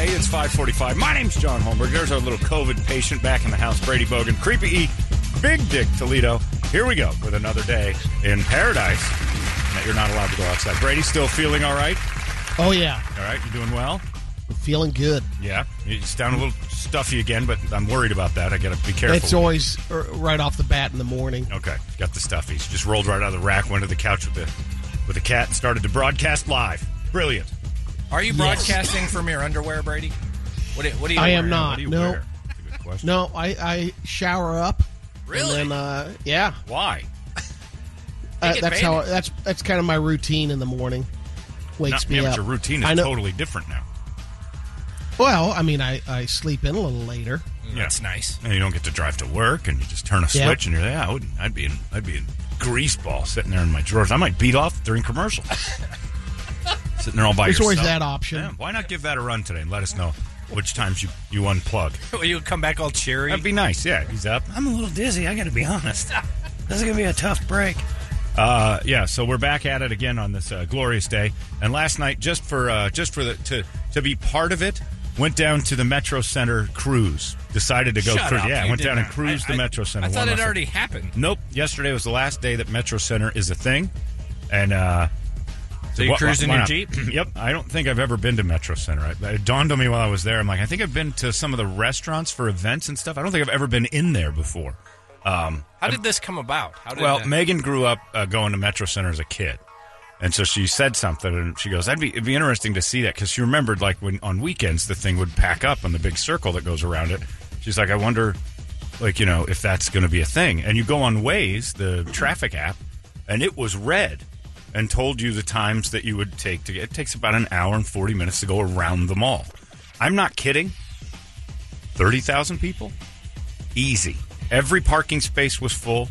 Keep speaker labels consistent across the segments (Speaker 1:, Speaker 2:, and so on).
Speaker 1: 545. My name's John Holmberg. There's our little COVID patient back in the house, Brady Bogan. Creepy E, Big Dick Toledo. Here we go with another day in paradise that you're not allowed to go outside. Brady, still feeling all right?
Speaker 2: Oh yeah,
Speaker 1: All right, you doing well?
Speaker 2: I'm feeling good.
Speaker 1: Yeah. It's down a little stuffy again, but I'm worried about that. I got to be careful.
Speaker 2: It's always uh, right off the bat in the morning.
Speaker 1: Okay, got the stuffies. Just rolled right out of the rack, went to the couch with the with the cat, and started to broadcast live. Brilliant.
Speaker 3: Are you broadcasting from your underwear, Brady? What do, what do you?
Speaker 2: I
Speaker 3: wear?
Speaker 2: am not.
Speaker 1: What do you
Speaker 2: no,
Speaker 1: wear? That's a good question.
Speaker 2: no, I, I shower up.
Speaker 3: Really?
Speaker 2: And then, uh, yeah,
Speaker 1: Why?
Speaker 2: uh,
Speaker 3: Take
Speaker 2: that's how
Speaker 3: advantage.
Speaker 2: that's that's kind of my routine in the morning. Wakes
Speaker 1: Not,
Speaker 2: me
Speaker 1: yeah, but
Speaker 2: up.
Speaker 1: your routine
Speaker 2: I
Speaker 1: is
Speaker 2: know-
Speaker 1: totally different now.
Speaker 2: Well, I mean, I, I sleep in a little later.
Speaker 1: Yeah.
Speaker 3: That's nice.
Speaker 1: Mm. And you don't get to drive to work, and you just turn a
Speaker 2: Yeah.
Speaker 1: switch, and you're there. I wouldn't. I'd be in. I'd be in grease ball sitting there in my drawers. I might beat off during commercials. sitting there all by
Speaker 2: There's
Speaker 1: yourself.
Speaker 2: always that option.
Speaker 1: Yeah, why not give that a run today and let us know which times you you unplug.
Speaker 3: Will you come back all cheery?
Speaker 1: That'd be nice. Yeah, he's up. I'm a little dizzy. I got to be honest. this is gonna be a tough break. Uh, yeah. So we're back at it again on this uh, glorious day. And last night, just for uh, just for the to to be part of it, went down to the Metro Center cruise. Decided to go
Speaker 3: Shut
Speaker 1: cruise.
Speaker 3: up.
Speaker 1: Yeah, I
Speaker 3: You
Speaker 1: went
Speaker 3: did
Speaker 1: down and
Speaker 3: not.
Speaker 1: cruised
Speaker 3: I-
Speaker 1: the
Speaker 3: I-
Speaker 1: Metro Center.
Speaker 3: I
Speaker 1: one
Speaker 3: thought it
Speaker 1: last-
Speaker 3: already happened.
Speaker 1: Nope. Yesterday was the last day that Metro Center is a thing, and. uh
Speaker 3: So you
Speaker 1: why-
Speaker 3: cruised in
Speaker 1: why
Speaker 3: your
Speaker 1: not?
Speaker 3: Jeep?
Speaker 1: yep. I don't think I've ever been to Metro Center. I, it dawned on me while I was there. I'm like, I think I've been to some of the restaurants for events and stuff. I don't think I've ever been in there before. Um,
Speaker 3: How did this come about? How did
Speaker 1: well,
Speaker 3: that-
Speaker 1: Megan grew up uh, going to Metro Center as a kid, and so she said something, and she goes, "That'd be it'd be interesting to see that," because she remembered like when on weekends the thing would pack up on the big circle that goes around it. She's like, "I wonder, like you know, if that's going to be a thing." And you go on Waze, the traffic app, and it was red and told you the times that you would take to get. It takes about an hour and forty minutes to go around the mall. I'm not kidding. Thirty thousand people, easy. Every parking space was full.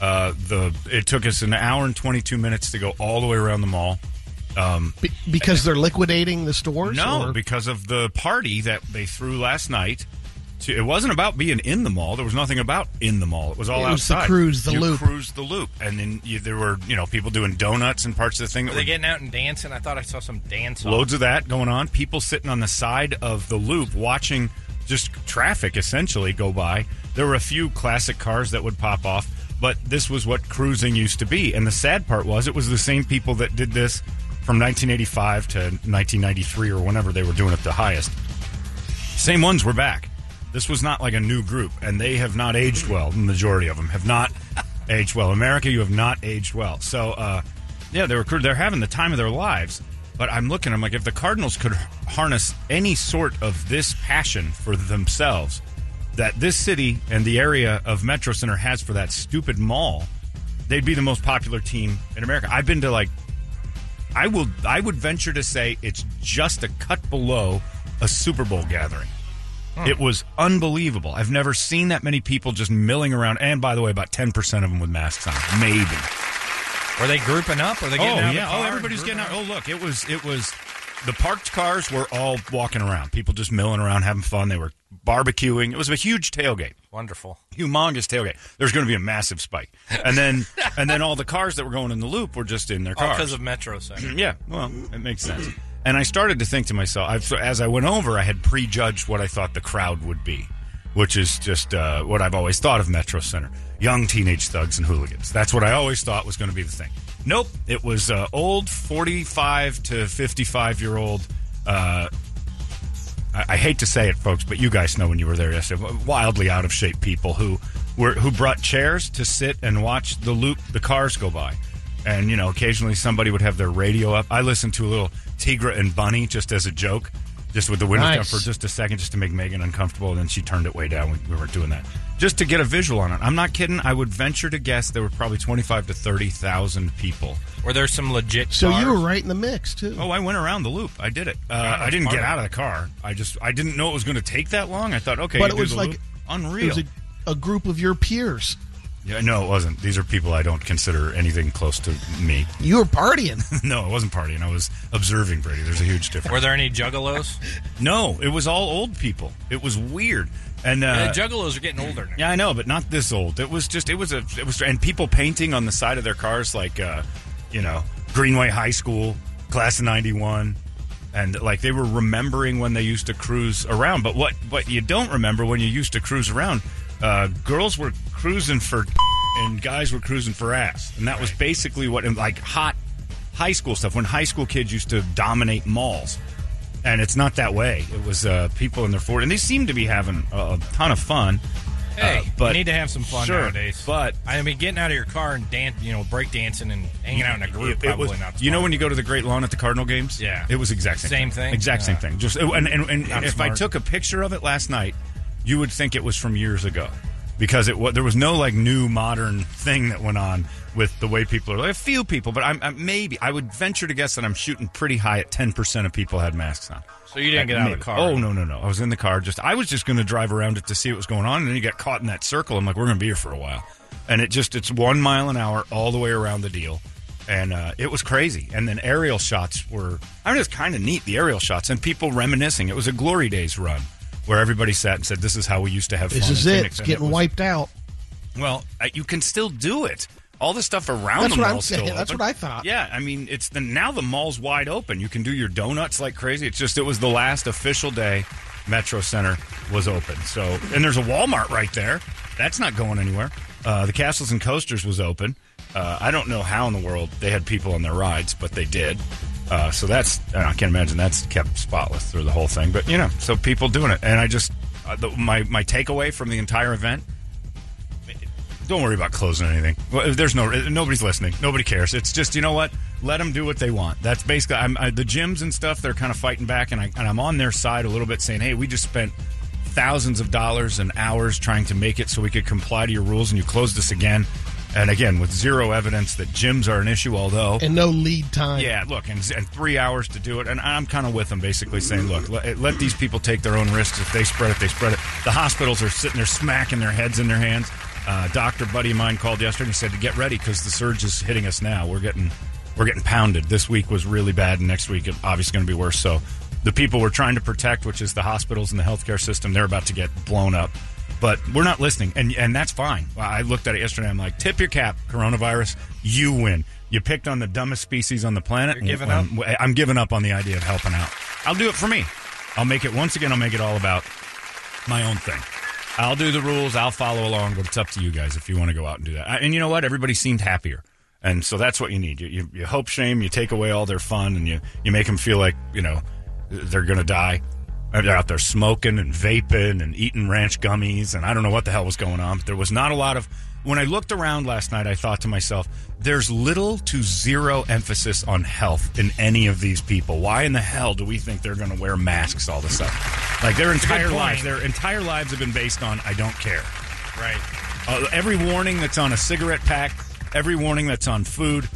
Speaker 1: Uh, the it took us an hour and 22 minutes to go all the way around the mall.
Speaker 2: Be- because they're liquidating the stores?
Speaker 1: No,
Speaker 2: or-
Speaker 1: because of the party that they threw last night. To, it wasn't about being in the mall. There was nothing about in the mall. It was all
Speaker 2: It was the
Speaker 1: outside.
Speaker 2: cruise, the
Speaker 1: you
Speaker 2: loop.
Speaker 1: cruised the loop, and then you, there were you know people doing donuts and parts of the thing. That
Speaker 3: Were they
Speaker 1: were
Speaker 3: getting out and dancing? I thought I saw some dance. off.
Speaker 1: loads of that going on. People sitting on the side of the loop watching just traffic essentially go by. There were a few classic cars that would pop off, but this was what cruising used to be. And the sad part was it was the same people that did this from 1985 to 1993 or whenever they were doing it the highest. Same ones were back. This was not like a new group, and they have not aged well. The majority of them have not aged well. America, you have not aged well. So, uh, yeah, they were they're having the time of their lives. But I'm looking. I'm like, if the Cardinals could harness any sort of this passion for themselves, that this city and the area of Metro Center has for that stupid mall, they'd be the most popular team in America. I've been to like I will. I would venture to say it's just a cut below a Super Bowl gathering. It was unbelievable. I've never seen that many people just milling around. And by the way, about ten percent of them with masks on, maybe.
Speaker 3: Were they grouping up? Were they
Speaker 1: Oh
Speaker 3: getting out? of the
Speaker 1: yeah.
Speaker 3: car
Speaker 1: Oh,
Speaker 3: and
Speaker 1: everybody's
Speaker 3: grouping
Speaker 1: getting out. Oh look, it was. It was. The parked cars were all walking around. People just milling around, having fun. They were barbecuing. It was a huge tailgate
Speaker 3: Wonderful.
Speaker 1: humongous tailgate. There's going to be a massive spike, and then and then all the cars that were going in the loop were just in their
Speaker 3: All
Speaker 1: cars
Speaker 3: because of Metro Center.
Speaker 1: yeah, well, it makes sense. And I started to think to myself, I've, so as I went over, I had prejudged what I thought the crowd would be, which is just uh, what I've always thought of Metro Center young teenage thugs and hooligans. That's what I always thought was going to be the thing. Nope, it was uh, old 45 to 55 year old. Uh, I, I hate to say it, folks, but you guys know when you were there yesterday, wildly out of shape people who were who brought chairs to sit and watch the loop, the cars go by, and you know, occasionally somebody would have their radio up. I listened to a little Tigra and Bunny just as a joke, just with the windows down
Speaker 2: Nice.
Speaker 1: for just a second, just to make Megan uncomfortable, and then she turned it way down. We, we were doing that just to get a visual on it. I'm not kidding. I would venture to guess there were probably 25 to 30 thousand people
Speaker 3: Were there some legit?
Speaker 2: so
Speaker 3: cars?
Speaker 2: you were right in the mix too.
Speaker 1: Oh, I went around the loop. I did it. Uh, I didn't get out of the car. I just I didn't know it was going to take that long. I thought okay,
Speaker 2: But
Speaker 1: you
Speaker 2: it
Speaker 1: do
Speaker 2: was
Speaker 1: the
Speaker 2: like-
Speaker 1: loop.
Speaker 2: it
Speaker 1: unreal.
Speaker 2: was a, a group of your peers.
Speaker 1: yeah, no, it wasn't. These are people I don't consider anything close to me.
Speaker 2: You were partying.
Speaker 1: no, it wasn't partying. I was observing Brady. There's a huge difference.
Speaker 3: Were there any juggalos?
Speaker 1: no, it was all old people. It was weird. And
Speaker 3: the
Speaker 1: uh,
Speaker 3: juggalos are getting older now.
Speaker 1: Yeah, I know, but not this old. It was just it was a it was and people painting on the side of their cars like uh, you know, Greenway High School, class of 91. and like they were remembering when they used to cruise around. But what what you don't remember when you used to cruise around, uh, girls were cruising for, and guys were cruising for ass, and that was basically what and, like hot high school stuff when high school kids used to dominate malls. And it's not that way. It was uh, people in their 40s, and they seemed to be having a, a ton of fun.
Speaker 3: Hey,
Speaker 1: Uh, but
Speaker 3: you need to have some fun
Speaker 1: sure,
Speaker 3: nowadays.
Speaker 1: But
Speaker 3: I mean, getting out of your car and dance, you know, break dancing and hanging out in a group
Speaker 1: It
Speaker 3: probably
Speaker 1: was-
Speaker 3: not.
Speaker 1: You know when you go to the Great Lawn at the Cardinal games?
Speaker 3: Yeah.
Speaker 1: it was the exact same,
Speaker 3: Same thing?
Speaker 1: exact same
Speaker 3: Yeah.
Speaker 1: thing. Just and and, and
Speaker 3: Not
Speaker 1: if I
Speaker 3: smart.
Speaker 1: took a picture of it last night, you would think it was from years ago because it was there was no like new modern thing that went on with the way people are. Like, a few people, but I'm, I'm maybe I would venture to guess that I'm shooting pretty high at ten percent of people had masks on.
Speaker 3: So you didn't
Speaker 1: Like,
Speaker 3: get out of the
Speaker 1: maybe.
Speaker 3: car?
Speaker 1: Oh no no no! I was in the car. Just I was just going to drive around it to see what was going on, and then you got caught in that circle. I'm like, we're going to be here for a while, and it just it's one mile an hour all the way around the deal, and uh, it was crazy. And then aerial shots were I mean it was kind of neat the aerial shots and people reminiscing. It was a glory days run where everybody sat and said, "This is how we used to have
Speaker 2: This
Speaker 1: fun."
Speaker 2: is
Speaker 1: in
Speaker 2: it.
Speaker 1: Phoenix,"
Speaker 2: It's
Speaker 1: and
Speaker 2: getting
Speaker 1: was-
Speaker 2: wiped out.
Speaker 1: Well, uh, you can still do it. All the stuff around
Speaker 2: That's
Speaker 1: the
Speaker 2: what I'm
Speaker 1: mall's still
Speaker 2: saying. That's
Speaker 1: open.
Speaker 2: what I thought.
Speaker 1: Yeah, I mean, it's the now the mall's wide open. You can do your donuts like crazy. It's just it was the last official day Metro Center was open. So, and there's a Walmart right there. That's not going anywhere. Uh, the Castles and Coasters was open. Uh, I don't know how in the world they had people on their rides, but they did. Uh, so that's I can't imagine that's kept spotless through the whole thing. But you know, so people doing it, and I just uh, the, my my takeaway from the entire event don't worry about closing anything. Well, There's no nobody's listening. Nobody cares. It's just you know what? Let them do what they want. That's basically I'm, I, the gyms and stuff. They're kind of fighting back, and I and I'm on their side a little bit, saying, hey, we just spent thousands of dollars and hours trying to make it so we could comply to your rules, and you closed this again and again with zero evidence that gyms are an issue. Although
Speaker 2: And no lead time.
Speaker 1: yeah, look, and, and three hours to do it. And I'm kind of with them, basically saying, look, let, let these people take their own risks. If they spread it, they spread it. The hospitals are sitting there smacking their heads in their hands. Uh, doctor buddy of mine called yesterday and he said, get ready because the surge is hitting us now. We're getting we're getting pounded. This week was really bad, and next week it obviously going to be worse. So the people we're trying to protect, which is the hospitals and the healthcare system, they're about to get blown up. But we're not listening, and and that's fine. I looked at it yesterday. I'm like, tip your cap, coronavirus. You win. You picked on the dumbest species on the planet.
Speaker 3: You're giving
Speaker 1: Um, I'm giving up on the idea of helping out. I'll do it for me. I'll make it once again. I'll make it all about my own thing. I'll do the rules. I'll follow along, but it's up to you guys if you want to go out and do that. I- And you know what? Everybody seemed happier, and so that's what you need. You, you, you hope shame. You take away all their fun, and you you make them feel like you know they're gonna die. And They're out there smoking and vaping and eating ranch gummies, and I don't know what the hell was going on. But there was not a lot of. When I looked around last night, I thought to myself, "There's little to zero emphasis on health in any of these people. Why in the hell do we think they're going to wear masks all this stuff? Like their
Speaker 3: good
Speaker 1: entire
Speaker 3: point.
Speaker 1: lives, their entire lives have been based on I don't care.
Speaker 3: right.
Speaker 1: Uh, every warning that's on a cigarette pack, every warning that's on food,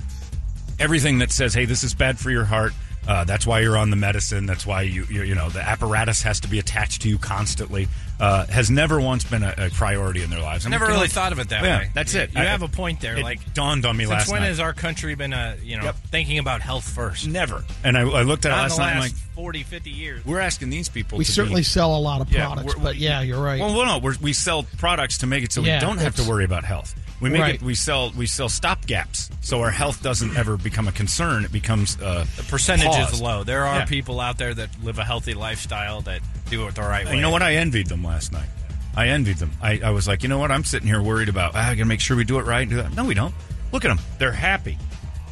Speaker 1: everything that says, "Hey, this is bad for your heart." Uh, that's why you're on the medicine. That's why you, you you know the apparatus has to be attached to you constantly. Uh, has never once been a, a priority in their
Speaker 3: I
Speaker 1: lives. And
Speaker 3: never
Speaker 1: you know,
Speaker 3: really thought of it that
Speaker 1: yeah,
Speaker 3: way.
Speaker 1: That's
Speaker 3: You-
Speaker 1: it.
Speaker 3: You
Speaker 1: I-
Speaker 3: have a point there.
Speaker 1: It
Speaker 3: like,
Speaker 1: dawned on me
Speaker 3: since
Speaker 1: last
Speaker 3: when
Speaker 1: night.
Speaker 3: has our country been a you know
Speaker 1: Yep.
Speaker 3: thinking about health first?
Speaker 1: never. And I, I looked at it
Speaker 3: Not
Speaker 1: last
Speaker 3: in the
Speaker 1: night.
Speaker 3: last
Speaker 1: and like
Speaker 3: 40, 50 years.
Speaker 1: we're asking these people.
Speaker 2: We
Speaker 1: to be-
Speaker 2: certainly sell a lot of
Speaker 1: Yeah,
Speaker 2: products,
Speaker 1: we're-
Speaker 2: but yeah, you're right.
Speaker 1: Well, well, no, we're, we sell products to make it so
Speaker 2: Yeah,
Speaker 1: we don't have to
Speaker 2: that's-
Speaker 1: worry about health. We make
Speaker 2: Right.
Speaker 1: it. We sell. We sell stop gaps, so our health doesn't ever become a concern. It becomes uh,
Speaker 3: The percentage
Speaker 1: paused.
Speaker 3: is low. There are
Speaker 1: Yeah.
Speaker 3: people out there that live a healthy lifestyle that do it the right way.
Speaker 1: You know what? I envied them last night. I envied them. I, I was like, you know what? I'm sitting here worried about. Ah, I got to make sure we do it right. and Do that. No, we don't. Look at them. They're happy.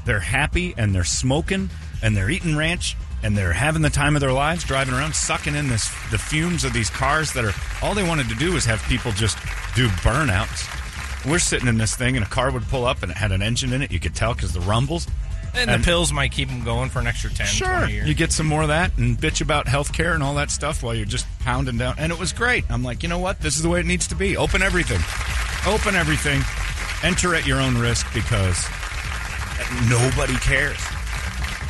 Speaker 1: They're happy, and they're smoking, and they're eating ranch, and they're having the time of their lives, driving around, sucking in this the fumes of these cars that are. All they wanted to do was have people just do burnouts. We're sitting in this thing, and a car would pull up, and it had an engine in it. You could tell because the rumbles.
Speaker 3: And, the
Speaker 1: And-
Speaker 3: pills might keep them going for an extra 10, 20 years.
Speaker 1: You get some more of that and bitch about healthcare and all that stuff while you're just pounding down. And it was great. I'm like, you know what? This is the way it needs to be. Open everything. Open everything. Enter at your own risk because nobody cares.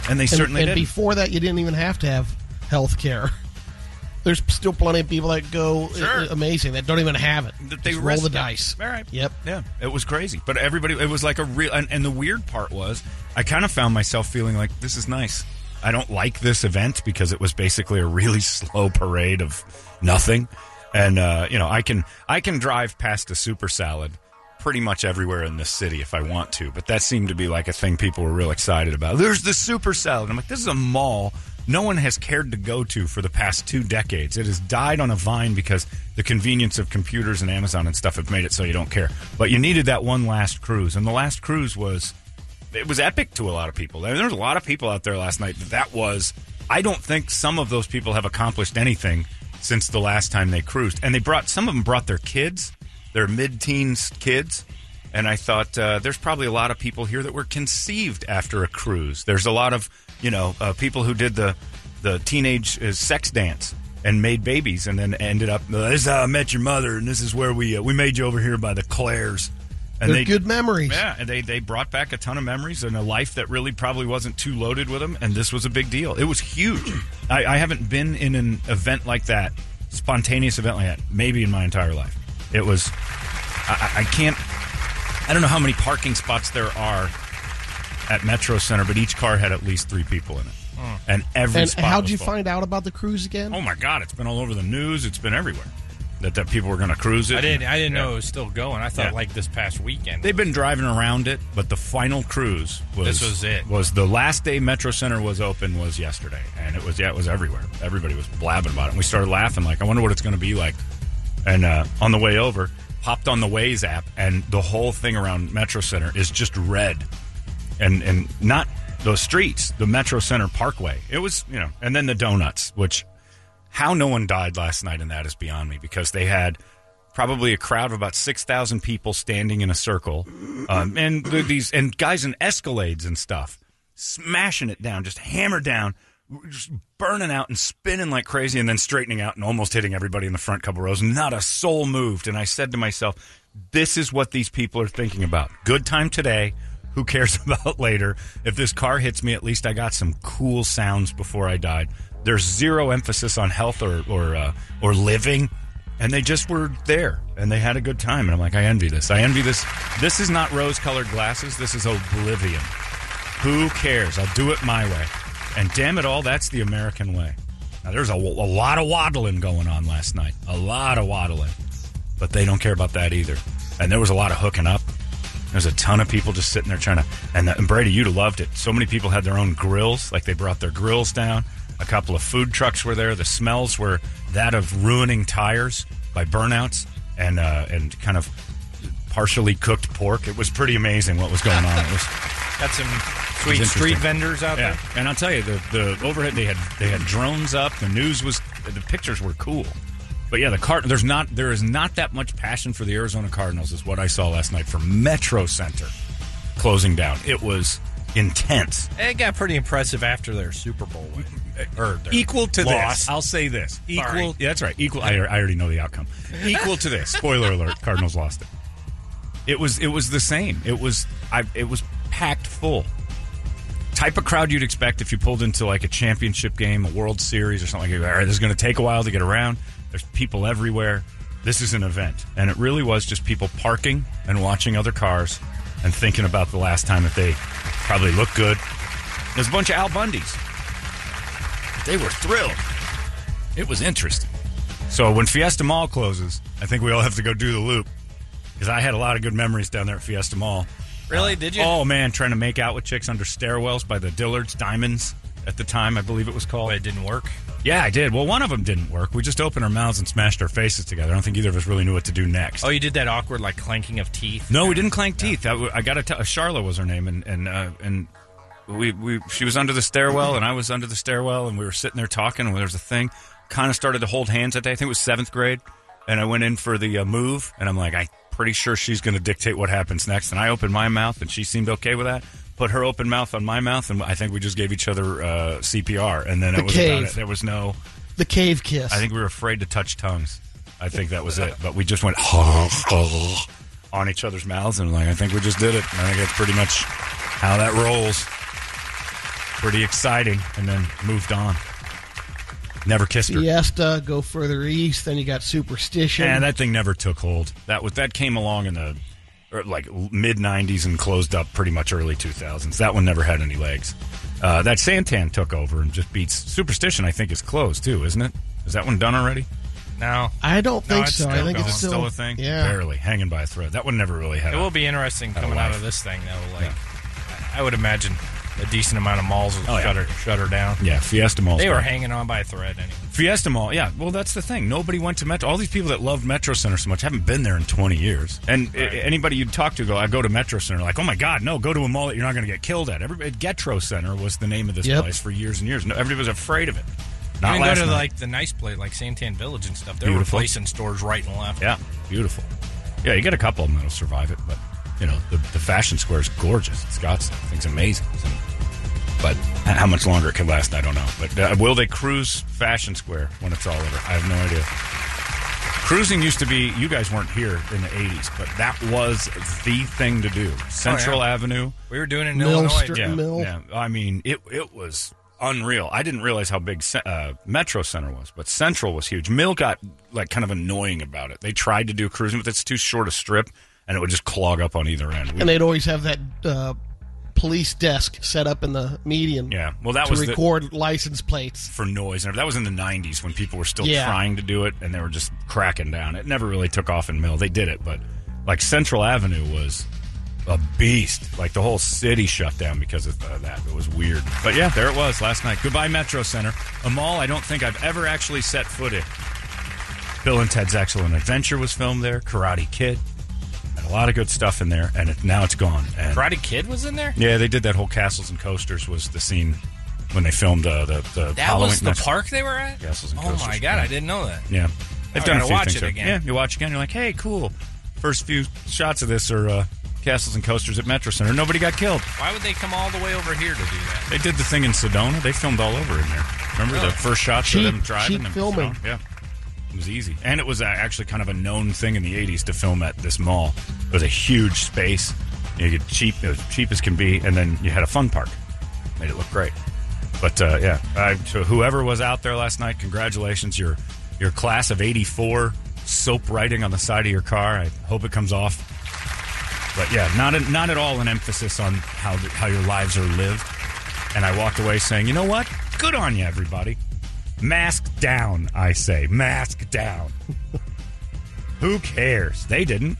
Speaker 1: And they
Speaker 2: and,
Speaker 1: certainly
Speaker 2: and
Speaker 1: did.
Speaker 2: before that, you didn't even have to have health care. There's still plenty of people that go uh,
Speaker 1: Sure.
Speaker 2: amazing that don't even have it.
Speaker 1: that they
Speaker 2: Just roll the
Speaker 1: risked it.
Speaker 2: dice.
Speaker 1: All right.
Speaker 2: Yep.
Speaker 1: Yeah. It was crazy, but everybody. It was like a real. And, and the weird part was, I kind of found myself feeling like this is nice. I don't like this event because it was basically a really slow parade of nothing, and uh, you know, I can I can drive past a super salad pretty much everywhere in this city if I want to. But that seemed to be like a thing people were real excited about. There's the super salad. I'm like, this is a mall no one has cared to go to for the past two decades. It has died on a vine because the convenience of computers and Amazon and stuff have made it so you don't care. But you needed that one last cruise, and the last cruise was it was epic to a lot of people. I mean, there was a lot of people out there last night that that was. I don't think some of those people have accomplished anything since the last time they cruised, and they brought some of them brought their kids, their mid-teens kids. And I thought uh, there's probably a lot of people here that were conceived after a cruise. There's a lot of you know uh, people who did the the teenage uh, sex dance and made babies, and then ended up. This is how I met your mother, and this is where we uh, we made you over here by the Claires. And
Speaker 2: They're good memories.
Speaker 1: Yeah, and they they brought back a ton of memories and a life that really probably wasn't too loaded with them. And this was a big deal. It was huge. I, I haven't been in an event like that, spontaneous event like that, maybe in my entire life. It was. I, I I can't. I don't know how many parking spots there are at Metro Center, but each car had at least three people in it, and every
Speaker 2: And
Speaker 1: spot
Speaker 2: how'd
Speaker 1: was
Speaker 2: you
Speaker 1: full.
Speaker 2: find out about the cruise again?
Speaker 1: Oh my God! It's been all over the news. It's been everywhere that, that people were going to cruise it.
Speaker 3: I didn't. I didn't
Speaker 1: Yeah.
Speaker 3: know it was still going. I thought
Speaker 1: Yeah.
Speaker 3: like this past weekend.
Speaker 1: They've been driving around it, but the final cruise was
Speaker 3: This was it.
Speaker 1: Was the last day Metro Center was open was yesterday, and it was yeah, it was everywhere. Everybody was blabbing about it. And we started laughing like, I wonder what it's going to be like. And uh, on the way over, hopped on the Waze app, and the whole thing around Metro Center is just red, and and not the streets, the Metro Center Parkway. It was you know, and then the donuts, which how no one died last night in that is beyond me because they had probably a crowd of about 6,000 people standing in a circle um, and th- these and guys in escalades and stuff smashing it down just hammered down just burning out and spinning like crazy and then straightening out and almost hitting everybody in the front couple rows not a soul moved and i said to myself this is what these people are thinking about good time today who cares about later? If this car hits me, at least I got some cool sounds before I died. There's zero emphasis on health or or uh, or living, and they just were there and they had a good time. And I'm like, I envy this. I envy this. This is not rose-colored glasses. This is oblivion. Who cares? I'll do it my way. And damn it all, that's the American way. Now there's a, a lot of waddling going on last night. A lot of waddling, but they don't care about that either. And there was a lot of hooking up. There's a ton of people just sitting there trying to. And, the, and Brady, you'd have loved it. So many people had their own grills, like they brought their grills down. A couple of food trucks were there. The smells were that of ruining tires by burnouts and uh, and kind of partially cooked pork. It was pretty amazing what was going on. It was
Speaker 3: got some sweet
Speaker 1: interesting.
Speaker 3: street vendors out
Speaker 1: yeah,
Speaker 3: there.
Speaker 1: and I'll tell you the the overhead they had they had drones up. The news was the pictures were cool, but yeah, the card there's not there is not that much passion for the Arizona Cardinals is what I saw last night for Metro Center closing down. It was intense,
Speaker 3: It got pretty impressive after their Super Bowl win. Or their
Speaker 1: equal to
Speaker 3: loss.
Speaker 1: this. I'll say this equal.
Speaker 3: Sorry.
Speaker 1: Yeah, that's right. Equal. I, I already know the outcome. Equal to this. Spoiler alert: Cardinals lost it. It was it was the same. It was I it was packed full. type of crowd you'd expect if you pulled into like a championship game, a World Series, or something like that. All right, this is going to take a while to get around. There's people everywhere. This is an event, and it really was just people parking and watching other cars and thinking about the last time that they probably looked good. There's a bunch of Al Bundys. They were thrilled. It was interesting. So when Fiesta Mall closes, I think we all have to go do the loop because I had a lot of good memories down there at Fiesta Mall.
Speaker 3: Really? Did you?
Speaker 1: Oh man, trying to make out with chicks under stairwells by the Dillards Diamonds at the time, I believe it was called.
Speaker 3: But Oh, it didn't work.
Speaker 1: Yeah, I did. Well, one of them didn't work. We just opened our mouths and smashed our faces together. I don't think either of us really knew what to do next.
Speaker 3: Oh, you did that awkward like clanking of teeth.
Speaker 1: No, we didn't clank teeth. I, I got to tell. uh, Charla was her name, and and uh, and we we she was under the stairwell, and I was under the stairwell, and we were sitting there talking. And there was a thing, kind of started to hold hands that day. I think it was seventh grade, and I went in for the uh, move, and I'm like, I pretty sure she's going to dictate what happens next. And I opened my mouth, and she seemed okay with that. Put her open mouth on my mouth, and I think we just gave each other uh, CPR, and then
Speaker 2: The
Speaker 1: it was about
Speaker 2: cave.
Speaker 1: it. There was no.
Speaker 2: The cave kiss.
Speaker 1: I think we were afraid to touch tongues. I think that was it. But we just went on each other's mouths, and like I think we just did it. I think that's pretty much how that rolls. Pretty exciting, and then moved on. Never kissed her.
Speaker 2: Fiesta, go further east, then you got Superstition.
Speaker 1: And that thing never took hold. That was that came along in the or like mid '90s and closed up pretty much early 2000s. That one never had any legs. Uh, that Santan took over and just beats Superstition. I think is closed too, isn't it? Is that one done already?
Speaker 3: No.
Speaker 2: I don't
Speaker 3: No,
Speaker 2: think
Speaker 3: it's
Speaker 2: so. I
Speaker 3: still
Speaker 2: think
Speaker 3: going.
Speaker 1: Is
Speaker 2: it's
Speaker 1: it
Speaker 2: still,
Speaker 1: still a thing?
Speaker 2: Yeah.
Speaker 1: Barely. Hanging by a thread. That one never really had
Speaker 3: It
Speaker 1: a-
Speaker 3: will be interesting coming out of this thing though. Like, I I would imagine a decent amount of malls
Speaker 1: Oh, yeah.
Speaker 3: shut, her, shut her down.
Speaker 1: Yeah, Fiesta Mall.
Speaker 3: They were hanging on by a thread anyway.
Speaker 1: Fiesta Mall. Yeah, well, that's the thing. Nobody went to Metro. All these people that loved Metro Center so much haven't been there in 20 years. And uh, anybody you'd talk to go, I go to Metro Center. Like, oh my God, no, go to a mall that you're not going to get killed at. Everybody, Getro Center was the name of this
Speaker 2: Yep.
Speaker 1: place for years and years. No, everybody was afraid of it.
Speaker 3: You
Speaker 1: Not
Speaker 3: can go
Speaker 1: last
Speaker 3: to
Speaker 1: night.
Speaker 3: like the nice place, like Santan Village and stuff. They're
Speaker 1: Beautiful.
Speaker 3: replacing stores right and left.
Speaker 1: yeah, beautiful. Yeah, you get a couple of them that'll survive it, but you know the, the fashion square is gorgeous. It's got things amazing. So- But how much longer it can last, I don't know. But uh, will they cruise Fashion Square when it's all over? I have no idea. Cruising used to be, you guys weren't here in the 80s, but that was the thing to do. Central Avenue.
Speaker 3: We were doing it in
Speaker 2: Mill
Speaker 3: Illinois.
Speaker 2: Street.
Speaker 3: Yeah.
Speaker 1: Yeah,
Speaker 2: Mill.
Speaker 1: yeah. I mean, it, it was unreal. I didn't realize how big Ce- uh, Metro Center was, but Central was huge. Mill got like kind of annoying about it. They tried to do cruising, but it's too short a strip, and it would just clog up on either end. We-
Speaker 2: And they'd always have that uh, police desk set up in the median.
Speaker 1: yeah, well, that
Speaker 2: to
Speaker 1: was the,
Speaker 2: record license plates.
Speaker 1: for noise. And that was in the 90s when people were still
Speaker 2: Yeah.
Speaker 1: trying to do it and they were just cracking down. It never really took off in Mill. They did it, but like Central Avenue was a beast. Like the whole city shut down because of uh, that. It was weird. But yeah, there it was last night. Goodbye, Metro Center. A mall I don't think I've ever actually set foot in. Bill and Ted's Excellent Adventure was filmed there, Karate Kid. And a lot of good stuff in there, and it, now it's gone. And
Speaker 3: Karate Kid was in there.
Speaker 1: yeah, they did that whole Castles and Coasters was the scene when they filmed uh, the the
Speaker 3: That
Speaker 1: Halloween.
Speaker 3: was the
Speaker 1: that's-
Speaker 3: park they were at.
Speaker 1: Castles and
Speaker 3: oh my
Speaker 1: Coasters,
Speaker 3: god,
Speaker 1: yeah.
Speaker 3: I didn't know that.
Speaker 1: Yeah, they've
Speaker 3: I
Speaker 1: done a
Speaker 3: gotta
Speaker 1: few
Speaker 3: watch
Speaker 1: things.
Speaker 3: it
Speaker 1: like-
Speaker 3: again.
Speaker 1: Yeah, you watch again. You're like, hey, cool. First few shots of this are uh, castles and coasters at Metro Center. Nobody got killed.
Speaker 3: Why would they come all the way over here to do that?
Speaker 1: They did the thing in Sedona. They filmed all over in there. Remember the
Speaker 3: Really?
Speaker 1: first shots
Speaker 2: Cheap-
Speaker 1: of them driving?
Speaker 2: cheap
Speaker 1: in
Speaker 2: filming.
Speaker 1: Sedona? Yeah, it was easy, and it was uh, actually kind of a known thing in the '80s to film at this mall. It was a huge space. You get cheap, as cheap as can be, and then you had a fun park. Made it look great. But uh, yeah, I, to whoever was out there last night, congratulations. Your your class of '84 soap writing on the side of your car. I hope it comes off. But yeah, not a, not at all an emphasis on how the, how your lives are lived. And I walked away saying, you know what? Good on you, everybody. Mask down, I say. Mask down. Who cares? They didn't.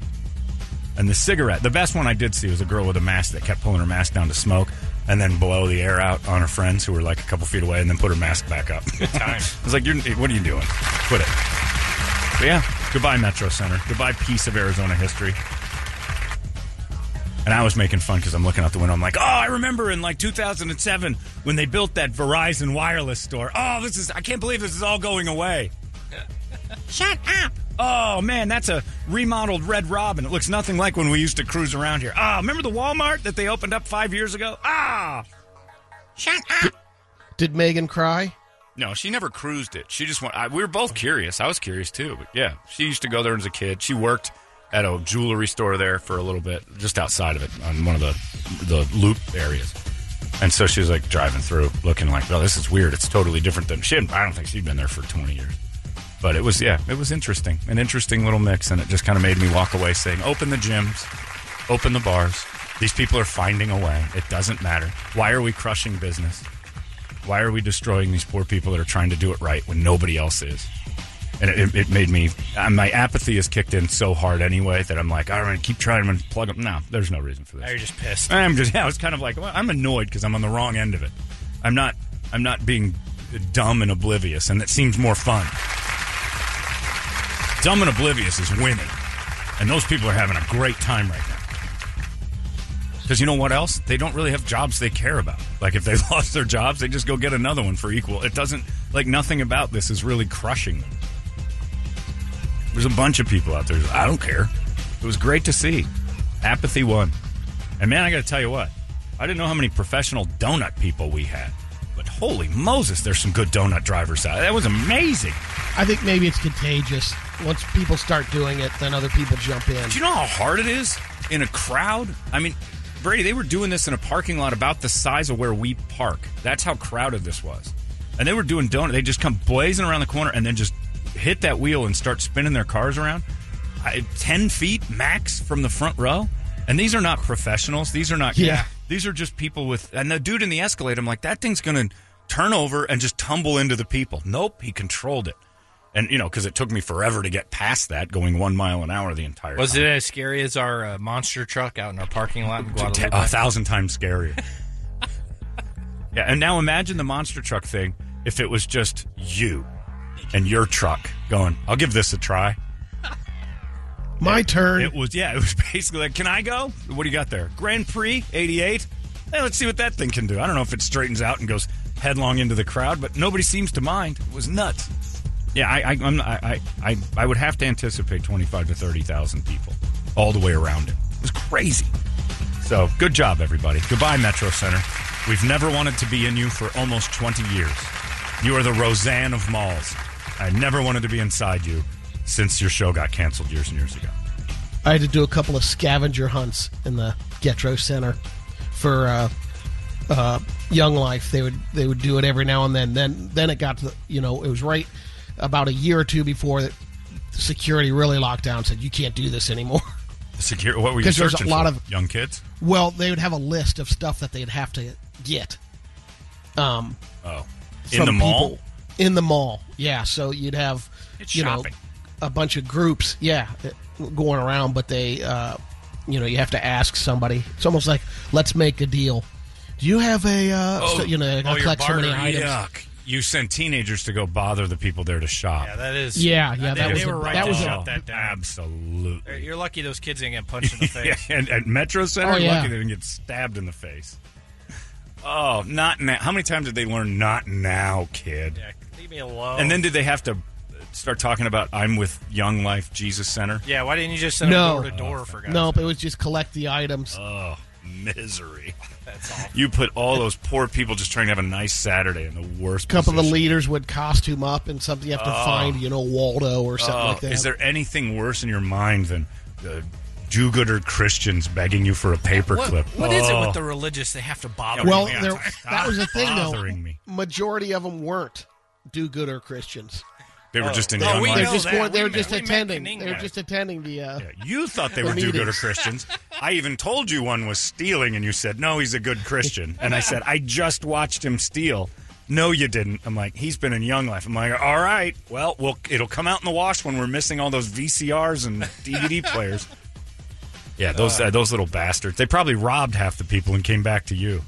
Speaker 1: And the cigarette, the best one I did see was a girl with a mask that kept pulling her mask down to smoke and then blow the air out on her friends who were like a couple feet away and then put her mask back up.
Speaker 3: time.
Speaker 1: I was like, You're, what are you doing? Quit it. But yeah, goodbye, Metro Center. Goodbye, piece of Arizona history. And I was making fun because I'm looking out the window. I'm like, oh, I remember in like 2007 when they built that Verizon wireless store. Oh, this is, I can't believe this is all going away. Shut up. Oh, man, that's a remodeled Red Robin. It looks nothing like when we used to cruise around here. Ah, remember the Walmart that they opened up five years ago? Ah. Shut up.
Speaker 2: Did Megan cry?
Speaker 1: No, she never cruised it. She just went. I, we were both curious. I was curious too. But yeah, she used to go there as a kid. She worked at a jewelry store there for a little bit, just outside of it, on one of the the loop areas. And so she was like driving through, looking like, "Oh, this is weird. It's totally different than she." Hadn't, I don't think she'd been there for twenty years. But it was, yeah, it was interesting. An interesting little mix, and it just kind of made me walk away saying, "Open the gyms, open the bars. These people are finding a way. It doesn't matter. Why are we crushing business?" Why are we destroying these poor people that are trying to do it right when nobody else is? And it- it, it made me, uh, my apathy is kicked in so hard anyway that I'm like, all right, keep trying. I'm going to plug them. No, there's no reason for
Speaker 3: Now you're
Speaker 1: this.
Speaker 3: just pissed.
Speaker 1: I'm just, yeah, I was kind of like, well, I'm annoyed because I'm on the wrong end of it. I'm not, I'm not being dumb and oblivious, and that seems more fun. Dumb and oblivious is winning, and those people are having a great time right now. Because you know what else? They don't really have jobs they care about. Like if they lost their jobs, they just go get another one for equal. It doesn't like nothing about this is really crushing them. There's a bunch of people out there. who's, I don't care. It was great to see. Apathy won. And man, I got to tell you what, I didn't know how many professional donut people we had. But holy Moses, there's some good donut drivers out. That was amazing.
Speaker 2: I think maybe it's contagious. Once people start doing it, then other people jump in.
Speaker 1: Do you know how hard it is in a crowd? I mean, Brady, they were doing this in a parking lot about the size of where we park. That's how crowded this was. And they were doing donut. They just come blazing around the corner and then just hit that wheel and start spinning their cars around. I, Ten feet max from the front row. And these are not professionals. These are not.
Speaker 2: Yeah.
Speaker 1: These are just people with. And the dude in the Escalade, I'm like, that thing's going to turn over and just tumble into the people. Nope, he controlled it. And, you know, because it took me forever to get past that going one mile an hour the entire
Speaker 3: Was
Speaker 1: time.
Speaker 3: it as scary as our uh, monster truck out in our parking lot in
Speaker 1: Te-
Speaker 3: Guadalupe?
Speaker 1: a thousand times scarier. Yeah, and now imagine the monster truck thing if it was just you and your truck going, I'll give this a try.
Speaker 2: My turn.
Speaker 1: It was, yeah, it was basically like, can I go? What do you got there? Grand Prix 88? Hey, let's see what that thing can do. I don't know if it straightens out and goes headlong into the crowd, but nobody seems to mind. It was nuts. Yeah, I, I, I'm, I, I, I- I would have to anticipate 25 to 30,000 people all the way around it. It was crazy. So good job, everybody. Goodbye, Metro Center. We've never wanted to be in you for almost 20 years. You are the Roseanne of malls. I never wanted to be inside you since your show got canceled years and years ago.
Speaker 2: I had to do a couple of scavenger hunts in the Getro Center for uh, uh, Young Life. They would they would do it every now and then. Then then it got to the, you know it was right about a year or two before that security really locked down and said you can't do this anymore.
Speaker 1: Secure. What were you
Speaker 2: 'Cause there's a
Speaker 1: searching
Speaker 2: lot
Speaker 1: for?
Speaker 2: of-
Speaker 1: young kids.
Speaker 2: Well, they would have a list of stuff that they'd have to get. Um,
Speaker 1: Oh, in
Speaker 2: from
Speaker 1: the mall.
Speaker 2: people- in the mall, yeah. So you'd have
Speaker 1: It's
Speaker 2: you
Speaker 1: shopping.
Speaker 2: know a bunch of groups, yeah, going around. But they, uh, you know, you have to ask somebody. It's almost like let's make a deal. Do you have a uh,
Speaker 1: Oh,
Speaker 2: so- you know they're gonna
Speaker 1: you're
Speaker 2: collect so many
Speaker 1: bartering.
Speaker 2: items?
Speaker 1: Yuck. You sent teenagers to go bother the people there to shop.
Speaker 3: Yeah, that is.
Speaker 2: Yeah, yeah,
Speaker 3: They-
Speaker 2: that
Speaker 3: they
Speaker 2: was a-
Speaker 3: were right
Speaker 2: that
Speaker 3: to
Speaker 2: was a-
Speaker 3: shut that down.
Speaker 1: Absolutely.
Speaker 3: You're lucky those kids didn't get punched in the
Speaker 1: Yeah,
Speaker 3: face.
Speaker 1: and at Metro Center,
Speaker 2: Oh, yeah.
Speaker 1: lucky they didn't get stabbed in the face. Oh, not now. How many times did they learn not now, kid?
Speaker 3: yeah, leave me alone.
Speaker 1: And then did they have to start talking about I'm with Young Life Jesus Center?
Speaker 3: yeah, why didn't you just send
Speaker 2: No.
Speaker 3: them door to door for guys?
Speaker 2: Nope, it was just collect the items.
Speaker 1: Oh, misery.
Speaker 3: that's all.
Speaker 1: You put all those poor people just trying to have a nice Saturday in the worst
Speaker 2: a couple of the
Speaker 1: position.
Speaker 2: leaders would costume up and something you have to find, you know, Waldo or something
Speaker 1: Oh,
Speaker 2: like that.
Speaker 1: Is there anything worse in your mind than the do-gooder Christians begging you for a
Speaker 3: What,
Speaker 1: paperclip?
Speaker 3: what is it
Speaker 1: Oh.
Speaker 3: with the religious? They have to bother.
Speaker 1: Yeah,
Speaker 2: well,
Speaker 1: Yeah,
Speaker 2: there,
Speaker 1: stop
Speaker 2: that was the thing, though.
Speaker 1: bothering me.
Speaker 2: Majority of them weren't do-gooder Christians.
Speaker 1: They were just in
Speaker 3: Oh,
Speaker 1: Young
Speaker 3: we
Speaker 1: Life.
Speaker 2: They're
Speaker 3: know
Speaker 2: just
Speaker 3: that.
Speaker 2: going,
Speaker 3: We
Speaker 2: they're
Speaker 3: met-
Speaker 2: just
Speaker 3: we met
Speaker 2: attending.
Speaker 3: Kaninga.
Speaker 2: They're just attending the. Uh,
Speaker 1: Yeah, You thought they were
Speaker 2: The
Speaker 1: do-gooder
Speaker 2: meetings.
Speaker 1: Christians. I even told you one was stealing, and you said, "No, he's a good Christian." And I said, "I just watched him steal." No, you didn't. I'm like, he's been in Young Life. I'm like, all right, well, we'll it'll come out in the wash when we're missing all those VCRs and DVD players. Yeah, those uh, those little bastards. They probably robbed half the people and came back to you.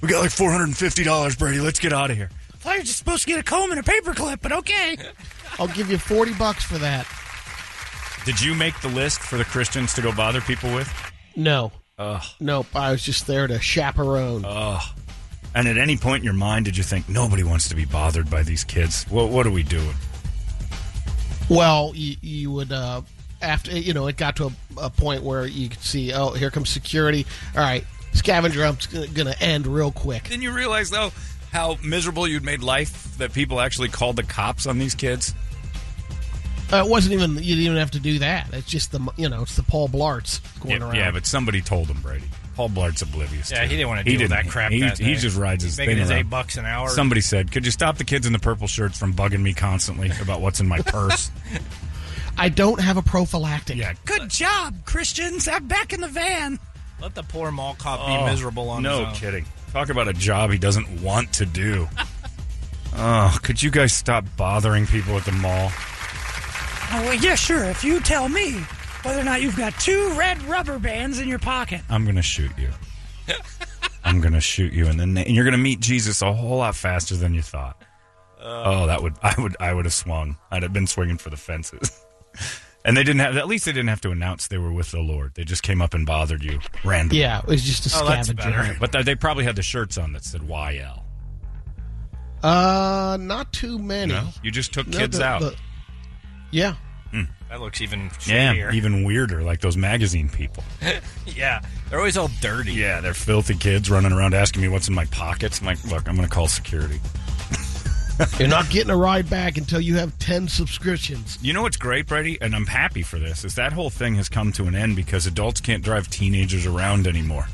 Speaker 1: We got like four hundred and fifty dollars, Brady. Let's get out of here. I thought you were just supposed to get a comb and a paperclip, but okay.
Speaker 2: I'll give you forty bucks for that.
Speaker 1: Did you make the list for the Christians to go bother people with?
Speaker 2: No. Nope. I was just there to chaperone.
Speaker 1: And at any point in your mind, did you think nobody wants to be bothered by these kids? What What are we doing?
Speaker 2: well, you, you would. Uh, after you know, it got to a, a point where you could see. Oh, here comes security. All right, scavenger hunt's gonna, gonna end real quick.
Speaker 1: Didn't you realize though how miserable you'd made life that people actually called the cops on these kids?
Speaker 2: Uh, it wasn't even. You didn't even have to do that. It's just the you know, it's the Paul Blarts going
Speaker 1: Yeah,
Speaker 2: around.
Speaker 1: yeah, but somebody told them, Brady. Paul Blart's oblivious.
Speaker 3: Yeah,
Speaker 1: to
Speaker 3: he
Speaker 1: it.
Speaker 3: didn't want to
Speaker 1: He
Speaker 3: deal with
Speaker 1: didn't.
Speaker 3: that crap.
Speaker 1: He,
Speaker 3: that
Speaker 1: he
Speaker 3: day.
Speaker 1: just rides his
Speaker 3: He's making
Speaker 1: thing
Speaker 3: his
Speaker 1: around.
Speaker 3: eight bucks an hour.
Speaker 1: Somebody said, "Could you stop the kids in the purple shirts from bugging me constantly about what's in my purse?"
Speaker 2: I don't have a prophylactic.
Speaker 1: yeah, good job, Christians. I'm back in the van.
Speaker 3: Let the poor mall cop be miserable on
Speaker 1: Oh, No
Speaker 3: his own.
Speaker 1: kidding. Talk about a job he doesn't want to do. oh, could you guys stop bothering people at the mall?
Speaker 4: Oh, well, yeah, sure. If you tell me whether or not you've got two red rubber bands in your pocket.
Speaker 1: I'm going to shoot you. I'm going to shoot you, and then and you're going to meet Jesus a whole lot faster than you thought. oh, that would I would I would have swung. I'd have been swinging for the fences. and they didn't have. At least they didn't have to announce they were with the Lord. They just came up and bothered you randomly.
Speaker 2: Yeah, it was just a
Speaker 3: Oh, that's
Speaker 2: scavenger.
Speaker 3: better.
Speaker 2: hunt.
Speaker 1: But th- they probably had the shirts on that said YL.
Speaker 2: Uh, not too many.
Speaker 1: No, you just took
Speaker 2: No,
Speaker 1: kids
Speaker 2: the-
Speaker 1: out.
Speaker 2: the- yeah.
Speaker 3: That looks even
Speaker 1: yeah,
Speaker 3: shadier.
Speaker 1: even weirder, like those magazine people.
Speaker 3: yeah, they're always all dirty.
Speaker 1: Yeah, they're filthy kids running around asking me what's in my pockets. I'm like, look, I'm going to call security.
Speaker 2: You're not getting a ride back until you have 10 subscriptions.
Speaker 1: You know what's great, Brady, and I'm happy for this, is that whole thing has come to an end because adults can't drive teenagers around anymore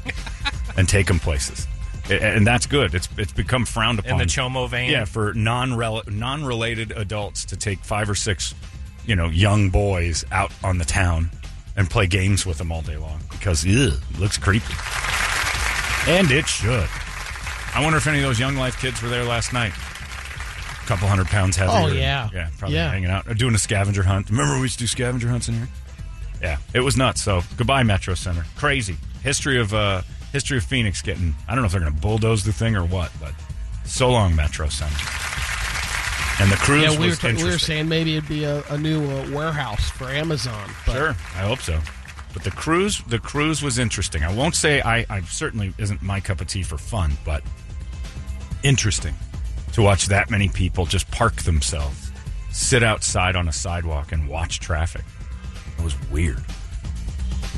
Speaker 1: and take them places. A- And that's good. It's it's become frowned upon.
Speaker 3: In the Chomo van.
Speaker 1: Yeah, for non non related adults to take five or six, you know, young boys out on the town and play games with them all day long because ew, it looks creepy, and it should. I wonder if any of those young life kids were there last night. A couple hundred pounds heavier.
Speaker 2: Oh, yeah.
Speaker 1: yeah, probably
Speaker 2: Yeah.
Speaker 1: hanging out or doing a scavenger hunt. Remember we used to do scavenger hunts in here? Yeah, it was nuts. So goodbye, Metro Center. Crazy history of uh, History of Phoenix getting, I don't know if they're going to bulldoze the thing or what, but so long, Metro Center. And the cruise
Speaker 2: Yeah, we were,
Speaker 1: was
Speaker 2: ta- we
Speaker 1: interesting.
Speaker 2: were saying maybe it'd be a, a new uh, warehouse for Amazon. But
Speaker 1: Sure, I hope so. But the cruise, the cruise was interesting. I won't say I, I certainly isn't my cup of tea for fun, but interesting to watch that many people just park themselves, sit outside on a sidewalk, and watch traffic. It was weird.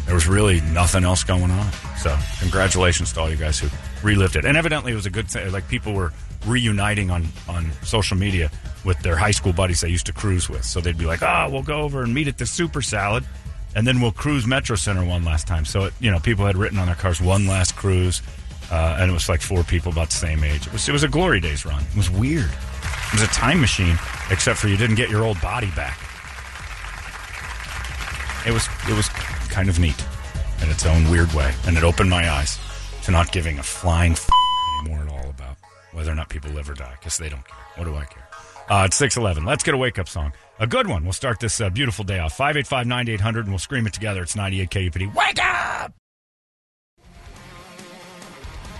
Speaker 1: There was really nothing else going on. So, congratulations to all you guys who relived it. And evidently, it was a good thing. Like people were reuniting on on social media with their high school buddies they used to cruise with. So they'd be like, "Ah, we'll go over and meet at the Super Salad, and then we'll cruise Metro Center one last time." So, it, you know, people had written on their cars "One last cruise," uh, and it was like four people about the same age. It was it was a glory days run. It was weird. It was a time machine, except for you didn't get your old body back it was it was kind of neat in its own weird way, and it opened my eyes to not giving a flying f- anymore at all about whether or not people live or die. Because they don't care. What do I care? Uh, it's six eleven. Let's get a wake up song, a good one. We'll start this uh, beautiful day off. Five eight five ninety eight hundred, and we'll scream it together. It's ninety eight KUPD. Wake up!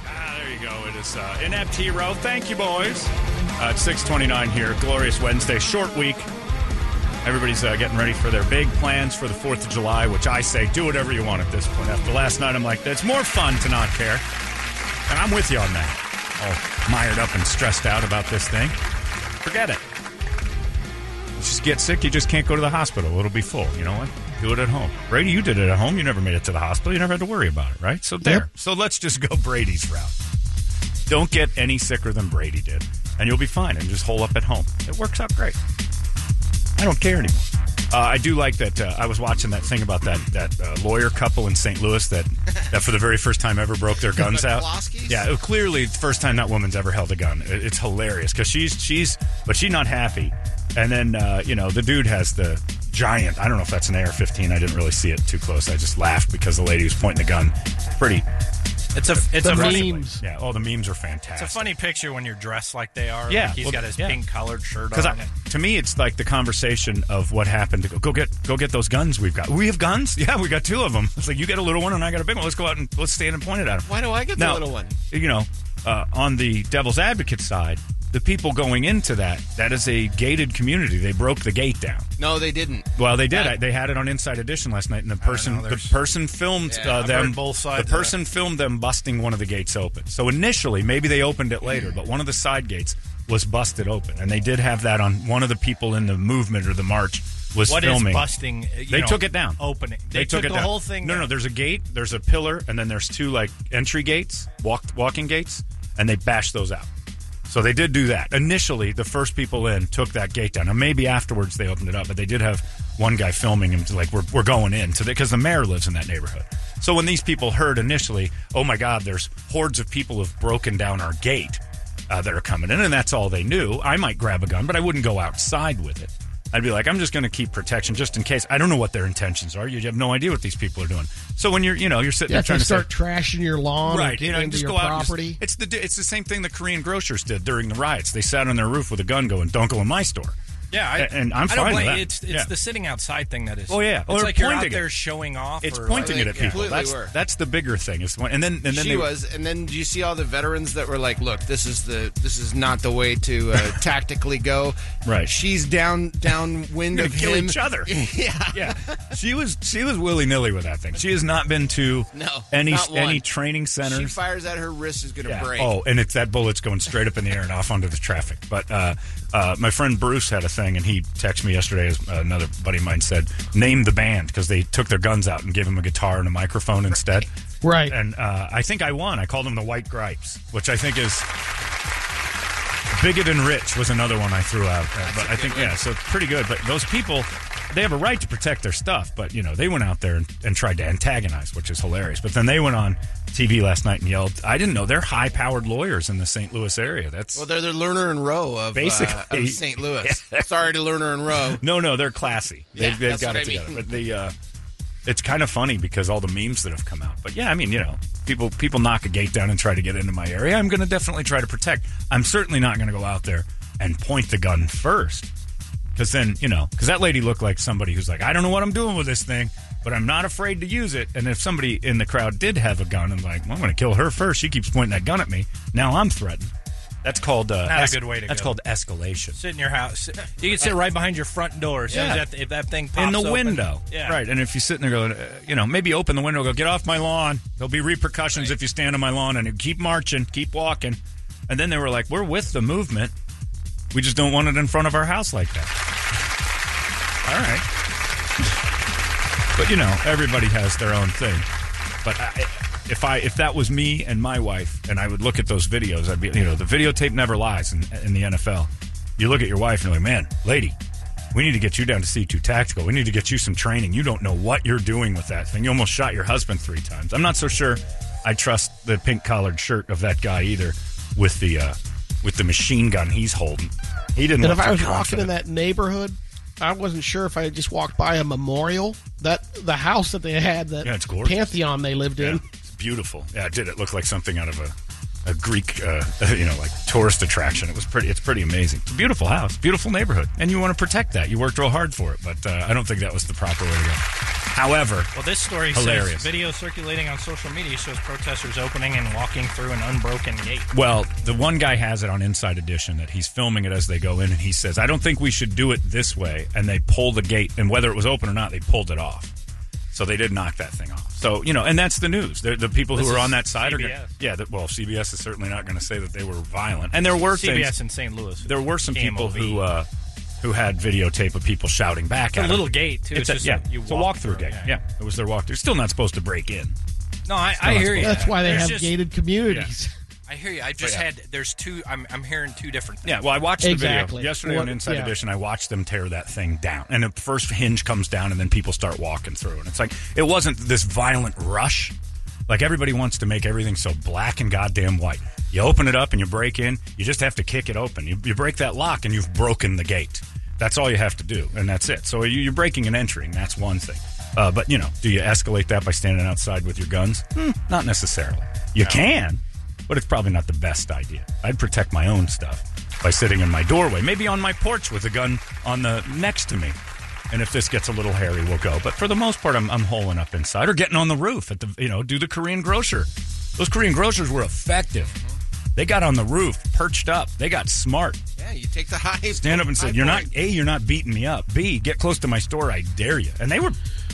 Speaker 1: Ah, there you go. It is uh, inept hero. Thank you, boys. Uh, it's six twenty nine here. Glorious Wednesday. Short week. Everybody's uh, getting ready for their big plans for the 4th of July, which I say do whatever you want at this point. After last night, I'm like, it's more fun to not care. And I'm with you on that. All mired up and stressed out about this thing. Forget it. You just get sick, you just can't go to the hospital. It'll be full. You know what? Do it at home. Brady, you did it at home. You never made it to the hospital. You never had to worry about it, right? So there. So let's just go Brady's route. Don't get any sicker than Brady did, and you'll be fine and just hole up at home. It works out great. I don't care anymore. Uh, I do like that. Uh, I was watching that thing about that that uh, lawyer couple in St. Louis that that for the very first time ever broke their guns out.
Speaker 5: Kowalskis?
Speaker 1: Yeah, it- clearly it's the first time that woman's ever held a gun. It- it's hilarious because she's she's but she's not happy. And then uh, you know the dude has the giant. I don't know if that's an AR-15. I didn't really see it too close. I just laughed because the lady was pointing the gun. Pretty.
Speaker 3: It's a it's
Speaker 2: The
Speaker 3: a funny
Speaker 2: memes.
Speaker 1: Yeah. All the memes are
Speaker 3: it's
Speaker 1: fantastic.
Speaker 3: a funny picture when you're dressed like they are.
Speaker 1: Yeah,
Speaker 3: like he's
Speaker 1: well,
Speaker 3: got his
Speaker 1: yeah.
Speaker 3: pink collared shirt
Speaker 1: Because
Speaker 3: on. and-
Speaker 1: to me, it's like the conversation of what happened. To go, go get, go get those guns we've got. We have guns. Yeah, we got two of them. It's like you got a little one and I got a big one. Let's go out and let's stand and point it at them.
Speaker 5: Why do I get the little one?
Speaker 1: You know, uh, on the devil's advocate side, the people going into that that is a gated community. They broke the gate down.
Speaker 5: No, they didn't.
Speaker 1: Well, they did. I, they had it on Inside Edition last night, and the person
Speaker 3: know,
Speaker 1: the
Speaker 3: there's-
Speaker 1: person filmed
Speaker 5: Yeah,
Speaker 1: uh,
Speaker 5: I've
Speaker 1: them.
Speaker 3: heard both sides
Speaker 1: the
Speaker 3: of
Speaker 1: person filmed them busting one of the gates open. So initially, maybe they opened it later, but one of the side gates was busted open, and they did have that on one of the people in the movement or the march was
Speaker 3: What is
Speaker 1: filming.
Speaker 3: busting? uh, you
Speaker 1: They
Speaker 3: know,
Speaker 1: took it down.
Speaker 3: Opening.
Speaker 1: They, took, it
Speaker 3: the
Speaker 1: down.
Speaker 3: whole thing.
Speaker 1: No, no.
Speaker 3: down.
Speaker 1: There's a gate. There's a pillar, and then there's two like entry gates, walk walking gates, and they bashed those out. So they did do that. Initially, the first people in took that gate down. And maybe afterwards they opened it up, but they did have one guy filming him like we're we're going in to because the mayor lives in that neighborhood. So when these people heard initially, oh my God, there's hordes of people have broken down our gate uh, that are coming in, and that's all they knew. I might grab a gun, but I wouldn't go outside with it. I'd be like, I'm just going to keep protection just in case. I don't know what their intentions are. You have no idea what these people are doing. So when you're, you know, you're sitting
Speaker 2: yeah,
Speaker 1: there
Speaker 2: if you
Speaker 1: trying to say-
Speaker 2: start trashing your lawn,
Speaker 1: right? You know,
Speaker 2: into
Speaker 1: just
Speaker 2: your
Speaker 1: go out. and just-
Speaker 2: property.
Speaker 1: it's the it's the same thing the Korean grocers did during the riots. They sat on their roof with a gun, going, "Don't go in my store."
Speaker 3: Yeah, I,
Speaker 1: A- and I'm
Speaker 3: I don't
Speaker 1: fine with
Speaker 3: blame
Speaker 1: that.
Speaker 3: It's it's
Speaker 1: Yeah.
Speaker 3: the sitting outside thing that is.
Speaker 1: Oh, yeah.
Speaker 3: it's
Speaker 1: Or
Speaker 3: like you're out
Speaker 1: pointing it.
Speaker 3: there showing off.
Speaker 1: It's
Speaker 3: or
Speaker 1: pointing
Speaker 5: like-
Speaker 1: it at people.
Speaker 5: completely
Speaker 1: That's
Speaker 5: were.
Speaker 1: that's the bigger thing. Is the one, and then and then
Speaker 5: she
Speaker 1: they,
Speaker 5: was, and then do you see all the veterans that were like, "Look, this is the this is not the way to uh, tactically go."
Speaker 1: Right.
Speaker 5: She's down downwind
Speaker 1: Gonna
Speaker 5: of
Speaker 1: kill
Speaker 5: him.
Speaker 1: each other. yeah, yeah. She was she was willy nilly with that thing. She has not been to
Speaker 5: No,
Speaker 1: any
Speaker 5: not one.
Speaker 1: any training centers.
Speaker 5: She fires at her wrist is going to
Speaker 1: Yeah.
Speaker 5: break.
Speaker 1: Oh, and it's that bullet's going straight up in the air and off onto the traffic. But uh, uh, my friend Bruce had a thing, and he texted me yesterday. As another buddy of mine said, name the band because they took their guns out and gave him a guitar and a microphone instead.
Speaker 2: Right.
Speaker 1: And uh, I think I won. I called them the White Gripes, which I think is. Bigot and Rich was another one I threw out. Uh, but I think, yeah, so pretty good. But those people, they have a right to protect their stuff. But, you know, they went out there and, and tried to antagonize, which is hilarious. But then they went on TV last night and yelled, I didn't know they're high powered lawyers in the St. Louis area. That's.
Speaker 5: Well, they're the Lerner and Rowe of, uh,
Speaker 1: Basically.
Speaker 5: of St. Louis. Sorry to Lerner and Rowe.
Speaker 1: no, no, they're classy. They've,
Speaker 5: Yeah,
Speaker 1: they've
Speaker 5: that's
Speaker 1: got
Speaker 5: what
Speaker 1: it
Speaker 5: I mean.
Speaker 1: together. But the. Uh, it's kind of funny because all the memes that have come out. But yeah, I mean, you know, people people knock a gate down and try to get into my area. I'm going to definitely try to protect. I'm certainly not going to go out there and point the gun first. Because then, you know, because that lady looked like somebody who's like, I don't know what I'm doing with this thing. but I'm not afraid to use it. And if somebody in the crowd did have a gun and like, well, I'm going to kill her first. She keeps pointing that gun at me. Now I'm threatened. That's called uh,
Speaker 6: Not a good way to
Speaker 1: That's
Speaker 6: go.
Speaker 1: called escalation.
Speaker 6: Sit in your house. You can sit right behind your front door. So
Speaker 1: Yeah.
Speaker 6: if, that, if that thing pops
Speaker 1: in the
Speaker 6: open-
Speaker 1: window.
Speaker 6: yeah,
Speaker 1: Right. And if you sit in there going, uh, you know, maybe open the window, go, get off my lawn. There'll be repercussions if you stand on my lawn and keep marching, keep walking. And then they were like, we're with the movement. We just don't want it in front of our house like that. All right. But, you know, everybody has their own thing. But I, if I if that was me and my wife, and I would look at those videos, I'd be you know the videotape never lies in, in the NFL. You look at your wife and you're like, man, lady, we need to get you down to C2 tactical. We need to get you some training. You don't know what you're doing with that thing. You almost shot your husband three times. I'm not so sure. I trust the pink collared shirt of that guy either, with the uh, with the machine gun he's holding. He didn't.
Speaker 2: And
Speaker 1: look
Speaker 2: if I
Speaker 1: too
Speaker 2: was walking in
Speaker 1: confident.
Speaker 2: that neighborhood, I wasn't sure if I had just walked by a memorial that the house that they had that
Speaker 1: Yeah, it's gorgeous.
Speaker 2: pantheon they lived in.
Speaker 1: Yeah, it's beautiful. Yeah, it did. It looked like something out of a, a Greek, uh, you know, like tourist attraction. It was pretty. It's pretty amazing. It's a beautiful house, beautiful neighborhood, and you want to protect that. You worked real hard for it, but uh, I don't think that was the proper way to go. However,
Speaker 6: Well, this story
Speaker 1: Hilarious.
Speaker 6: says video circulating on social media shows protesters opening and walking through an unbroken gate.
Speaker 1: Well, the one guy has it on Inside Edition that he's filming it as they go in, and he says, "I don't think we should do it this way." And they pull the gate, and whether it was open or not, they pulled it off. So they did knock that thing off. So you know, and that's the news. they the people
Speaker 6: This
Speaker 1: who are
Speaker 6: is
Speaker 1: on that side are going.
Speaker 6: CBS.
Speaker 1: Yeah, that, well, CBS is certainly not going to say that they were violent, and there were
Speaker 6: CBS
Speaker 1: things.
Speaker 6: in St. Louis.
Speaker 1: There were some people
Speaker 6: KMOV.
Speaker 1: who uh, who had videotape of people shouting back at
Speaker 6: a
Speaker 1: them.
Speaker 6: little gate too.
Speaker 1: It's,
Speaker 6: It's,
Speaker 1: a,
Speaker 6: just
Speaker 1: yeah,
Speaker 6: you
Speaker 1: it's a walkthrough gate.
Speaker 6: Yeah.
Speaker 1: Yeah. it was their walkthrough. Still not supposed to break in.
Speaker 6: No, I, I hear you.
Speaker 2: That's why they
Speaker 6: There's
Speaker 2: have
Speaker 6: just-
Speaker 2: gated communities.
Speaker 3: I hear you. I just
Speaker 1: yeah.
Speaker 3: had there's two. I'm I'm hearing two different things.
Speaker 1: Yeah, well, I watched the
Speaker 2: Exactly.
Speaker 1: video yesterday on
Speaker 2: What-
Speaker 1: Inside
Speaker 2: yeah.
Speaker 1: Edition. I watched them tear that thing down, and the first hinge comes down, and then people start walking through, and it's like it wasn't this violent rush. Like everybody wants to make everything so black and goddamn white. You open it up and you break in. You just have to kick it open. You, you break that lock, and you've broken the gate. That's all you have to do, and that's it. So you, you're breaking and entering. That's one thing. Uh, but you know, do you escalate that by standing outside with your guns? Hmm, not necessarily. You can but it's probably not the best idea. I'd protect my own stuff by sitting in my doorway, maybe on my porch with a gun on the next to me. And if this gets a little hairy, we'll go. But for the most part, I'm, I'm holing up inside or getting on the roof at the, you know, do the Korean grocer. Those Korean grocers were effective. They got on the roof, perched up. They got smart.
Speaker 5: Yeah, you take the high.
Speaker 1: Stand up and say,
Speaker 5: high
Speaker 1: "You're not
Speaker 5: point.
Speaker 1: a. You're not beating me up. B. Get close to my store. I dare you." And they were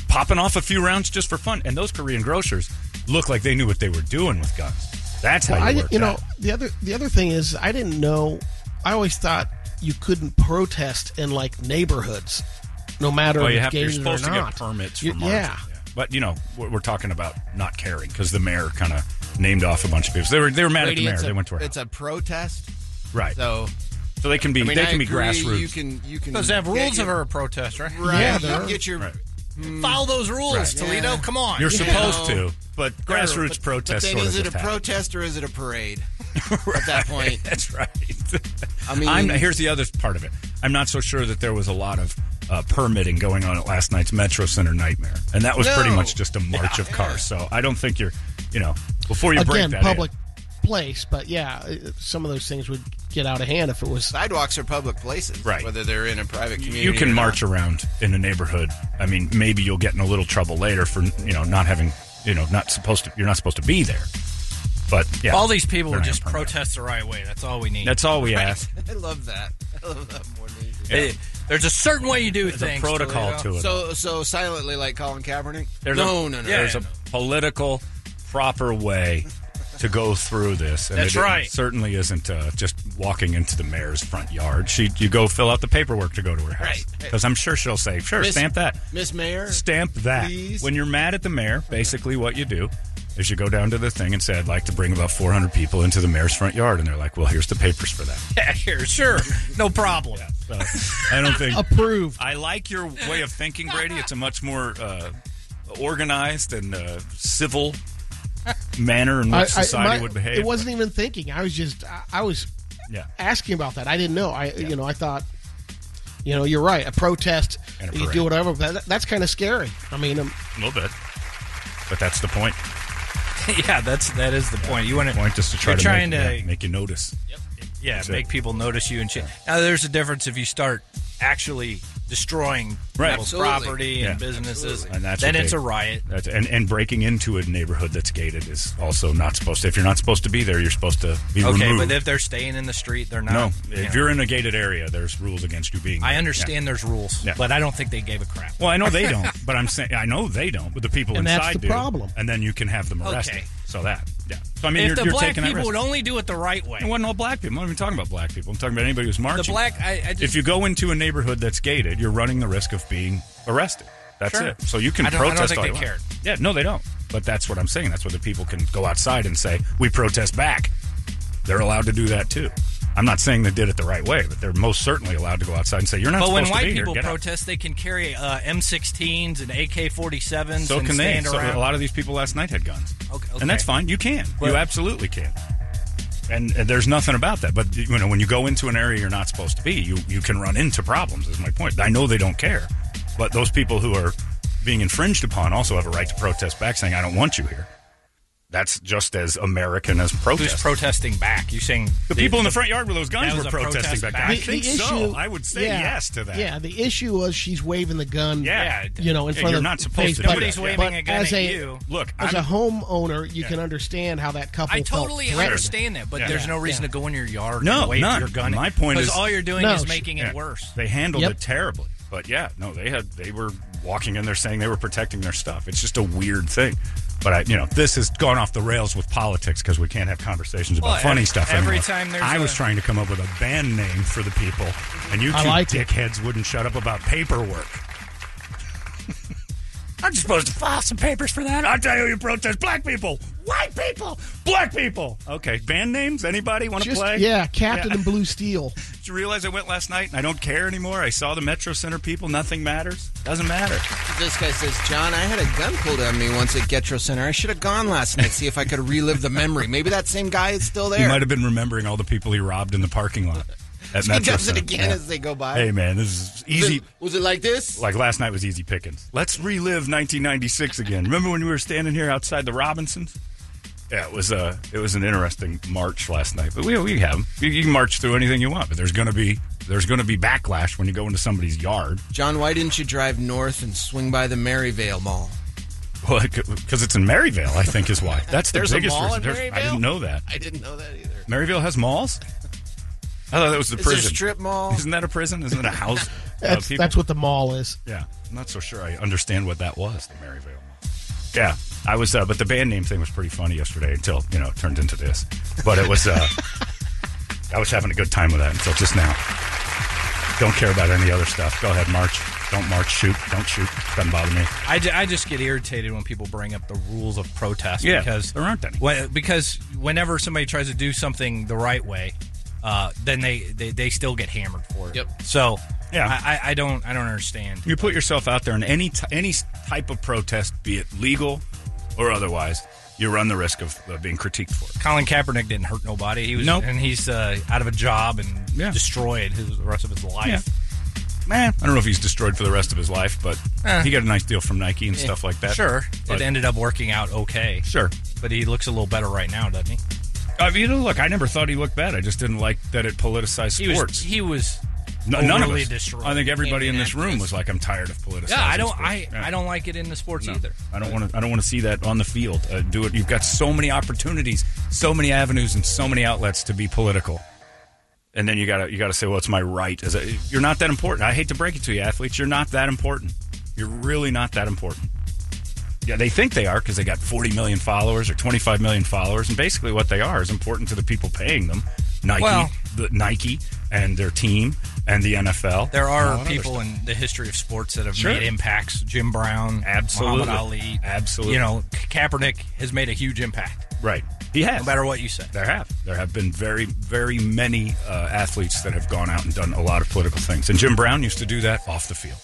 Speaker 1: popping off a few rounds just for fun. And those Korean grocers look like they knew what they were doing with guns. That's how
Speaker 2: Well, I,
Speaker 1: you
Speaker 2: di-
Speaker 1: work.
Speaker 2: you know
Speaker 1: that.
Speaker 2: the other the other thing is I didn't know. I always thought you couldn't protest in like neighborhoods, no matter
Speaker 1: Well, you
Speaker 2: if
Speaker 1: have you're
Speaker 2: gated or
Speaker 1: supposed to
Speaker 2: not.
Speaker 1: get permits for
Speaker 2: You-
Speaker 1: marching.
Speaker 2: yeah.
Speaker 1: But you know, we're, we're talking about not caring because the mayor kind of named off a bunch of people. So they were they were mad
Speaker 5: Brady,
Speaker 1: at the
Speaker 5: it's
Speaker 1: mayor.
Speaker 5: a-
Speaker 1: they went to her
Speaker 5: It's
Speaker 1: house.
Speaker 5: a protest,
Speaker 1: right. So,
Speaker 5: so
Speaker 1: they can be
Speaker 5: I mean,
Speaker 1: they
Speaker 5: I
Speaker 1: can be
Speaker 5: agree,
Speaker 1: grassroots.
Speaker 5: You can you can
Speaker 6: Supposed to have
Speaker 5: get
Speaker 6: rules
Speaker 5: your-
Speaker 6: of her a protest, right?
Speaker 5: Right,
Speaker 2: Yeah,
Speaker 5: you
Speaker 2: there
Speaker 5: can
Speaker 2: are.
Speaker 5: get your
Speaker 1: Right.
Speaker 3: Follow those rules,
Speaker 1: Right.
Speaker 3: Toledo.
Speaker 5: Yeah.
Speaker 3: Come on.
Speaker 1: You're supposed
Speaker 5: know.
Speaker 1: to, but grassroots
Speaker 5: but-
Speaker 1: protests
Speaker 5: But then
Speaker 1: sort
Speaker 5: is
Speaker 1: of
Speaker 5: it a
Speaker 1: just happen.
Speaker 5: protest or is it a parade? At that point,
Speaker 1: That's right.
Speaker 5: I mean-
Speaker 1: I'm, here's the other part of it. I'm not so sure that there was a lot of uh, permitting going on at last night's Metro Center nightmare, and that was
Speaker 5: No.
Speaker 1: pretty much just a march of cars. So I don't think you're, you know, before you break
Speaker 2: Again,
Speaker 1: that in-
Speaker 2: public place, but yeah, uh, some of those things would get out of hand if it was.
Speaker 5: sidewalks are public places,
Speaker 1: Right.
Speaker 5: Whether they're in a private community,
Speaker 1: you
Speaker 5: or
Speaker 1: can
Speaker 5: not.
Speaker 1: march around in a neighborhood. I mean, maybe you'll get in a little trouble later for you know not having you know not supposed to. You're not supposed to be there. But yeah,
Speaker 6: All these people
Speaker 1: They're
Speaker 6: are
Speaker 1: not
Speaker 6: just
Speaker 1: gonna permit it.
Speaker 6: protest the right way. That's all we need.
Speaker 1: That's all we ask.
Speaker 5: I love that. I love that more than anything.
Speaker 6: Eh, There's a certain way you do
Speaker 1: There's a
Speaker 6: things.
Speaker 1: protocol
Speaker 6: Toledo.
Speaker 1: to it.
Speaker 5: So, so silently, like Colin Kaepernick.
Speaker 1: There's
Speaker 5: no,
Speaker 1: a,
Speaker 5: no, no.
Speaker 6: yeah.
Speaker 1: There's a political, proper way to go through this. And
Speaker 6: That's
Speaker 1: it didn't-
Speaker 6: right.
Speaker 1: Certainly isn't uh, just walking into the mayor's front yard. She, you go fill out the paperwork to go to her house
Speaker 5: Right.
Speaker 1: because I'm sure she'll say, "Sure,
Speaker 5: Miss-
Speaker 1: stamp that."
Speaker 5: Miss Mayor.
Speaker 1: stamp that.
Speaker 5: Please?
Speaker 1: When you're mad at the mayor, basically what you do is you go down to the thing and say, I'd like to bring about 400 people into the mayor's front yard. And they're like, well, here's the papers for that.
Speaker 6: Yeah, here, sure, no problem.
Speaker 1: So I don't think.
Speaker 2: Approved.
Speaker 1: I like your way of thinking, Brady. It's a much more uh, organized and uh, civil manner in which
Speaker 2: I- I-
Speaker 1: society
Speaker 2: my-
Speaker 1: would behave.
Speaker 2: It wasn't even thinking. I was just. I, I was
Speaker 1: Yeah.
Speaker 2: asking about that. I didn't know. I you know I thought. You know, you're right. A protest,
Speaker 1: And a
Speaker 2: you
Speaker 1: parade.
Speaker 2: do whatever. But that, that's kind of scary. I mean, um,
Speaker 1: A little bit. But that's the point.
Speaker 6: yeah, that's that is the point. You want to
Speaker 1: Point is to try
Speaker 6: You're
Speaker 1: to,
Speaker 6: trying
Speaker 1: make,
Speaker 6: to-
Speaker 1: yeah, make you notice.
Speaker 6: yeah
Speaker 1: That's it.
Speaker 6: make people notice you and shit. Now there's a difference if you start actually destroying
Speaker 1: Right.
Speaker 6: people's
Speaker 5: Absolutely.
Speaker 6: property and
Speaker 1: Yeah.
Speaker 6: businesses,
Speaker 1: And that's
Speaker 6: then
Speaker 1: what
Speaker 6: it's
Speaker 1: they-
Speaker 6: a riot.
Speaker 1: That's, and and breaking into a neighborhood that's gated is also not supposed. to. If you're not supposed to be there, you're supposed to be
Speaker 6: Okay,
Speaker 1: removed.
Speaker 6: but if they're staying in the street, they're not.
Speaker 1: no,
Speaker 6: you
Speaker 1: if
Speaker 6: know.
Speaker 1: you're in a gated area, there's rules against you being. there.
Speaker 6: I
Speaker 1: Yeah.
Speaker 6: understand there's rules,
Speaker 1: Yeah.
Speaker 6: but I don't think they gave a crap.
Speaker 1: Well, I know they don't, but I'm saying I know they don't, but the people
Speaker 2: And that's
Speaker 1: inside
Speaker 2: the
Speaker 1: do.
Speaker 2: problem.
Speaker 1: And then you can have them arrested.
Speaker 6: Okay.
Speaker 1: So that, yeah. So I mean,
Speaker 6: if
Speaker 1: you're,
Speaker 6: the
Speaker 1: you're
Speaker 6: black
Speaker 1: taking that
Speaker 6: people
Speaker 1: risk.
Speaker 6: would only do it the right way,
Speaker 1: It wasn't all black people. I'm not even talking about black people. I'm talking about anybody who's marching.
Speaker 5: black- I- I just-
Speaker 1: if you go into a neighborhood that's gated, you're running the risk of being arrested. That's
Speaker 6: Sure.
Speaker 1: it. So you can
Speaker 6: I don't- I don't
Speaker 1: protest
Speaker 6: think
Speaker 1: all
Speaker 6: they
Speaker 1: you want.
Speaker 6: cared.
Speaker 1: Yeah, no, they don't. But that's what I'm saying. That's where the people can go outside and say, "We protest back." They're allowed to do that too. I'm not saying they did it the right way, but they're most certainly allowed to go outside and say, "You're not
Speaker 6: but when
Speaker 1: supposed to
Speaker 6: white
Speaker 1: be here.
Speaker 6: people
Speaker 1: Get out."
Speaker 6: protest, they can carry uh, M16s and AK-47s.
Speaker 1: So
Speaker 6: and
Speaker 1: can they.
Speaker 6: stand
Speaker 1: So
Speaker 6: around.
Speaker 1: a lot of these people last night had guns.
Speaker 6: Okay, okay.
Speaker 1: And that's fine. You can.
Speaker 6: But-
Speaker 1: you absolutely can. And, and there's nothing about that. But you know, when you go into an area you're not supposed to be, you, you can run into problems. Is my point. I know they don't care, but those people who are being infringed upon also have a right to protest back, saying, "I don't want you here." That's just as American as
Speaker 6: Who's
Speaker 1: protest.
Speaker 6: protesting back? You saying
Speaker 1: the people in the front yard with those guns
Speaker 6: That
Speaker 1: were
Speaker 6: was a
Speaker 1: protesting
Speaker 6: protest
Speaker 1: back.
Speaker 6: back.
Speaker 1: I
Speaker 6: The-
Speaker 1: think so. I would say
Speaker 2: yeah,
Speaker 1: yes to that.
Speaker 2: Yeah, the issue was she's waving the gun.
Speaker 1: Yeah.
Speaker 2: you know, in
Speaker 1: Yeah,
Speaker 2: front
Speaker 1: you're
Speaker 2: of
Speaker 1: not supposed
Speaker 2: face,
Speaker 1: to do
Speaker 2: but-
Speaker 1: Nobody's
Speaker 6: waving
Speaker 2: but
Speaker 6: a gun
Speaker 2: as
Speaker 6: at
Speaker 2: a-
Speaker 6: you.
Speaker 1: Look,
Speaker 2: as
Speaker 1: I'm-
Speaker 2: a homeowner, you
Speaker 1: Yeah.
Speaker 2: can understand how that couple.
Speaker 6: I
Speaker 2: felt
Speaker 6: totally
Speaker 2: threatened.
Speaker 6: understand that, but
Speaker 1: Yeah.
Speaker 6: there's no reason to go in your yard.
Speaker 1: No,
Speaker 6: and wave
Speaker 1: none.
Speaker 6: your gun.
Speaker 1: My point is-
Speaker 6: because all you're doing
Speaker 2: No,
Speaker 6: is
Speaker 2: sh-
Speaker 6: making
Speaker 1: Yeah.
Speaker 6: it worse.
Speaker 1: They handled
Speaker 2: Yep.
Speaker 1: it terribly. But yeah, no, they had they were walking in there saying they were protecting their stuff. It's just a weird thing. But I, you know, this has gone off the rails with politics because we can't have conversations about
Speaker 6: Well, ev-
Speaker 1: funny stuff.
Speaker 6: every
Speaker 1: anymore.
Speaker 6: time there's
Speaker 1: I was
Speaker 6: a-
Speaker 1: trying to come up with a band name for the people, and you two
Speaker 2: I like it.
Speaker 1: dickheads wouldn't shut up about paperwork.
Speaker 4: I'm supposed to file some papers for that.
Speaker 1: I tell you, you protest black people, white people, black people. Okay, band names. Anybody want to
Speaker 2: Just,
Speaker 1: play?
Speaker 2: yeah, Captain in Blue Steel.
Speaker 1: Did you realize I went last night and I don't care anymore? I saw the Metro Center people. Nothing matters. Doesn't matter.
Speaker 5: This guy says, John, I had a gun pulled on me once at Getro Center. I should have gone last night, see if I could relive the memory. Maybe that same guy is still
Speaker 1: He
Speaker 5: there.
Speaker 1: might have been remembering all the people he robbed in the parking lot. At
Speaker 5: he
Speaker 1: Metro
Speaker 5: does it
Speaker 1: Center.
Speaker 5: again
Speaker 1: Yeah.
Speaker 5: as they go by.
Speaker 1: Hey man, this is easy.
Speaker 5: Was it like this?
Speaker 1: Like last night was easy pickings. Let's relive 1996 again. Remember when we were standing here outside the Robinsons? Yeah, it was uh, it was an interesting march last night. But we we have 'em. You, you can march through anything you want, but there's gonna be there's gonna be backlash when you go into somebody's yard.
Speaker 5: John, why didn't you drive north and swing by the Maryvale Mall?
Speaker 1: Well, because it's in Maryvale, I think is why. That's the
Speaker 5: There's a
Speaker 1: biggest
Speaker 5: mall
Speaker 1: reason.
Speaker 5: in
Speaker 1: There's- I
Speaker 5: Maryvale?
Speaker 1: didn't know that.
Speaker 5: I didn't know that either.
Speaker 1: Maryvale has malls. I thought that was the
Speaker 5: It's
Speaker 1: prison.
Speaker 5: a strip mall.
Speaker 1: Isn't that a prison? Isn't it a house?
Speaker 2: That's
Speaker 1: of people?
Speaker 2: that's what the mall is.
Speaker 1: Yeah, I'm not so sure I understand what that was, the Maryvale Mall. Yeah, I was, uh, but the band name thing was pretty funny yesterday until you know it turned into this. But it was, uh, I was having a good time with that until just now. Don't care about any other stuff. Go ahead, march. Don't march. Shoot. Don't shoot. Doesn't bother me.
Speaker 6: I, ju- I just get irritated when people bring up the rules of protest
Speaker 1: Yeah,
Speaker 6: because
Speaker 1: there aren't any.
Speaker 6: Well, because whenever somebody tries to do something the right way, uh, then they, they, they still get hammered for it.
Speaker 5: Yep.
Speaker 6: So
Speaker 1: Yeah.
Speaker 6: I, I- I don't I don't understand.
Speaker 1: You put yourself out there in any t- any type of protest, be it legal or otherwise, you run the risk of uh, being critiqued for it.
Speaker 6: Colin Kaepernick didn't hurt nobody. He was
Speaker 1: Nope.
Speaker 6: and he's uh, out of a job and
Speaker 1: Yeah.
Speaker 6: destroyed his, the rest of his life.
Speaker 1: Yeah. Man, I don't know if he's destroyed for the rest of his life, but he got a nice deal from Nike and stuff like that.
Speaker 6: Eh. Sure,
Speaker 1: But-
Speaker 6: it ended up working out okay.
Speaker 1: Sure.
Speaker 6: but he looks a little better right now, doesn't he?
Speaker 1: I mean, you know, look, I never thought he looked bad. I just didn't like that it politicized
Speaker 6: He
Speaker 1: sports.
Speaker 6: was he was
Speaker 1: N- none of
Speaker 6: overly
Speaker 1: us.
Speaker 6: destroyed.
Speaker 1: I think everybody in this room
Speaker 5: Indianapolis.
Speaker 1: was like, "I'm tired of politicizing."
Speaker 6: Yeah, I don't
Speaker 1: sports."
Speaker 6: I,
Speaker 1: Yeah.
Speaker 6: I don't like it in the sports either.
Speaker 1: I don't want to. I don't want to see that on the field. Uh, do it. You've got so many opportunities, so many avenues, and so many outlets to be political. And then you gotta you gotta say, well, it's my right. As a, you're not that important. I hate to break it to you, athletes. You're not that important. You're really not that important. Yeah, they think they are because they got 40 million followers or 25 million followers, and basically what they are is important to the people paying them. Nike,
Speaker 6: Well-
Speaker 1: the Nike, and their team, and the NFL.
Speaker 6: There
Speaker 1: and all
Speaker 6: are
Speaker 1: that other
Speaker 6: people in the history of sports that have
Speaker 1: Sure.
Speaker 6: made impacts. Jim Brown,
Speaker 1: Absolutely.
Speaker 6: Muhammad Ali,
Speaker 1: Absolutely.
Speaker 6: You know, Ka- Kaepernick has made a huge impact.
Speaker 1: stuff. right? He has.
Speaker 6: No matter what you say,
Speaker 1: There have. There have been very, very many uh, athletes that have gone out and done a lot of political things. And Jim Brown used to do that off the field.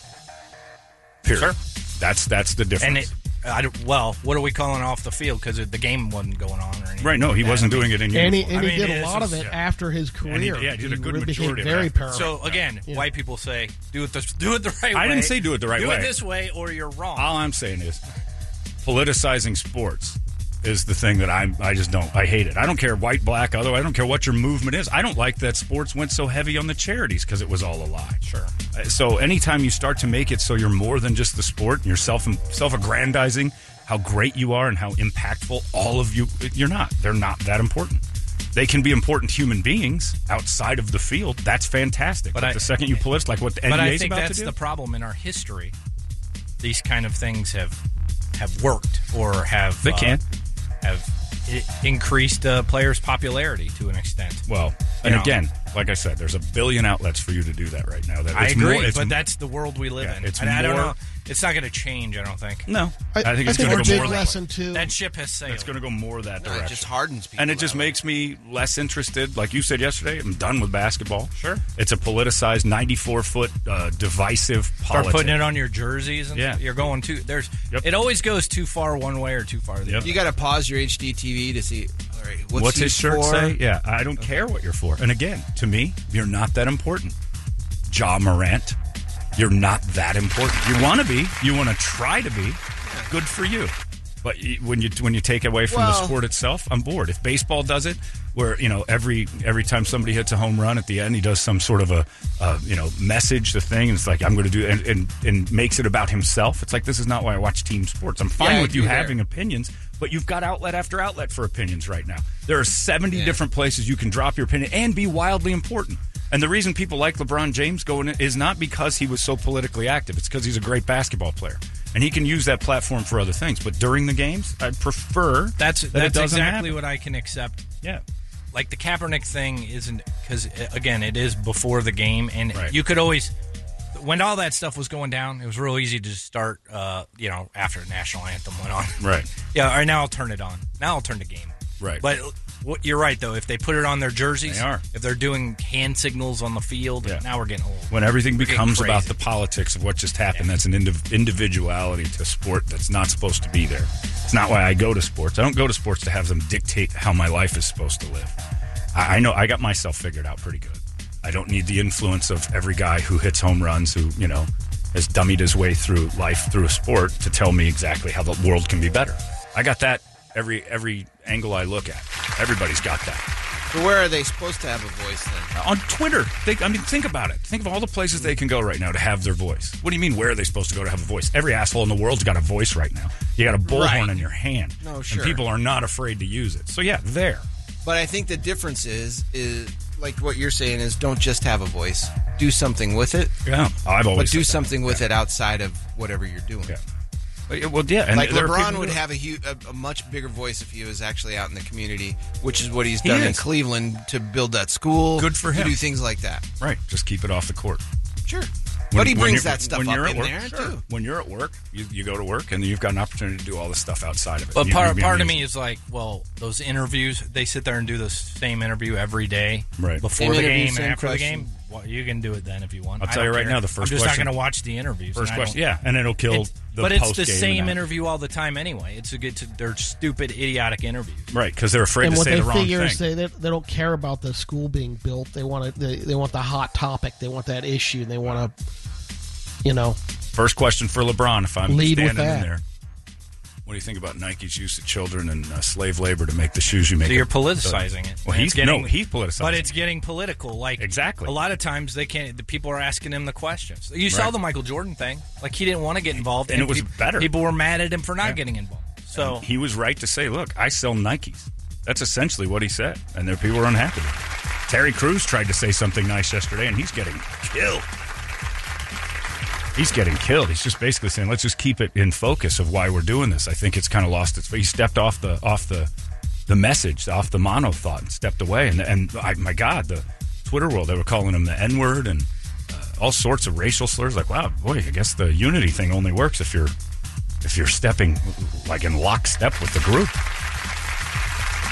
Speaker 1: Period. That's that's the difference.
Speaker 6: and it. I don't, well, what are we calling off the field because the game wasn't going on or anything?
Speaker 1: right? No, he wasn't doing it in
Speaker 2: And he,
Speaker 1: uniform.
Speaker 2: and
Speaker 6: I
Speaker 2: he
Speaker 6: mean,
Speaker 2: did a
Speaker 6: it is
Speaker 2: lot of
Speaker 6: just-
Speaker 2: it after his career.
Speaker 1: yeah, he did a good
Speaker 2: really became
Speaker 1: majority of it
Speaker 2: very
Speaker 1: after.
Speaker 2: paramount.
Speaker 6: So again,
Speaker 2: Yeah.
Speaker 6: white people say do it the do it the right way.
Speaker 1: I didn't say do it the right
Speaker 6: Do
Speaker 1: way.
Speaker 6: it this way or you're wrong.
Speaker 1: All I'm saying is politicizing sports is the thing that I I just don't I hate it. I don't care white, black, other. I don't care what your movement is. I don't like that sports went so heavy on the charities because it was all a lie. Sure. So anytime you start to make it so you're more than just the sport and you're self self aggrandizing how great you are and how impactful all of you uh, you're not. They're not that important. They can be important human beings outside of the field. That's fantastic. But,
Speaker 6: But I-
Speaker 1: the second you pull it's like what the NBA's
Speaker 6: But I think
Speaker 1: E about
Speaker 6: that's
Speaker 1: to do.
Speaker 6: the problem in our history. These kind of things have have worked or have uh,
Speaker 1: They can.
Speaker 6: have i- increased uh, players' popularity to an extent.
Speaker 1: Well, and
Speaker 6: know.
Speaker 1: again, like I said, there's a billion outlets for you to do that right now. That
Speaker 6: I
Speaker 1: it's
Speaker 6: agree,
Speaker 1: more- it's-
Speaker 6: but that's the world we live
Speaker 1: Yeah,
Speaker 6: in.
Speaker 1: it's
Speaker 6: and I don't
Speaker 1: more-
Speaker 6: know. It's not going to change. I don't think.
Speaker 1: no. I, think it's
Speaker 2: I
Speaker 1: going to
Speaker 2: think a
Speaker 1: go
Speaker 2: big
Speaker 1: more. That way.
Speaker 2: lesson too.
Speaker 6: That ship has sailed.
Speaker 1: It's going to go more that
Speaker 5: No, it
Speaker 1: direction.
Speaker 5: just hardens people
Speaker 1: and it just
Speaker 5: that way.
Speaker 1: makes me less interested. Like you said yesterday, I'm done with basketball.
Speaker 6: Sure.
Speaker 1: it's a politicized 94 foot uh, divisive
Speaker 6: Start
Speaker 1: politics.
Speaker 6: putting it on your jerseys, and
Speaker 1: Yeah.
Speaker 6: you're going too. There's
Speaker 1: Yep.
Speaker 6: it always goes too far one way or too far the
Speaker 1: Yep.
Speaker 6: other.
Speaker 5: You got to pause your HDTV to see. All right, what's,
Speaker 1: What's
Speaker 5: he
Speaker 1: his shirt
Speaker 5: for?
Speaker 1: say? Yeah, I don't care what you're for. And again, to me, you're not that important. Ja Morant, you're not that important. You want to be, you want to try to be. Good for you. But y- when you when you take away from the
Speaker 5: Well-
Speaker 1: sport itself, I'm bored. If baseball does it, where you know every every time somebody hits a home run at the end, he does some sort of a uh, you know message the thing, and it's like I'm going to do and, and and makes it about himself. It's like this is not why I watch team sports. I'm fine
Speaker 5: Yeah, I
Speaker 1: with you
Speaker 5: agree there.
Speaker 1: having opinions, but you've got outlet after outlet for opinions right now. There are 70
Speaker 5: Yeah.
Speaker 1: different places you can drop your opinion and be wildly important. And the reason people like LeBron James going in is not because he was so politically active. It's because he's a great basketball player. And he can use that platform for other things. But during the games, I prefer
Speaker 6: That's
Speaker 1: that it
Speaker 6: that's
Speaker 1: doesn't
Speaker 6: exactly
Speaker 1: happen.
Speaker 6: what I can accept.
Speaker 1: Yeah.
Speaker 6: Like the Kaepernick thing isn't because again, it is before the game, and
Speaker 1: Right.
Speaker 6: you could always when all that stuff was going down, it was real easy to just start. Uh, you know, after the national anthem went on,
Speaker 1: Right.
Speaker 6: Yeah, all right. Now I'll turn it on. Now I'll turn the game.
Speaker 1: Right.
Speaker 6: But what, you're right though. If they put it on their jerseys,
Speaker 1: They are.
Speaker 6: If they're doing hand signals on the field,
Speaker 1: Yeah.
Speaker 6: now we're getting old.
Speaker 1: When everything
Speaker 6: getting
Speaker 1: becomes about
Speaker 6: crazy.
Speaker 1: the politics of what just happened, that's an indiv- individuality to sport that's not supposed to be there. It's not why I go to sports. I don't go to sports to have them dictate how my life is supposed to live. I, I know I got myself figured out pretty good. I don't need the influence of every guy who hits home runs, who, you know, has dummied his way through life through a sport to tell me exactly how the world can be better. I got that every every angle I look at. Everybody's got that
Speaker 5: But where are they supposed to have a voice then?
Speaker 1: on Twitter. Think, I mean, think about it. Think of all the places they can go right now to have their voice. What do you mean? Where are they supposed to go to have a voice? Every asshole in the world's got a voice right now. You got a bullhorn
Speaker 5: Right.
Speaker 1: in your hand.
Speaker 5: No,
Speaker 1: And
Speaker 5: sure.
Speaker 1: people are not afraid to use it. So yeah, there.
Speaker 5: But I think the difference is is like what you're saying is don't just have a voice, do something with it,
Speaker 1: Yeah, I've
Speaker 5: but
Speaker 1: always
Speaker 5: do
Speaker 1: said that.
Speaker 5: something with it outside of whatever you're doing.
Speaker 1: Yeah. But, yeah, Well, yeah, and
Speaker 5: Like
Speaker 1: there are
Speaker 5: LeBron
Speaker 1: people
Speaker 5: would
Speaker 1: who-
Speaker 5: have a, hu- a, a much bigger voice if he was actually out in the community, which is what he's
Speaker 1: He
Speaker 5: done in
Speaker 1: is.
Speaker 5: Cleveland to build that school.
Speaker 1: Good for
Speaker 5: to
Speaker 1: him.
Speaker 5: do things like that.
Speaker 1: right. Just keep it off the court.
Speaker 5: Sure,
Speaker 1: When-
Speaker 5: but he
Speaker 1: when
Speaker 5: brings
Speaker 1: you're-
Speaker 5: that stuff
Speaker 1: when
Speaker 5: up
Speaker 1: you're at
Speaker 5: in
Speaker 1: work,
Speaker 5: there
Speaker 1: sure.
Speaker 5: too.
Speaker 1: When you're at work, you, you go to work, and you've got an opportunity to do all this stuff outside of it. You-
Speaker 6: But
Speaker 1: you'd
Speaker 6: part
Speaker 1: be
Speaker 6: part of
Speaker 1: amazed.
Speaker 6: me is like, well, those interviews, they sit there and do the same interview every day,
Speaker 1: Right.
Speaker 6: Before
Speaker 5: Same
Speaker 6: the
Speaker 5: interview,
Speaker 6: game and
Speaker 5: same
Speaker 6: after
Speaker 5: question.
Speaker 6: the game. Well, you can do it then if you want.
Speaker 1: I'll
Speaker 6: I
Speaker 1: tell
Speaker 6: don't
Speaker 1: you right
Speaker 6: care.
Speaker 1: now, the first
Speaker 6: I'm just
Speaker 1: question-
Speaker 6: not going to watch the interviews.
Speaker 1: First
Speaker 6: and I
Speaker 1: question,
Speaker 6: don't-
Speaker 1: yeah, and it'll kill
Speaker 6: It's-
Speaker 1: the
Speaker 6: but it's the
Speaker 1: post-game
Speaker 6: same
Speaker 1: announcement.
Speaker 6: interview all the time anyway. It's a good to they're stupid, idiotic interviews.
Speaker 1: right because they're afraid
Speaker 2: and
Speaker 1: to
Speaker 2: what
Speaker 1: say
Speaker 2: they
Speaker 1: the wrong
Speaker 2: figure
Speaker 1: thing.
Speaker 2: is they, they they don't care about the school being built. They want to they, they want the hot topic. They want that issue. They want to, you know,
Speaker 1: First question for LeBron if I'm
Speaker 2: Lead with
Speaker 1: standing in
Speaker 2: that.
Speaker 1: there. What do you think about Nike's use of children and uh, slave labor to make the shoes you make?
Speaker 6: So you're
Speaker 1: up?
Speaker 6: politicizing it.
Speaker 1: Well,
Speaker 6: And
Speaker 1: he's
Speaker 6: it's getting-
Speaker 1: no, he's politicizing.
Speaker 6: But it's getting political. Like
Speaker 1: Exactly.
Speaker 6: A lot of times they can't. The people are asking him the questions. You saw
Speaker 1: Right.
Speaker 6: the Michael Jordan thing. Like he didn't want to get involved,
Speaker 1: And it was
Speaker 6: peop-
Speaker 1: better.
Speaker 6: People were mad at him for not getting involved. So
Speaker 1: he was right to say, "Look, I sell Nikes." That's essentially what he said, and there people were unhappy. with it. Terry Crews tried to say something nice yesterday, and he's getting killed. He's getting killed. He's just basically saying, "Let's just keep it in focus of why we're doing this." I think it's kind of lost its. He stepped off the off the the message, off the mono thought, and stepped away. And and I, my God, the Twitter world they were calling him the N word and uh, all sorts of racial slurs. Like, wow, boy, I guess the unity thing only works if you're if you're stepping like in lockstep with the group.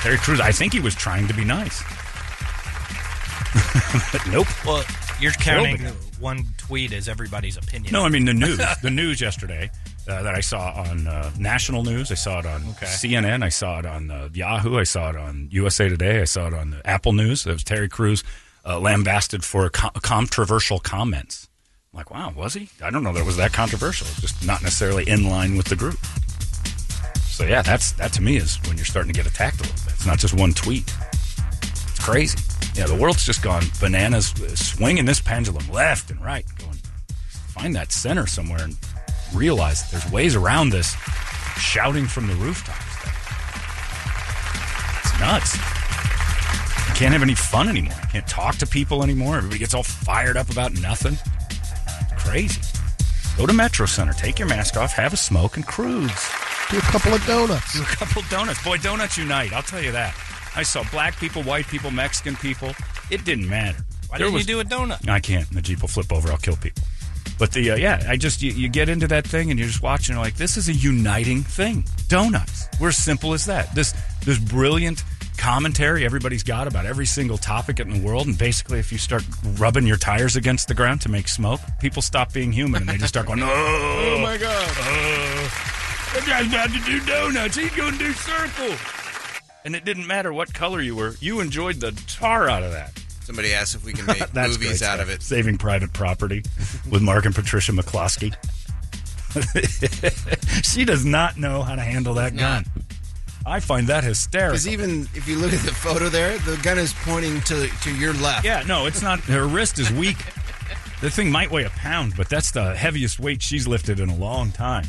Speaker 1: Terry Crews, I think he was trying to be nice. but nope.
Speaker 6: Well, you're counting
Speaker 1: Well,
Speaker 6: one tweet as everybody's opinion.
Speaker 1: No, I mean the news. the news yesterday uh, that I saw on uh, national news. I saw it on CNN. I saw it on uh, Yahoo. I saw it on USA Today. I saw it on the Apple News. That was Terry Crews uh, lambasted for co- controversial comments. I'm like, wow, was he? I don't know that it was that controversial. It's just not necessarily in line with the group. So yeah, that's that to me is when you're starting to get attacked a little bit. It's not just one tweet. It's crazy. Yeah, the world's just gone bananas, uh, swinging this pendulum left and right, going find that center somewhere and realize that there's ways around this. Shouting from the rooftops, it's nuts. I can't have any fun anymore. I can't talk to people anymore. Everybody gets all fired up about nothing. Crazy. Go to Metro Center, take your mask off, have a smoke, and cruise.
Speaker 2: Do a couple of donuts.
Speaker 1: A couple donuts. Boy, donuts unite. I'll tell you that. I saw black people, white people, Mexican people. It didn't matter.
Speaker 6: Why
Speaker 1: There
Speaker 6: didn't
Speaker 1: was-
Speaker 6: you do a donut?
Speaker 1: I can't. The Jeep will flip over. I'll kill people. But the uh, yeah, I just you, you get into that thing and you're just watching. You're like, this is a uniting thing. Donuts. We're as simple as that. This this brilliant commentary everybody's got about every single topic in the world. And basically, if you start rubbing your tires against the ground to make smoke, people stop being human and they just start going, oh,
Speaker 5: Oh my god!
Speaker 1: that guy's about to do donuts. He's going to do circle. And it didn't matter what color you were. You enjoyed the tar out of that.
Speaker 5: Somebody asked if we can make
Speaker 1: That's
Speaker 5: movies
Speaker 1: great
Speaker 5: out of
Speaker 1: stuff.
Speaker 5: it.
Speaker 1: Saving Private Property with Mark and Patricia McCloskey. she does not know how to handle that gun. I find that
Speaker 5: Because
Speaker 1: hysterical.
Speaker 5: even if you look at the photo there, the gun is pointing to to your left.
Speaker 1: yeah, no, it's not. Her wrist is weak. The thing might weigh a pound, but that's the heaviest weight she's lifted in a long time.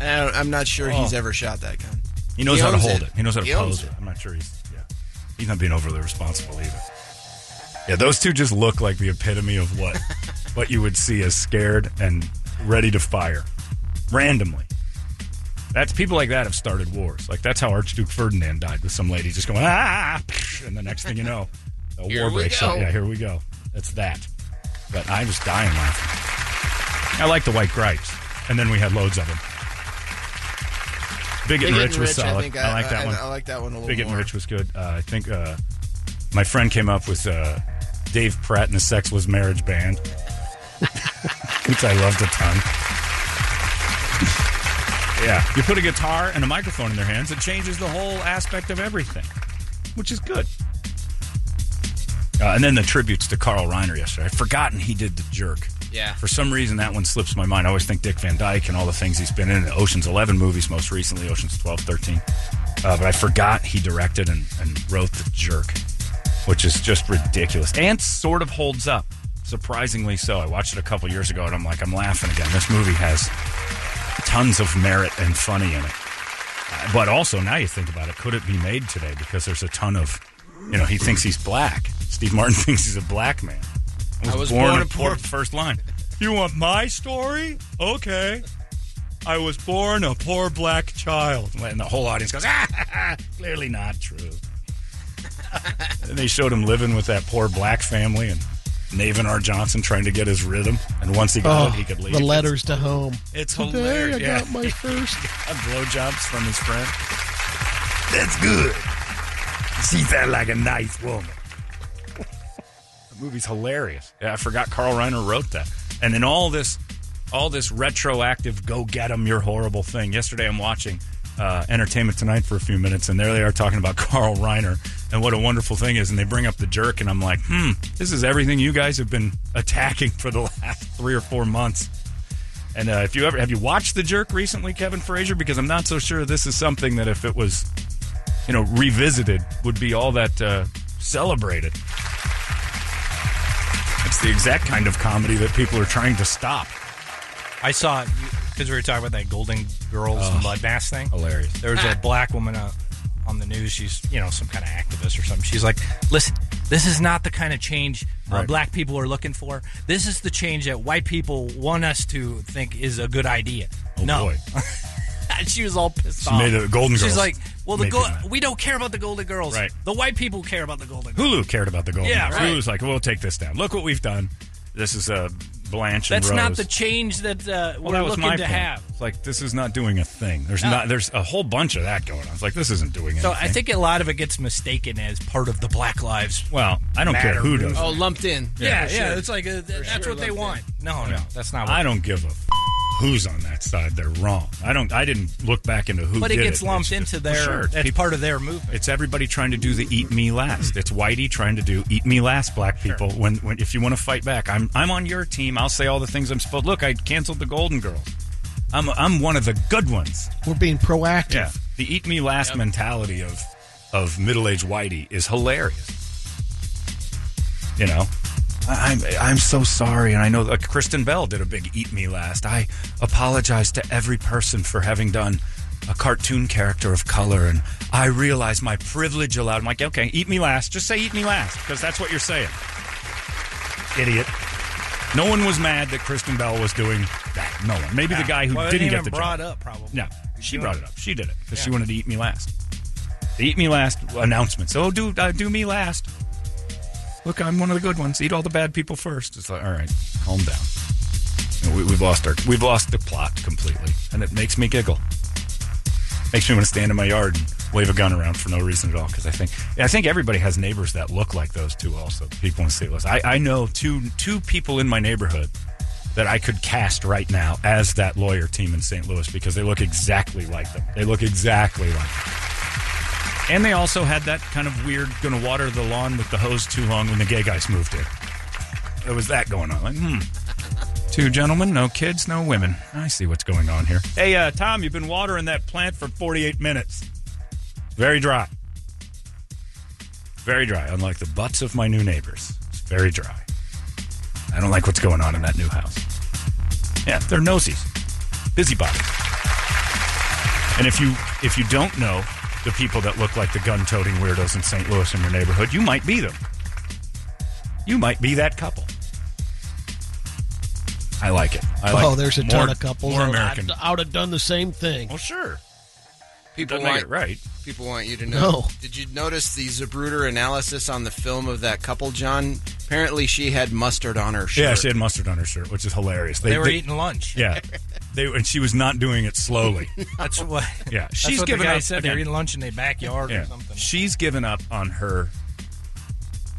Speaker 5: I don't, I'm not sure he's
Speaker 1: Oh.
Speaker 5: ever shot that gun.
Speaker 1: He knows
Speaker 5: He
Speaker 1: how to
Speaker 5: owns
Speaker 1: hold it.
Speaker 5: it.
Speaker 1: He knows how to
Speaker 5: He owns
Speaker 1: pose it. I'm not sure he's yeah. He's not being overly responsible either. Yeah, those two just look like the epitome of what what you would see as scared and ready to fire randomly. That's people like that have started wars. Like that's how Archduke Ferdinand died with some lady just going ah, and the next thing you know, a war
Speaker 5: we
Speaker 1: breaks
Speaker 5: go.
Speaker 1: out. Yeah, here we go. That's that. But I was dying laughing. I like the white gripes, and then we had loads of them. Big,
Speaker 5: Big
Speaker 1: and
Speaker 5: and
Speaker 1: Rich was solid. I,
Speaker 5: think uh,
Speaker 1: like that one.
Speaker 5: I like that one a little
Speaker 1: Big and
Speaker 5: more.
Speaker 1: Rich was good. Uh, I think uh, my friend came up with uh, Dave Pratt and the Sexless Marriage Band, which I loved a ton. yeah, you put a guitar and a microphone in their hands, it changes the whole aspect of everything, which is good. Uh, and then the tributes to Carl Reiner yesterday. I'd forgotten he did the jerk.
Speaker 5: Yeah.
Speaker 1: For some reason, that one slips my mind. I always think Dick Van Dyke and all the things he's been in, the Ocean's 11 movies, most recently, Ocean's 12, 13. Uh, but I forgot he directed and, and wrote The Jerk, which is just ridiculous and sort of holds up, surprisingly so. I watched it a couple years ago and I'm like, I'm laughing again. This movie has tons of merit and funny in it. Uh, But also, now you think about it, could it be made today? Because there's a ton of, you know, he thinks he's black. Steve Martin thinks he's a black man.
Speaker 5: I was born a poor-
Speaker 1: First line. You want my story? Okay. I was born a poor black child. And the whole audience goes, ah, clearly not true. and they showed him living with that poor black family and Navin R. Johnson trying to get his rhythm. And once he got
Speaker 2: Oh,
Speaker 1: it, he could leave.
Speaker 2: the letters to home.
Speaker 1: It's
Speaker 2: Today
Speaker 1: hilarious.
Speaker 2: I
Speaker 1: yeah.
Speaker 2: got my first.
Speaker 1: Got blowjobs from his friend. That's good. She sounds like a nice woman. the movie's hilarious. Yeah, I forgot Carl Reiner wrote that. And in all this, all this retroactive "go get 'em, you're horrible" thing. Yesterday, I'm watching uh, Entertainment Tonight for a few minutes, and there they are talking about Carl Reiner and what a wonderful thing is. And they bring up the jerk, and I'm like, hmm, this is everything you guys have been attacking for the last three or four months. And uh, if you ever have you watched The Jerk recently, Kevin Frazier? Because I'm not so sure this is something that if it was, you know, revisited, would be all that uh, celebrated. It's the exact kind of comedy that people are trying to stop.
Speaker 6: I saw because we were talking about that Golden Girls mud mask thing.
Speaker 1: Hilarious.
Speaker 6: There was a black woman uh, on the news. She's you know some kind of activist or something. She's like, listen, this is not the kind of change uh,
Speaker 1: Right.
Speaker 6: black people are looking for. This is the change that white people want us to think is a good idea.
Speaker 1: Oh
Speaker 6: no,
Speaker 1: boy.
Speaker 6: she was all pissed
Speaker 1: She
Speaker 6: off.
Speaker 1: made a Golden
Speaker 6: She's
Speaker 1: Girls
Speaker 6: like, well, the
Speaker 1: made
Speaker 6: go-
Speaker 1: them that.
Speaker 6: we don't care about the Golden Girls.
Speaker 1: Right.
Speaker 6: The white people care about the Golden Girls.
Speaker 1: Hulu cared about the Golden
Speaker 6: Yeah,
Speaker 1: Girls.
Speaker 6: right.
Speaker 1: Hulu's like, we'll take this down. Look what we've done. This is uh, Blanche
Speaker 6: That's
Speaker 1: and Rose.
Speaker 6: not the change that uh,
Speaker 1: Well,
Speaker 6: we're
Speaker 1: that was
Speaker 6: looking
Speaker 1: my
Speaker 6: to
Speaker 1: point.
Speaker 6: have.
Speaker 1: It's like this is not doing a thing. There's not. There's a whole bunch of that going on. It's like this isn't doing
Speaker 6: So
Speaker 1: anything.
Speaker 6: I think a lot of it gets mistaken as part of the Black Lives
Speaker 1: Well, I don't care
Speaker 6: Matter
Speaker 1: who
Speaker 6: movement.
Speaker 1: does. it.
Speaker 5: Oh, lumped in.
Speaker 6: Yeah,
Speaker 5: For
Speaker 6: yeah.
Speaker 5: sure.
Speaker 6: It's like uh, th- that's what they want. No, no, that's not. What
Speaker 1: I don't give a f- who's on that side. They're wrong. I don't. I didn't look back into who.
Speaker 6: But it
Speaker 1: did
Speaker 6: gets lumped
Speaker 1: It's just-
Speaker 6: into their.
Speaker 1: Sure,
Speaker 6: that's
Speaker 1: people-
Speaker 6: part of their movement.
Speaker 1: it's everybody trying to do the eat me last. It's Whitey trying to do eat me last. Black people. When, when if you want to fight back, I'm I'm on your team. I'll say all the things I'm supposed. Look, I canceled the Golden Girls. I'm I'm one of the good ones.
Speaker 2: We're being proactive.
Speaker 1: Yeah. the eat me last mentality of of middle aged whitey is hilarious. You know, I- I'm I'm so sorry, and I know that Kristen Bell did a big eat me last. I apologize to every person for having done a cartoon character of color, and I realize my privilege allowed. I'm like, okay, eat me last. Just say eat me last because that's what you're saying, idiot. No one was mad that Kristen Bell was doing that. No one. Maybe the guy who
Speaker 6: Well, it
Speaker 1: didn't
Speaker 6: ain't
Speaker 1: get
Speaker 6: even
Speaker 1: the
Speaker 6: brought
Speaker 1: job.
Speaker 6: up, probably.
Speaker 1: No, she brought it up. She did it because she wanted to eat me last. The eat me last announcements. Oh, do uh, do me last. Look, I'm one of the good ones. Eat all the bad people first. It's like, all right, calm down. You know, we, we've lost our we've lost the plot completely, and it makes me giggle. Makes me want to stand in my yard and wave a gun around for no reason at all. Because I think I think everybody has neighbors that look like those two. Also, people in St. Louis. I, I know two two people in my neighborhood that I could cast right now as that lawyer team in St. Louis because they look exactly like them. They look exactly like them. And they also had that kind of weird going to water the lawn with the hose too long when the gay guys moved in. There was that going on. Like, hmm. Two gentlemen, no kids, no women. I see what's going on here. Hey, uh, Tom, you've been watering that plant for 48 minutes. Very dry. Very dry, unlike the butts of my new neighbors. It's very dry. I don't like what's going on in that new house. Yeah, they're nosies, busybodies. And if you if you don't know the people that look like the gun-toting weirdos in St. Louis in your neighborhood, you might be them. You might be that couple. I like it. I like
Speaker 2: oh,
Speaker 1: it.
Speaker 2: there's a
Speaker 1: More-
Speaker 2: ton of couples.
Speaker 1: More
Speaker 2: that
Speaker 1: American.
Speaker 2: I'd, I would have done the same thing.
Speaker 1: Well, sure.
Speaker 5: People
Speaker 1: Doesn't make
Speaker 5: want
Speaker 1: it right.
Speaker 5: People want you to know.
Speaker 2: No.
Speaker 5: Did you notice the Zabruder analysis on the film of that couple, John? Apparently, she had mustard on her shirt.
Speaker 1: Yeah, she had mustard on her shirt, which is hilarious.
Speaker 6: They were eating lunch.
Speaker 1: Yeah, they and she was not doing it slowly.
Speaker 6: That's what.
Speaker 1: Yeah,
Speaker 6: that's
Speaker 1: she's
Speaker 6: what
Speaker 1: giving
Speaker 6: the guy
Speaker 1: up
Speaker 6: said
Speaker 1: again.
Speaker 6: they're eating lunch in their backyard
Speaker 1: Yeah.
Speaker 6: or something.
Speaker 1: She's given up on her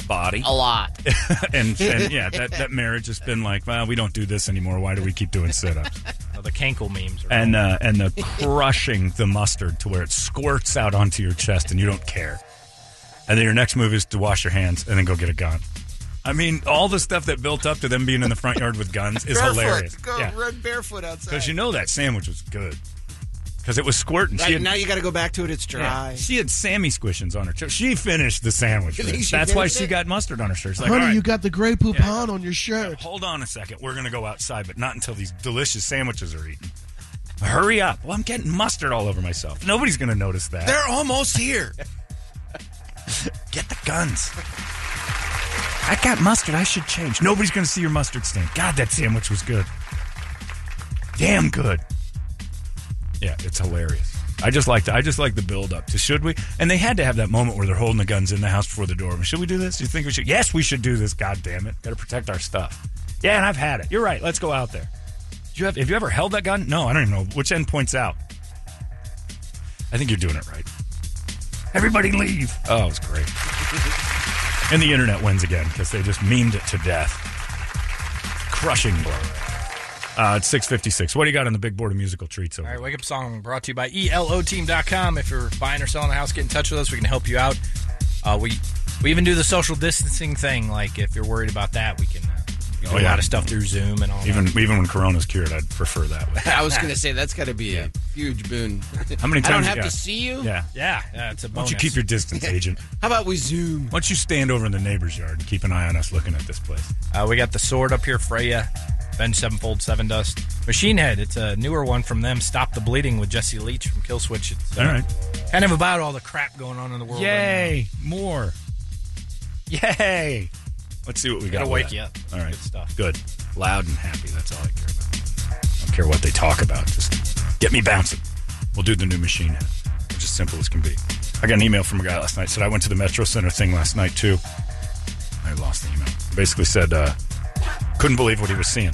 Speaker 1: body.
Speaker 5: a lot.
Speaker 1: and, and yeah, that, that marriage has been like, well, we don't do this anymore. Why do we keep doing sit ups?
Speaker 6: Oh, the Kankle memes. Are
Speaker 1: And uh, and the crushing the mustard to where it squirts out onto your chest and you don't care. And then your next move is to wash your hands and then go get a gun. I mean, all the stuff that built up to them being in the front yard with guns is
Speaker 5: barefoot.
Speaker 1: hilarious.
Speaker 5: Go run barefoot outside.
Speaker 1: Because you know that sandwich was good. Because it was squirting. She
Speaker 5: Right,
Speaker 1: had-
Speaker 5: now you got to go back to it. It's
Speaker 1: yeah.
Speaker 5: dry.
Speaker 1: She had Sammy squishins on her shirt. She finished the sandwich.
Speaker 5: You think
Speaker 1: first.
Speaker 5: she
Speaker 1: That's why
Speaker 5: finished
Speaker 1: she
Speaker 5: it?
Speaker 1: got mustard on her shirt. She's like,
Speaker 2: Honey,
Speaker 1: "All right,
Speaker 2: you got the gray poupon on your shirt.
Speaker 1: hold on a second. We're going to go outside, but not until these delicious sandwiches are eaten. Hurry up. Well, I'm getting mustard all over myself. Nobody's going to notice that.
Speaker 5: They're almost here.
Speaker 1: Get the guns. I got mustard. I should change. Nobody's going to see your mustard stain. God, that sandwich was good. Damn good. Yeah, it's hilarious. I just like the, I just like the build up to should we? And they had to have that moment where they're holding the guns in the house before the door. Should we do this? You think we should? Yes, we should do this. God damn it. Got to protect our stuff. Yeah, and I've had it. You're right. Let's go out there. Do you have have you ever held that gun? No, I don't even know which end points out. I think you're doing it right. Everybody leave. Oh, it was great. and the internet wins again because they just memed it to death. Crushing blow. Uh, it's 656. What do you got on the big board of musical treats over
Speaker 6: All right, Wake Up Song brought to you by E ELOteam.com. If you're buying or selling a house, get in touch with us. We can help you out. Uh, we we even do the social distancing thing. Like, if you're worried about that, we can uh, we do
Speaker 1: Oh,
Speaker 6: a
Speaker 1: yeah.
Speaker 6: lot of stuff through Zoom and all that.
Speaker 1: Even even when Corona's cured, I'd prefer that way.
Speaker 5: I was going to say that's got to be a huge boon.
Speaker 1: How many times?
Speaker 5: I don't have
Speaker 1: yeah.
Speaker 5: to see you. Uh,
Speaker 1: Yeah.
Speaker 6: Yeah, yeah, it's a
Speaker 1: Why
Speaker 6: bonus.
Speaker 1: don't you keep your distance, agent?
Speaker 5: How about we zoom?
Speaker 1: Why don't you stand over in the neighbor's yard and keep an eye on us looking at this place?
Speaker 6: Uh, we got the sword up here, Freya, Bench Sevenfold, Seven Dust, Machine Head. It's a newer one from them. Stop the bleeding with Jesse Leach from Killswitch. It's uh,
Speaker 1: All right.
Speaker 6: kind of about all the crap going on in the world. Right
Speaker 1: Yay. More. Yay. Let's see what we
Speaker 6: now.
Speaker 1: got.
Speaker 6: It'll
Speaker 1: with
Speaker 6: wake
Speaker 1: that.
Speaker 6: you up.
Speaker 1: All right.
Speaker 6: good stuff.
Speaker 1: Good. Loud and happy. That's all I care about. I don't care what they talk about. Just get me bouncing. We'll do the new machine head. It's as simple as can be. I got an email from a guy last night. Said I went to the Metro Center thing last night too. I lost the email. Basically said uh, couldn't believe what he was seeing.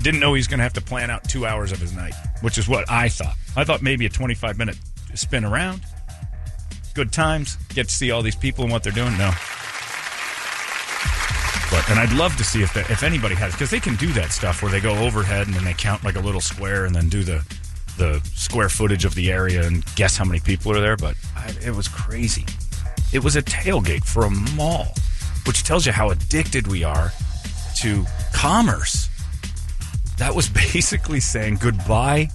Speaker 1: Didn't know he was going to have to plan out two hours of his night, which is what I thought. I thought maybe a 25 minute spin around, good times, get to see all these people and what they're doing. No, but and I'd love to see if that if anybody has because they can do that stuff where they go overhead and then they count like a little square and then do the the square footage of the area and guess how many people are there. But I, it was crazy. It was a tailgate for a mall, which tells you how addicted we are to commerce. That was basically saying goodbye,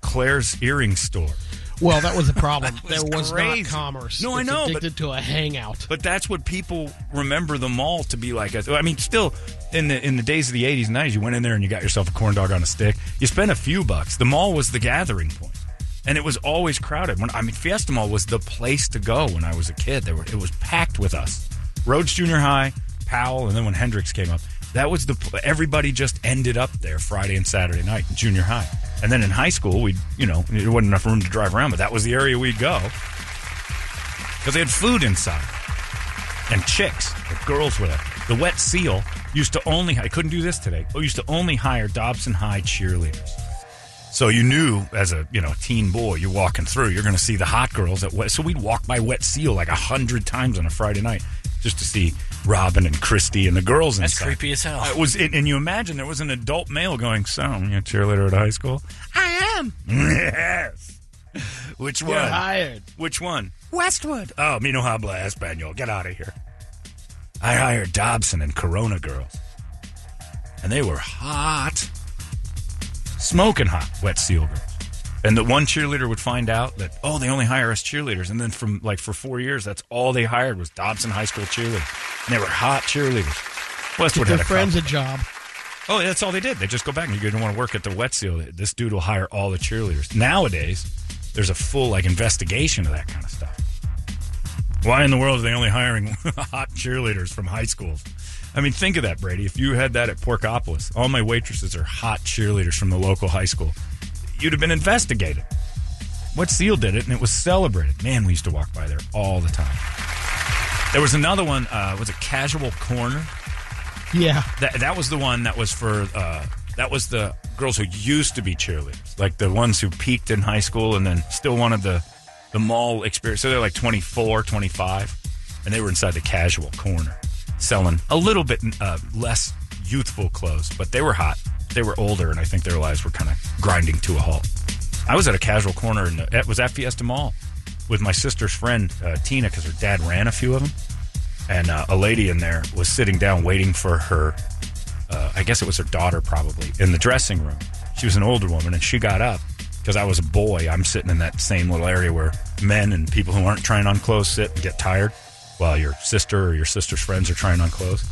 Speaker 1: Claire's earring store.
Speaker 2: Well, that was the problem. there was
Speaker 1: crazy.
Speaker 2: not commerce.
Speaker 1: No, I
Speaker 2: It's
Speaker 1: know, but-
Speaker 2: Addicted to a hangout.
Speaker 1: But that's what people remember the mall to be like. I mean, still in the in the days of the eighties and nineties, you went in there and you got yourself a corn dog on a stick. You spent a few bucks. The mall was the gathering point, and it was always crowded. When I mean, Fiesta Mall was the place to go when I was a kid. There were it was packed with us. Rhodes Junior High, Powell, and then when Hendrix came up, that was the pl- everybody just ended up there Friday and Saturday night in junior high. And then in high school, we you know there wasn't enough room to drive around, but that was the area we'd go because they had food inside and chicks, the girls were there. The wet seal used to only, I couldn't do this today, but used to only hire Dobson High cheerleaders. So you knew as a you know teen boy, you're walking through, you're going to see the hot girls at wet. So we'd walk by Wet Seal like a hundred times on a Friday night just to see Robin and Christy and the girls.
Speaker 6: That's
Speaker 1: inside.
Speaker 6: creepy as hell.
Speaker 1: It was, and and you imagine there was an adult male going, "So you're a cheerleader at high school?
Speaker 4: I am
Speaker 1: yes. Which one?
Speaker 2: You're hired.
Speaker 1: Which one?
Speaker 4: Westwood.
Speaker 1: Oh, me no habla español. Get out of here. I hired Dobson and Corona girls. And they were hot. Smoking hot, wet seal girls. And the one cheerleader would find out that, oh, they only hire us cheerleaders. And then from like for four years, that's all they hired was Dobson High School cheerleaders. And they were hot cheerleaders.
Speaker 2: Get
Speaker 1: Westwood
Speaker 2: their
Speaker 1: had a
Speaker 2: friends a
Speaker 1: couple.
Speaker 2: job.
Speaker 1: Oh, that's all they did. They just go back and you didn't want to work at the wet seal. This dude will hire all the cheerleaders. Nowadays, there's a full like investigation of that kind of stuff. Why in the world are they only hiring hot cheerleaders from high schools? I mean, think of that, Brady. If you had that at Porkopolis, all my waitresses are hot cheerleaders from the local high school. You'd have been investigated. What Seal did it, and it was celebrated. Man, we used to walk by there all the time. There was another one. Uh, was it Casual Corner?
Speaker 2: Yeah.
Speaker 1: That, that was the one that was for uh, that was the girls who used to be cheerleaders, like the ones who peaked in high school and then still wanted the the mall experience. So they're like 24, 25, and they were inside the casual corner selling a little bit uh, less youthful clothes, but they were hot. They were older, and I think their lives were kind of grinding to a halt. I was at a casual corner, and it was at Fiesta Mall with my sister's friend uh, Tina because her dad ran a few of them and uh, a lady in there was sitting down waiting for her uh, i guess it was her daughter probably in the dressing room she was an older woman and she got up because i was a boy i'm sitting in that same little area where men and people who aren't trying on clothes sit and get tired while your sister or your sister's friends are trying on clothes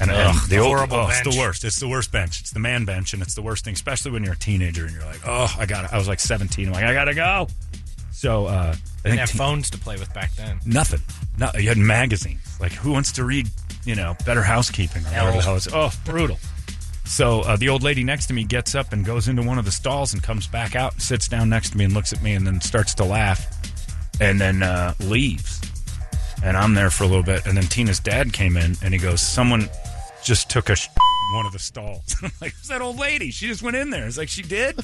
Speaker 1: and, and
Speaker 6: Ugh, the
Speaker 1: old-
Speaker 6: horrible
Speaker 1: oh, it's
Speaker 6: bench.
Speaker 1: the worst it's the worst bench it's the man bench and it's the worst thing especially when you're a teenager and you're like oh i got to i was like 17 i'm like i gotta go so uh, i
Speaker 6: Didn't
Speaker 1: think
Speaker 6: have
Speaker 1: te-
Speaker 6: phones to play with back then.
Speaker 1: Nothing. No, you had magazines. Like, who wants to read, you know, Better Housekeeping or whatever the hell it's? Oh, brutal. So uh, the old lady next to me gets up and goes into one of the stalls and comes back out and sits down next to me and looks at me and then starts to laugh and then uh, leaves. And I'm there for a little bit. And then Tina's dad came in and he goes, Someone just took a sh- one of the stalls. I'm like, It's that old lady. She just went in there. It's like, She did?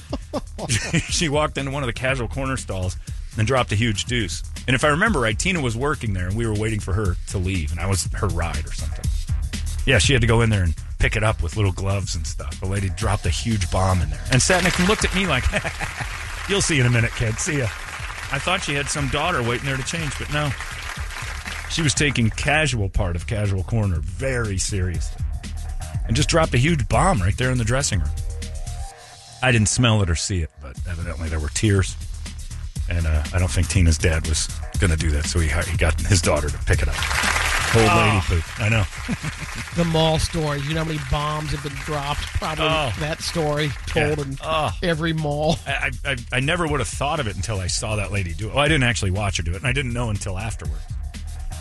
Speaker 1: she walked into one of the casual corner stalls and dropped a huge deuce. And if I remember right, Tina was working there and we were waiting for her to leave, and I was her ride or something. Yeah, she had to go in there and pick it up with little gloves and stuff. The lady dropped a huge bomb in there. And Satnick looked at me like, You'll see in a minute, kid. See ya. I thought she had some daughter waiting there to change, but no. She was taking casual part of casual corner very seriously and just dropped a huge bomb right there in the dressing room. I didn't smell it or see it, but evidently there were tears. And uh, I don't think Tina's dad was going to do that, so he, he got his daughter to pick it up. Old lady
Speaker 6: Oh.
Speaker 1: poop. I know.
Speaker 2: The mall stories. You know how many bombs have been dropped? Probably
Speaker 1: Oh.
Speaker 2: that story told
Speaker 1: Yeah.
Speaker 2: in
Speaker 1: Oh.
Speaker 2: every mall.
Speaker 1: I, I- I, I never would have thought of it until I saw that lady do it. Well, I didn't actually watch her do it, and I didn't know until afterward.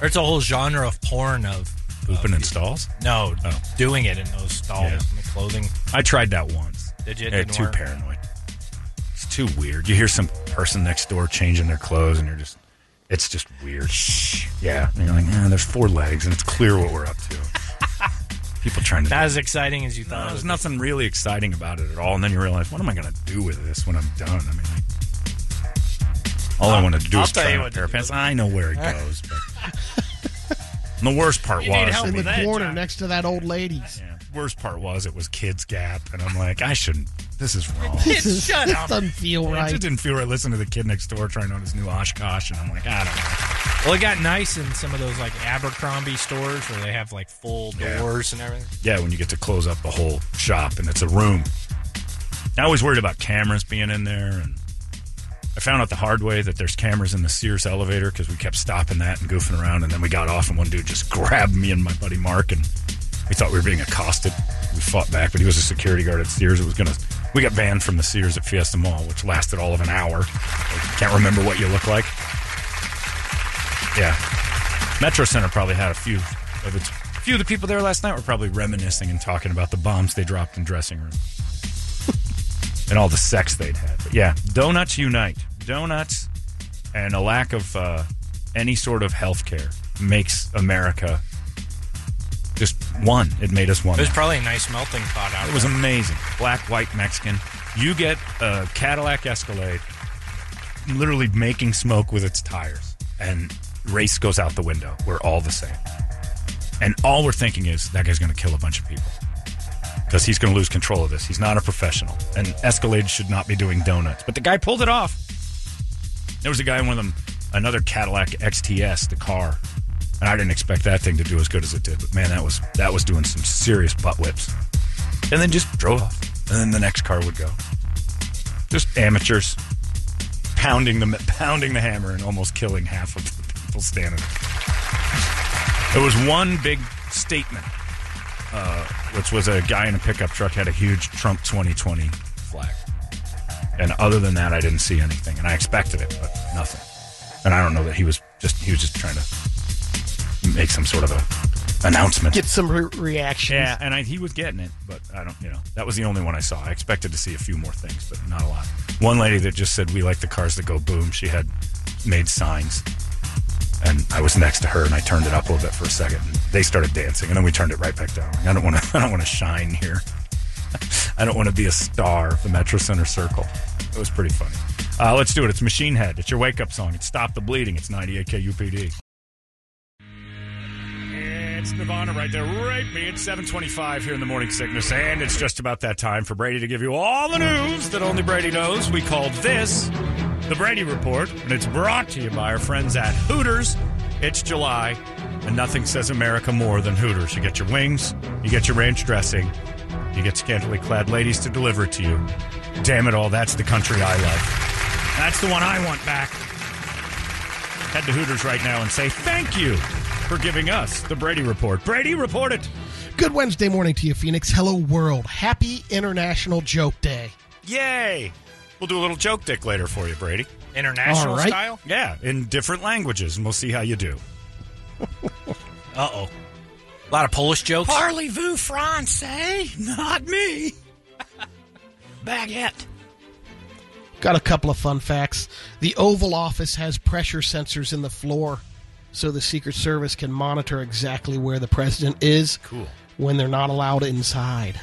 Speaker 6: Or it's a whole genre of porn of Oh,
Speaker 1: Pooping in stalls?
Speaker 6: no
Speaker 1: Oh.
Speaker 6: doing it in those stalls
Speaker 1: Yeah.
Speaker 6: in the clothing.
Speaker 1: I tried that once.
Speaker 6: Did you? It
Speaker 1: Yeah,
Speaker 6: didn't
Speaker 1: too
Speaker 6: work?
Speaker 1: paranoid. It's too weird. You hear some person next door changing their clothes, and you're just, it's just weird. Yeah. And you're like, man, there's four legs, and it's clear what we're up to. People trying to
Speaker 6: Not as exciting as you thought.
Speaker 1: Uh,
Speaker 6: it
Speaker 1: there's
Speaker 6: was.
Speaker 1: nothing really exciting about it at all. And then you realize, what am I going to do with this when I'm done? I mean, like, all I want to do
Speaker 6: I'll
Speaker 1: is
Speaker 6: tell
Speaker 1: try
Speaker 6: you
Speaker 1: on a
Speaker 6: what to
Speaker 1: pair of
Speaker 6: do.
Speaker 1: pants. I know where it goes. But And the worst part
Speaker 6: You need
Speaker 1: was
Speaker 6: help
Speaker 1: I
Speaker 2: In
Speaker 6: with
Speaker 1: mean,
Speaker 2: the
Speaker 6: that,
Speaker 2: corner
Speaker 6: John.
Speaker 2: next to that old lady's.
Speaker 1: yeah, worst part was it was Kids Gap, and I'm like, I shouldn't. This is wrong.
Speaker 2: This, is,
Speaker 6: shut
Speaker 2: this
Speaker 6: up.
Speaker 2: doesn't feel
Speaker 1: I
Speaker 2: right.
Speaker 1: just didn't feel right listening to the kid next door trying on his new Oshkosh, and I'm like, I don't know.
Speaker 6: Well, it got nice in some of those like Abercrombie stores where they have like full
Speaker 1: Yeah.
Speaker 6: doors and everything.
Speaker 1: Yeah, when you get to close up the whole shop and it's a room. I was worried about cameras being in there and I found out the hard way that there's cameras in the Sears elevator because we kept stopping that and goofing around, and then we got off, and one dude just grabbed me and my buddy Mark, and we thought we were being accosted. We fought back, but he was a security guard at Sears. It was gonna. We got banned from the Sears at Fiesta Mall, which lasted all of an hour. I can't remember what you look like. Yeah, Metro Center probably had a few of its. A few of the people there last night were probably reminiscing and talking about the bombs they dropped in dressing rooms and all the sex they'd had. But yeah, donuts unite. Donuts and a lack of uh, any sort of health care makes America just one. It made us one.
Speaker 6: It was probably a nice melting pot out
Speaker 1: It
Speaker 6: there.
Speaker 1: was amazing. Black, white, Mexican. You get a Cadillac Escalade literally making smoke with its tires, and race goes out the window. We're all the same. And all we're thinking is that guy's going to kill a bunch of people because he's going to lose control of this. He's not a professional. And Escalade should not be doing donuts. But the guy pulled it off. There was a guy in one of them, another Cadillac XTS, the car. And I didn't expect that thing to do as good as it did. But man, that was that was doing some serious butt whips. And then just drove off. And then the next car would go. Just amateurs pounding the pounding the hammer and almost killing half of the people standing. there. It was one big statement uh, which was a guy in a pickup truck had a huge Trump 2020 flag. And other than that, I didn't see anything. And I expected it, but nothing. And I don't know that he was just he was just trying to make some sort of a announcement.
Speaker 2: Get some re- reactions.
Speaker 1: yeah, and I, he was getting it, but I don't. You know, that was the only one I saw. I expected to see a few more things, but not a lot. One lady that just said, "We like the cars that go boom." She had made signs, and I was next to her, and I turned it up a little bit for a second. And they started dancing, and then we turned it right back down. Like, I don't want to. I don't want to shine here. I don't want to be a star of the Metro Center Circle. It was pretty funny. Uh, let's do it. It's Machine Head. It's your wake up song. It's Stop the Bleeding. It's 98 KUPD. It's Nirvana right there. Right me. It's 725 here in the morning sickness, and it's just about that time for Brady to give you all the news that only Brady knows. We call this the Brady Report, and it's brought to you by our friends at Hooters. It's July, and nothing says America more than Hooters. You get your wings, you get your ranch dressing, you get scantily clad ladies to deliver it to you. Damn it all, that's the country I love. That's the one I want back head to Hooters right now and say thank you for giving us the Brady Report. Brady, report it.
Speaker 2: Good Wednesday morning to you, Phoenix. Hello, world. Happy International Joke Day.
Speaker 1: Yay. We'll do a little joke dick later for you, Brady.
Speaker 6: International
Speaker 2: All right.
Speaker 6: style?
Speaker 1: Yeah, in different languages, and we'll see how you do.
Speaker 6: Uh oh. A lot of Polish jokes.
Speaker 4: Parlez-vous français? Not me. Baguette.
Speaker 2: Got a couple of fun facts. The Oval Office has pressure sensors in the floor so the Secret Service can monitor exactly where the president is
Speaker 1: Cool.
Speaker 2: when they're not allowed inside.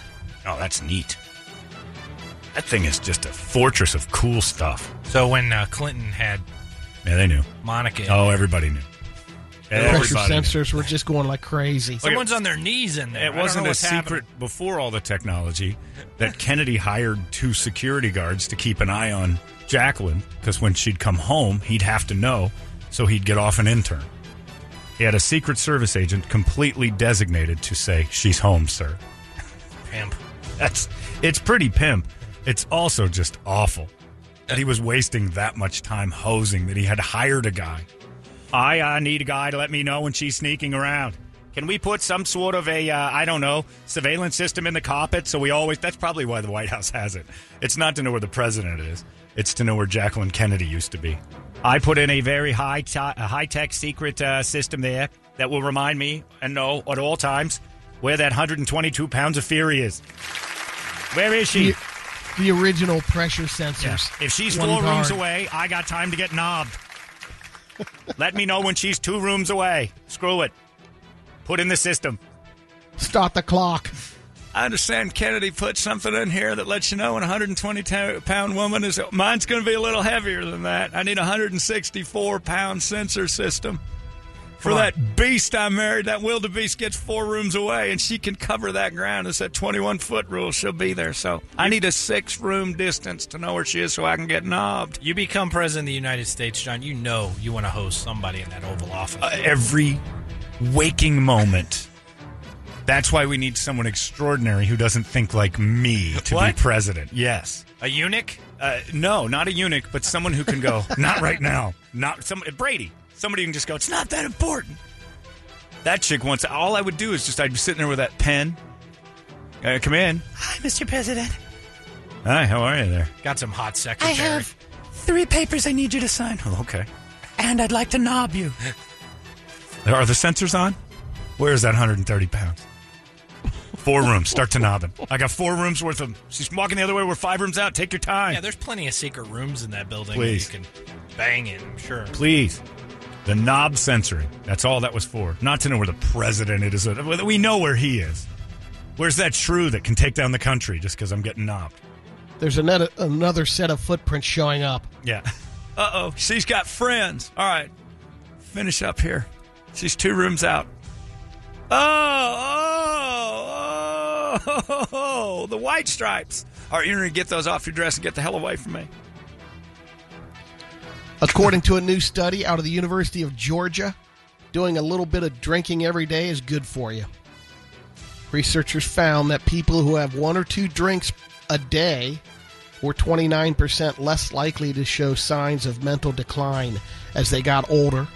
Speaker 1: Oh, that's neat. That thing is just a fortress of cool stuff.
Speaker 6: So when uh, Clinton had
Speaker 1: Yeah, they knew.
Speaker 6: Monica,
Speaker 1: Oh, everybody knew.
Speaker 2: Pressure
Speaker 1: Everybody knew.
Speaker 2: sensors were just going like crazy.
Speaker 6: someone's on their knees in there. I
Speaker 1: It
Speaker 6: don't know
Speaker 1: wasn't a
Speaker 6: what's
Speaker 1: secret
Speaker 6: happening.
Speaker 1: before all the technology that Kennedy hired two security guards to keep an eye on Jacqueline because when she'd come home, he'd have to know, so he'd get off an intern. He had a Secret Service agent completely designated to say, She's home, sir.
Speaker 6: Pimp.
Speaker 1: That's it's pretty pimp. It's also just awful that he was wasting that much time hosing that he had hired a guy. I uh, need a guy to let me know when she's sneaking around. Can we put some sort of a uh, I don't know surveillance system in the carpet so we always? That's probably why the White House has it. It's not to know where the president is. It's to know where Jacqueline Kennedy used to be. I put in a very high t- high tech secret uh, system there that will remind me and know at all times where that 122 pounds of fury is. Where is she?
Speaker 2: The, the original pressure sensors.
Speaker 1: If she's
Speaker 2: One
Speaker 1: four
Speaker 2: guard.
Speaker 1: rooms away, I got time to get knobbed. Let me know when she's two rooms away. Screw it. Put in the system.
Speaker 2: Stop the clock.
Speaker 1: I understand Kennedy put something in here that lets you know an 120 pound woman is. Mine's going to be a little heavier than that. I need a 164 pound sensor system for that beast I married. That wildebeest gets four rooms away, and she can cover that ground. It's that 21 foot rule. She'll be there. So I need a six room distance to know where she is so I can get knobbed.
Speaker 6: You become president of the United States, John. You know you want to
Speaker 1: Uh,
Speaker 6: host somebody in that Oval Office.
Speaker 1: every waking moment. That's why we need someone extraordinary who doesn't think like me to
Speaker 6: What?
Speaker 1: be president. Yes.
Speaker 6: A eunuch?
Speaker 1: Uh, no, not a eunuch, but someone who can go, not right now. Not some Brady. Somebody who can just go, it's not that important. That chick wants all I would do is just I'd be sitting there with that pen. Uh, come in.
Speaker 4: Hi, Mr. President.
Speaker 1: Hi, how are you there?
Speaker 6: Got some hot
Speaker 4: I
Speaker 6: secretary.
Speaker 4: have three papers I need you to sign,
Speaker 1: Oh, okay.
Speaker 4: and I'd like to knob you.
Speaker 1: Are the sensors on? Where is that 130 pounds? Four rooms. Start to knobbing. I got four rooms worth of. She's walking the other way. We're five rooms out. Take your time.
Speaker 6: Yeah, there's plenty of secret rooms in that building.
Speaker 1: Please.
Speaker 6: That you can bang in, I'm sure.
Speaker 1: Please. The knob censoring. That's all that was for. Not to know where the president is. We know where he is. Where's that shrew that can take down the country just because I'm getting knobbed?
Speaker 2: There's another another set of footprints showing up.
Speaker 1: Yeah. Uh oh. She's got friends. All right. Finish up here. She's two rooms out. Oh, oh, oh, the white stripes. All right, you're going to get those off your dress and get the hell away from me.
Speaker 2: According to a new study out of the University of Georgia, doing a little bit of drinking every day is good for you. Researchers found that people who have one or two drinks a day were 29% less likely to show signs of mental decline as they got older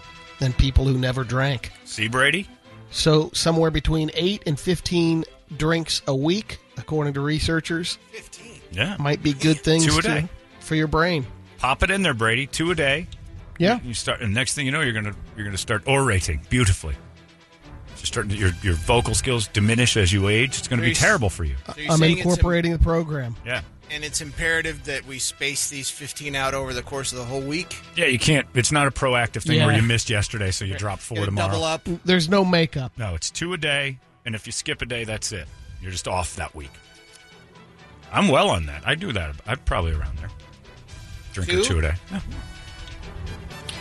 Speaker 2: than people who never drank.
Speaker 1: See, Brady?
Speaker 2: So, somewhere between 8 and 15 drinks a week, according to researchers,
Speaker 1: Yeah.
Speaker 2: might be good things
Speaker 1: Two a
Speaker 2: to-
Speaker 1: day.
Speaker 2: for your brain.
Speaker 1: Pop it in there, Brady. Two a day.
Speaker 2: Yeah.
Speaker 1: You start, and next thing you know, you're gonna you're gonna start orating beautifully. Just starting to, your your vocal skills diminish as you age. It's going to be
Speaker 5: Nice.
Speaker 1: terrible for you.
Speaker 5: So you're
Speaker 2: I'm
Speaker 5: saying it's im-
Speaker 2: incorporating the program.
Speaker 1: Yeah,
Speaker 5: and it's imperative that we space these 15 out over the course of the whole week.
Speaker 1: yeah. You can't. It's not a proactive thing where
Speaker 2: Yeah.
Speaker 1: you missed yesterday, so you drop four
Speaker 5: Gonna
Speaker 1: tomorrow.
Speaker 5: Double up.
Speaker 2: There's no makeup.
Speaker 1: No, it's two a day, and if you skip a day, that's it. You're just off that week. I'm well on that. I do that. I'm probably around there. Drink or
Speaker 5: Two?
Speaker 1: two a day. Yeah.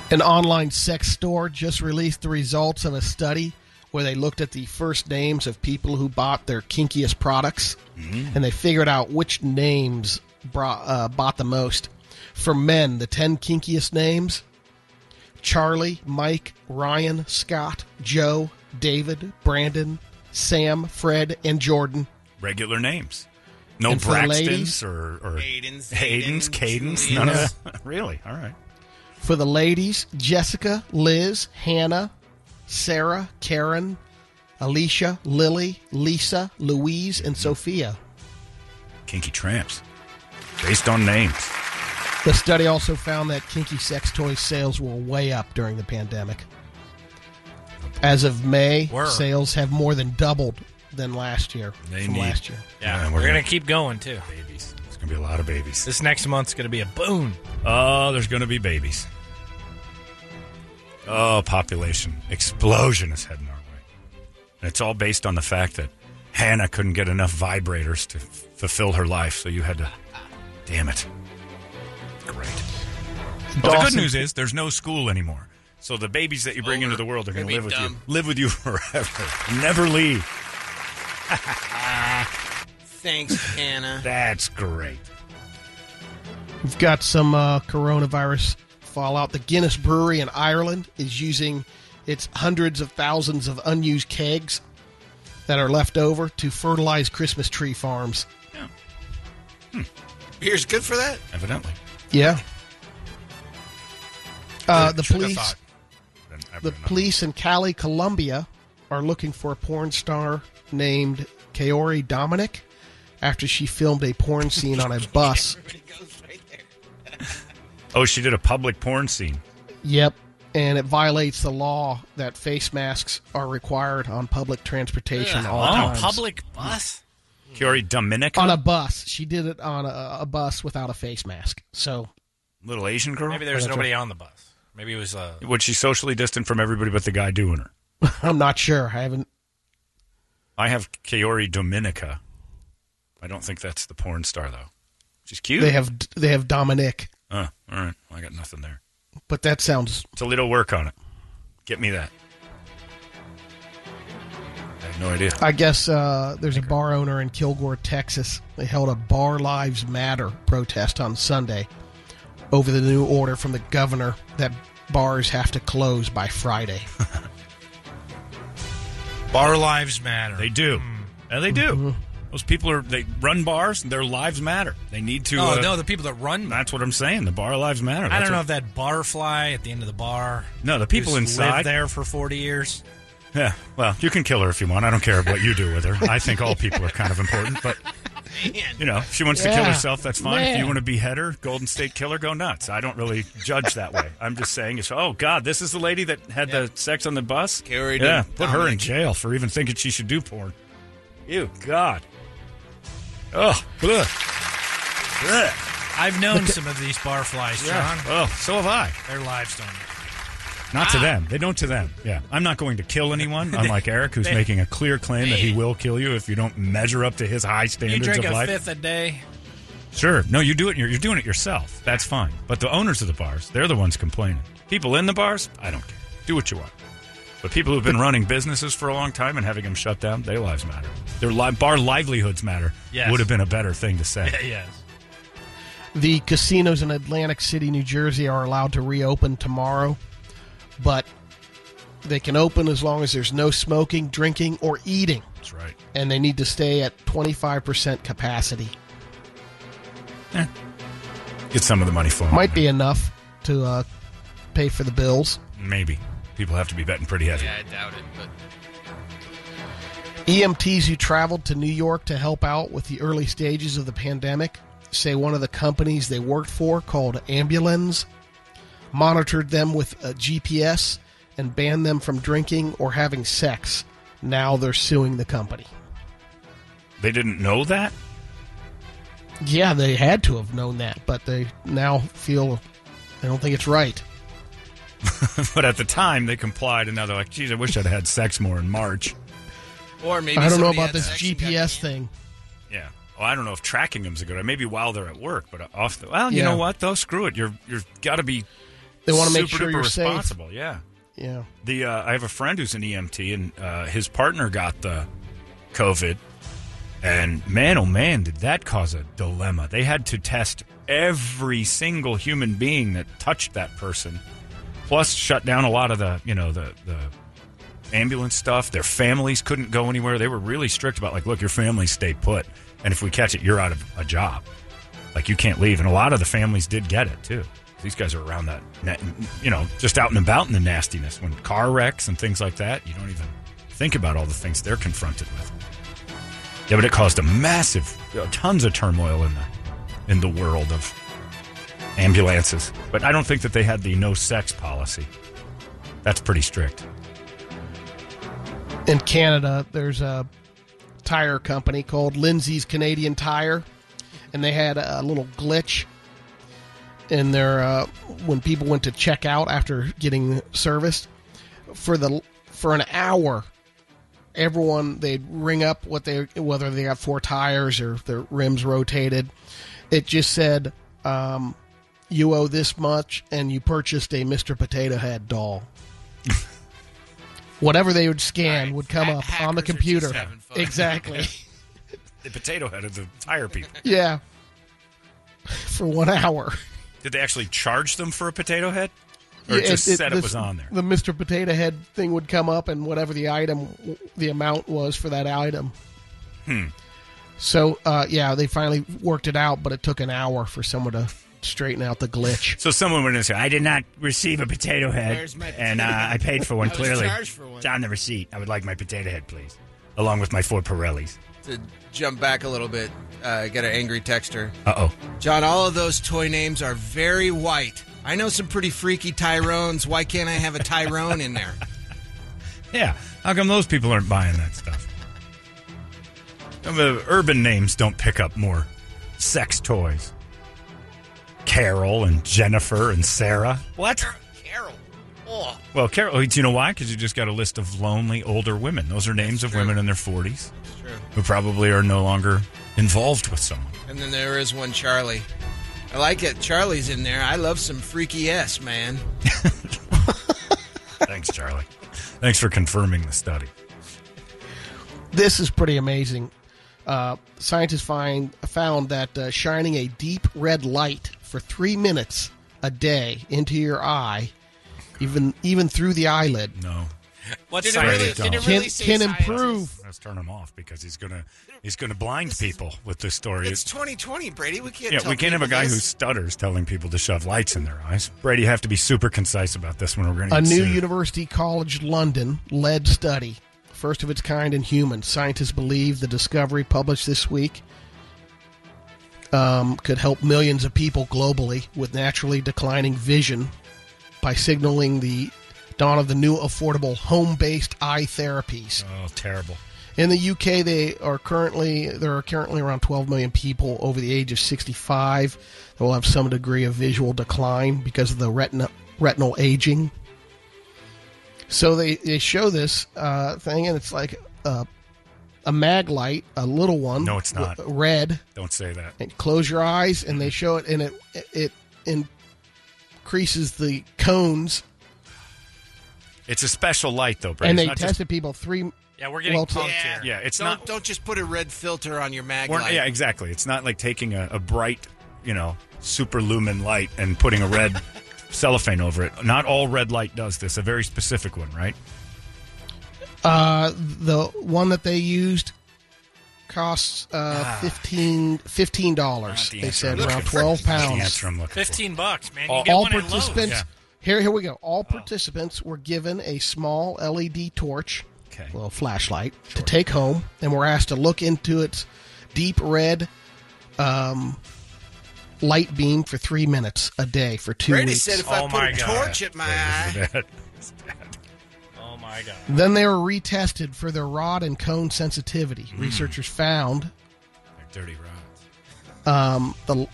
Speaker 2: An online sex store just released the results of a study where they looked at the first names of people who bought their kinkiest products and they figured out which names brought, uh, bought the most. For men, the 10 kinkiest names Charlie, Mike, Ryan, Scott, Joe, David, Brandon, Sam, Fred, and Jordan.
Speaker 1: Regular names. No
Speaker 2: And for the
Speaker 1: Braxtons
Speaker 2: ladies?
Speaker 1: or, or
Speaker 5: Aidens,
Speaker 1: Haydens,
Speaker 5: Aiden,
Speaker 1: Cadens.
Speaker 5: Julians.
Speaker 1: None of that. really? All right.
Speaker 2: For the ladies, Jessica, Liz, Hannah, Sarah, Karen, Alicia, Lily, Lisa, Louise, and Sophia.
Speaker 1: Kinky Tramps. Based on names.
Speaker 2: The study also found that kinky sex toy sales were way up during the pandemic. As of May,
Speaker 6: Were.
Speaker 2: sales have more than doubled than last year.
Speaker 1: They
Speaker 2: from
Speaker 1: need-
Speaker 2: last year.
Speaker 6: Yeah,
Speaker 1: Yeah,
Speaker 6: we're,
Speaker 1: we're
Speaker 6: gonna
Speaker 1: gonna-
Speaker 6: keep going too.
Speaker 1: Babies. There's going to be a lot of babies.
Speaker 6: This next month's gonna be a boon.
Speaker 1: Oh, there's going to be babies. Oh, population explosion is heading our way. And it's all based on the fact that Hannah couldn't get enough vibrators to f- fulfill her life, so you had to. Damn it. Great. Well, the good
Speaker 2: Dawson-
Speaker 1: news is there's no school anymore. So the babies that you bring into the world are going to
Speaker 5: gonna
Speaker 1: live
Speaker 5: be
Speaker 1: with you,
Speaker 5: dumb.
Speaker 1: live with you forever, never leave.
Speaker 5: Thanks, Hannah.
Speaker 1: That's great.
Speaker 2: We've got some uh, coronavirus fallout. The Guinness Brewery in Ireland is using its hundreds of thousands of unused kegs that are left over to fertilize Christmas tree farms.
Speaker 5: Beer's good for that.
Speaker 1: Evidently,
Speaker 2: Yeah. Uh, the
Speaker 1: Should have
Speaker 2: police,
Speaker 1: thought. Then I
Speaker 2: the
Speaker 1: would've known.
Speaker 2: police in Cali, Colombia, are looking for a porn star named Kaori Dominic after she filmed a porn scene on a bus.
Speaker 1: Oh, she did a public porn scene.
Speaker 2: Yep. And it violates the law that face masks are required on public transportation all
Speaker 6: on
Speaker 2: times.
Speaker 6: a public bus.
Speaker 1: Kiori Dominic,
Speaker 2: on a bus. She did it on a, a bus without a face mask. So
Speaker 1: little Asian girl.
Speaker 6: Maybe there was nobody on the bus. Maybe it was uh,
Speaker 1: Was she socially distant from everybody but the guy doing her?
Speaker 2: I'm not sure. I haven't.
Speaker 1: I have Kiori Dominica. I don't think that's the porn star though. She's cute.
Speaker 2: They have they have Dominic,
Speaker 1: Oh, all right. Well, I got nothing there.
Speaker 2: but that sounds
Speaker 1: Toledo, work on it. Get me that. I have no idea.
Speaker 2: I guess uh, there's a bar owner in Kilgore, Texas. They held a Bar Lives Matter protest on Sunday over the new order from the governor that bars have to close by Friday.
Speaker 6: Bar lives matter.
Speaker 1: They do. And they do. Those people are they run bars. Their lives matter. They need to.
Speaker 6: Oh
Speaker 1: uh,
Speaker 6: no, the people that run.
Speaker 1: That's what I'm saying. The bar lives matter.
Speaker 6: I
Speaker 1: That's
Speaker 6: don't know
Speaker 1: what-
Speaker 6: if that barfly at the end of the bar.
Speaker 1: No, the people
Speaker 6: who's
Speaker 1: inside-
Speaker 6: lived there for forty years.
Speaker 1: Yeah. Well, you can kill her if you want. I don't care what you do with her. I think all people are kind of important, but you know, if she wants to kill
Speaker 2: Yeah.
Speaker 1: herself, that's fine. If you
Speaker 2: Man.
Speaker 1: want to behead her, Golden State Killer, go nuts. I don't really judge that way. I'm just saying, it's oh God, this is the lady that had the sex on the bus.
Speaker 5: Carried
Speaker 1: yeah,
Speaker 5: in
Speaker 1: put her in jail for even thinking she should do porn. Ew, God. Oh, bleh. Bleh.
Speaker 6: I've known some of these barflies,
Speaker 1: Yeah.
Speaker 6: John.
Speaker 1: Oh, so have I.
Speaker 6: Their lives don't. matter.
Speaker 1: Not
Speaker 6: Ah.
Speaker 1: to them. They don't to them. Yeah. I'm not going to kill anyone, unlike Eric, who's making a clear claim that he will kill you if you don't measure up to his high
Speaker 6: You
Speaker 1: standards
Speaker 6: drink
Speaker 1: of
Speaker 6: a
Speaker 1: life.
Speaker 6: fifth a day.
Speaker 1: Sure. No, you do it. You're, you're doing it yourself. That's fine. But the owners of the bars, they're the ones complaining. People in the bars, I don't care. Do what you want. But people who've been running businesses for a long time and having them shut down, their lives matter. Their li- bar livelihoods matter.
Speaker 6: Yes.
Speaker 1: Would have been a better thing to say.
Speaker 6: yes.
Speaker 2: The casinos in Atlantic City, New Jersey are allowed to reopen tomorrow, but they can open as long as there's no smoking, drinking, or eating,
Speaker 1: That's right.
Speaker 2: and they need to stay at 25% capacity.
Speaker 1: Get some of the money flowing.
Speaker 2: Might be enough to uh, pay for the bills.
Speaker 1: Maybe. People have to be betting pretty heavy.
Speaker 5: Yeah, I doubt it, but
Speaker 2: EMTs E who traveled to New York to help out with the early stages of the pandemic say one of the companies they worked for, called Ambulance, monitored them with a GPS and banned them from drinking or having sex. Now they're suing the company.
Speaker 1: They didn't know that?
Speaker 2: Yeah, they had to have known that, but they now feel they don't think it's right.
Speaker 1: But at the time, they complied, and now they're like, geez, I wish I'd had sex more in March.
Speaker 5: or maybe
Speaker 2: I don't know
Speaker 5: somebody
Speaker 2: about
Speaker 5: had
Speaker 2: this
Speaker 5: sex and got
Speaker 2: GPS
Speaker 5: canned.
Speaker 2: thing.
Speaker 1: Yeah. Well, I don't know if tracking them's a good idea. Maybe while they're at work, but off the. Well, you
Speaker 2: Yeah.
Speaker 1: know what, though? Screw it. You're, you're got to be
Speaker 2: They want to make
Speaker 1: super
Speaker 2: sure
Speaker 1: duper
Speaker 2: you're safe.
Speaker 1: responsible. Yeah.
Speaker 2: Yeah.
Speaker 1: The uh, I have a friend who's an EMT, and uh, his partner got the COVID, and man, oh man, did that cause a dilemma. They had to test every single human being that touched that person, plus shut down a lot of the you know the the ambulance stuff. Their families couldn't go anywhere. They were really strict about like, look, your families stay put, and if we catch it, you're out of a job. Like you can't leave, and a lot of the families did get it too. These guys are around that, na- you know, just out and about in the nastiness when car wrecks and things like that. You don't even think about all the things they're confronted with. Yeah, but it caused a massive, uh, tons of turmoil in the in the world of ambulances. But I don't think that they had the no sex policy. That's pretty strict.
Speaker 2: in Canada, there's a tire company called Lindsay's Canadian Tire, and they had a little glitch in their uh, when people went to check out after getting serviced for the for an hour. Everyone they'd ring up what they whether they got four tires or their rims rotated. It just said um, you owe this much, and you purchased a Mr. Potato Head doll whatever they would scan would come
Speaker 5: Ha-
Speaker 2: up
Speaker 5: hackers
Speaker 2: on the
Speaker 5: are just
Speaker 2: computer.
Speaker 5: having fun.
Speaker 2: Exactly.
Speaker 1: The potato head of the tire people.
Speaker 2: yeah. For one hour.
Speaker 1: Did they actually charge them for a potato head, or
Speaker 2: Yeah,
Speaker 1: just said it
Speaker 2: this-
Speaker 1: was on there?
Speaker 2: The Mr. Potato Head thing would come up, and whatever the item, the amount was for that item. Hmm. So, uh, yeah, they finally worked it out, but it took an hour for someone to straighten out the glitch.
Speaker 1: So someone went and said, "I did not receive a potato head,
Speaker 5: Where's my
Speaker 1: and uh,
Speaker 5: potato
Speaker 1: I paid for one.
Speaker 5: was
Speaker 1: clearly,
Speaker 5: charged for one."
Speaker 1: it's on the receipt. I would like my potato head, please, along with my four Pirellis."
Speaker 5: To jump back a little bit, uh, get an angry texter.
Speaker 1: Uh oh.
Speaker 5: John, all of those toy names are very white. I know some pretty freaky Tyrones. Why can't I have a Tyrone in there?
Speaker 1: Yeah. How come those people aren't buying that stuff? Some of the urban names don't pick up more sex toys. Carol and Jennifer and Sarah.
Speaker 5: What? Carol. Oh.
Speaker 1: Well, Carol, do you know why? Because you just got a list of lonely older women. Those are names of
Speaker 5: true.
Speaker 1: women in their 40s
Speaker 5: True.
Speaker 1: who probably are no longer involved with someone.
Speaker 5: And then there is one Charlie. I like it. Charlie's in there. I love some freaky S, man.
Speaker 1: Thanks, Charlie. Thanks for confirming the study.
Speaker 2: This is pretty amazing. Uh, scientists find found that uh, shining a deep red light for three minutes a day into your eye, even even through the eyelid,
Speaker 1: No.
Speaker 6: What's
Speaker 5: Did it
Speaker 6: science?
Speaker 5: really, did it
Speaker 2: Can,
Speaker 5: really say
Speaker 2: can
Speaker 5: science?
Speaker 2: improve.
Speaker 1: Let's turn him off because he's gonna he's gonna blind people with this story.
Speaker 5: It's 2020, Brady. We can't.
Speaker 1: yeah,
Speaker 5: tell
Speaker 1: we can't have a
Speaker 5: people
Speaker 1: guy who
Speaker 5: this.
Speaker 1: stutters telling people to shove lights in their eyes. Brady, you have to be super concise about this when we're going to
Speaker 2: A
Speaker 1: get
Speaker 2: new
Speaker 1: sued.
Speaker 2: University College London led study, first of its kind in humans. Scientists believe the discovery published this week um, could help millions of people globally with naturally declining vision by signaling the dawn of the new affordable home based eye therapies.
Speaker 1: Oh, terrible.
Speaker 2: In the UK, they are currently there are currently around 12 million people over the age of 65 that will have some degree of visual decline because of the retina retinal aging. So they, they show this uh, thing, and it's like uh, a mag light, a little one.
Speaker 1: No, it's not.
Speaker 2: w- Red,
Speaker 1: Don't say that.
Speaker 2: and close your eyes, and they show it, and it it increases the cones,
Speaker 1: It's a special light, though, Brady.
Speaker 2: and
Speaker 1: It's
Speaker 2: they
Speaker 1: not
Speaker 2: tested
Speaker 1: just-
Speaker 2: people three.
Speaker 6: Yeah, we're getting
Speaker 2: Well,
Speaker 6: punked
Speaker 5: Yeah.
Speaker 6: here.
Speaker 1: yeah, it's
Speaker 5: don't,
Speaker 1: not.
Speaker 5: Don't just put a red filter on your mag
Speaker 1: we're-
Speaker 5: light.
Speaker 1: yeah, exactly. It's not like taking a, a bright, you know, super lumen light and putting a red cellophane over it. Not all red light does this. A very specific one, right?
Speaker 2: Uh, the one that they used costs uh, fifteen fifteen dollars.
Speaker 1: Ah. the
Speaker 2: They
Speaker 1: answer
Speaker 2: said
Speaker 1: I'm
Speaker 2: around
Speaker 1: looking
Speaker 2: twelve
Speaker 1: for. Not the
Speaker 2: pounds.
Speaker 1: answer I'm looking for.
Speaker 6: Fifteen bucks, man. You
Speaker 1: All-
Speaker 6: get
Speaker 2: All
Speaker 6: one at Lowe's.
Speaker 2: participants
Speaker 1: Yeah. Oh.
Speaker 2: here. Here we go. All participants were given a small LED torch,
Speaker 1: Okay.
Speaker 2: little flashlight, to take home, and were asked to look into its deep red um, light beam for three minutes a day for two
Speaker 5: Brady
Speaker 2: weeks.
Speaker 5: said if
Speaker 6: Oh
Speaker 5: I
Speaker 6: my
Speaker 5: put a
Speaker 6: God.
Speaker 5: torch at my
Speaker 1: Yeah, this
Speaker 5: eye,
Speaker 1: is bad.
Speaker 6: Oh my god.
Speaker 2: then they were retested for their rod and cone sensitivity.
Speaker 1: Hmm.
Speaker 2: Researchers found
Speaker 1: They're dirty rods.
Speaker 2: Um, the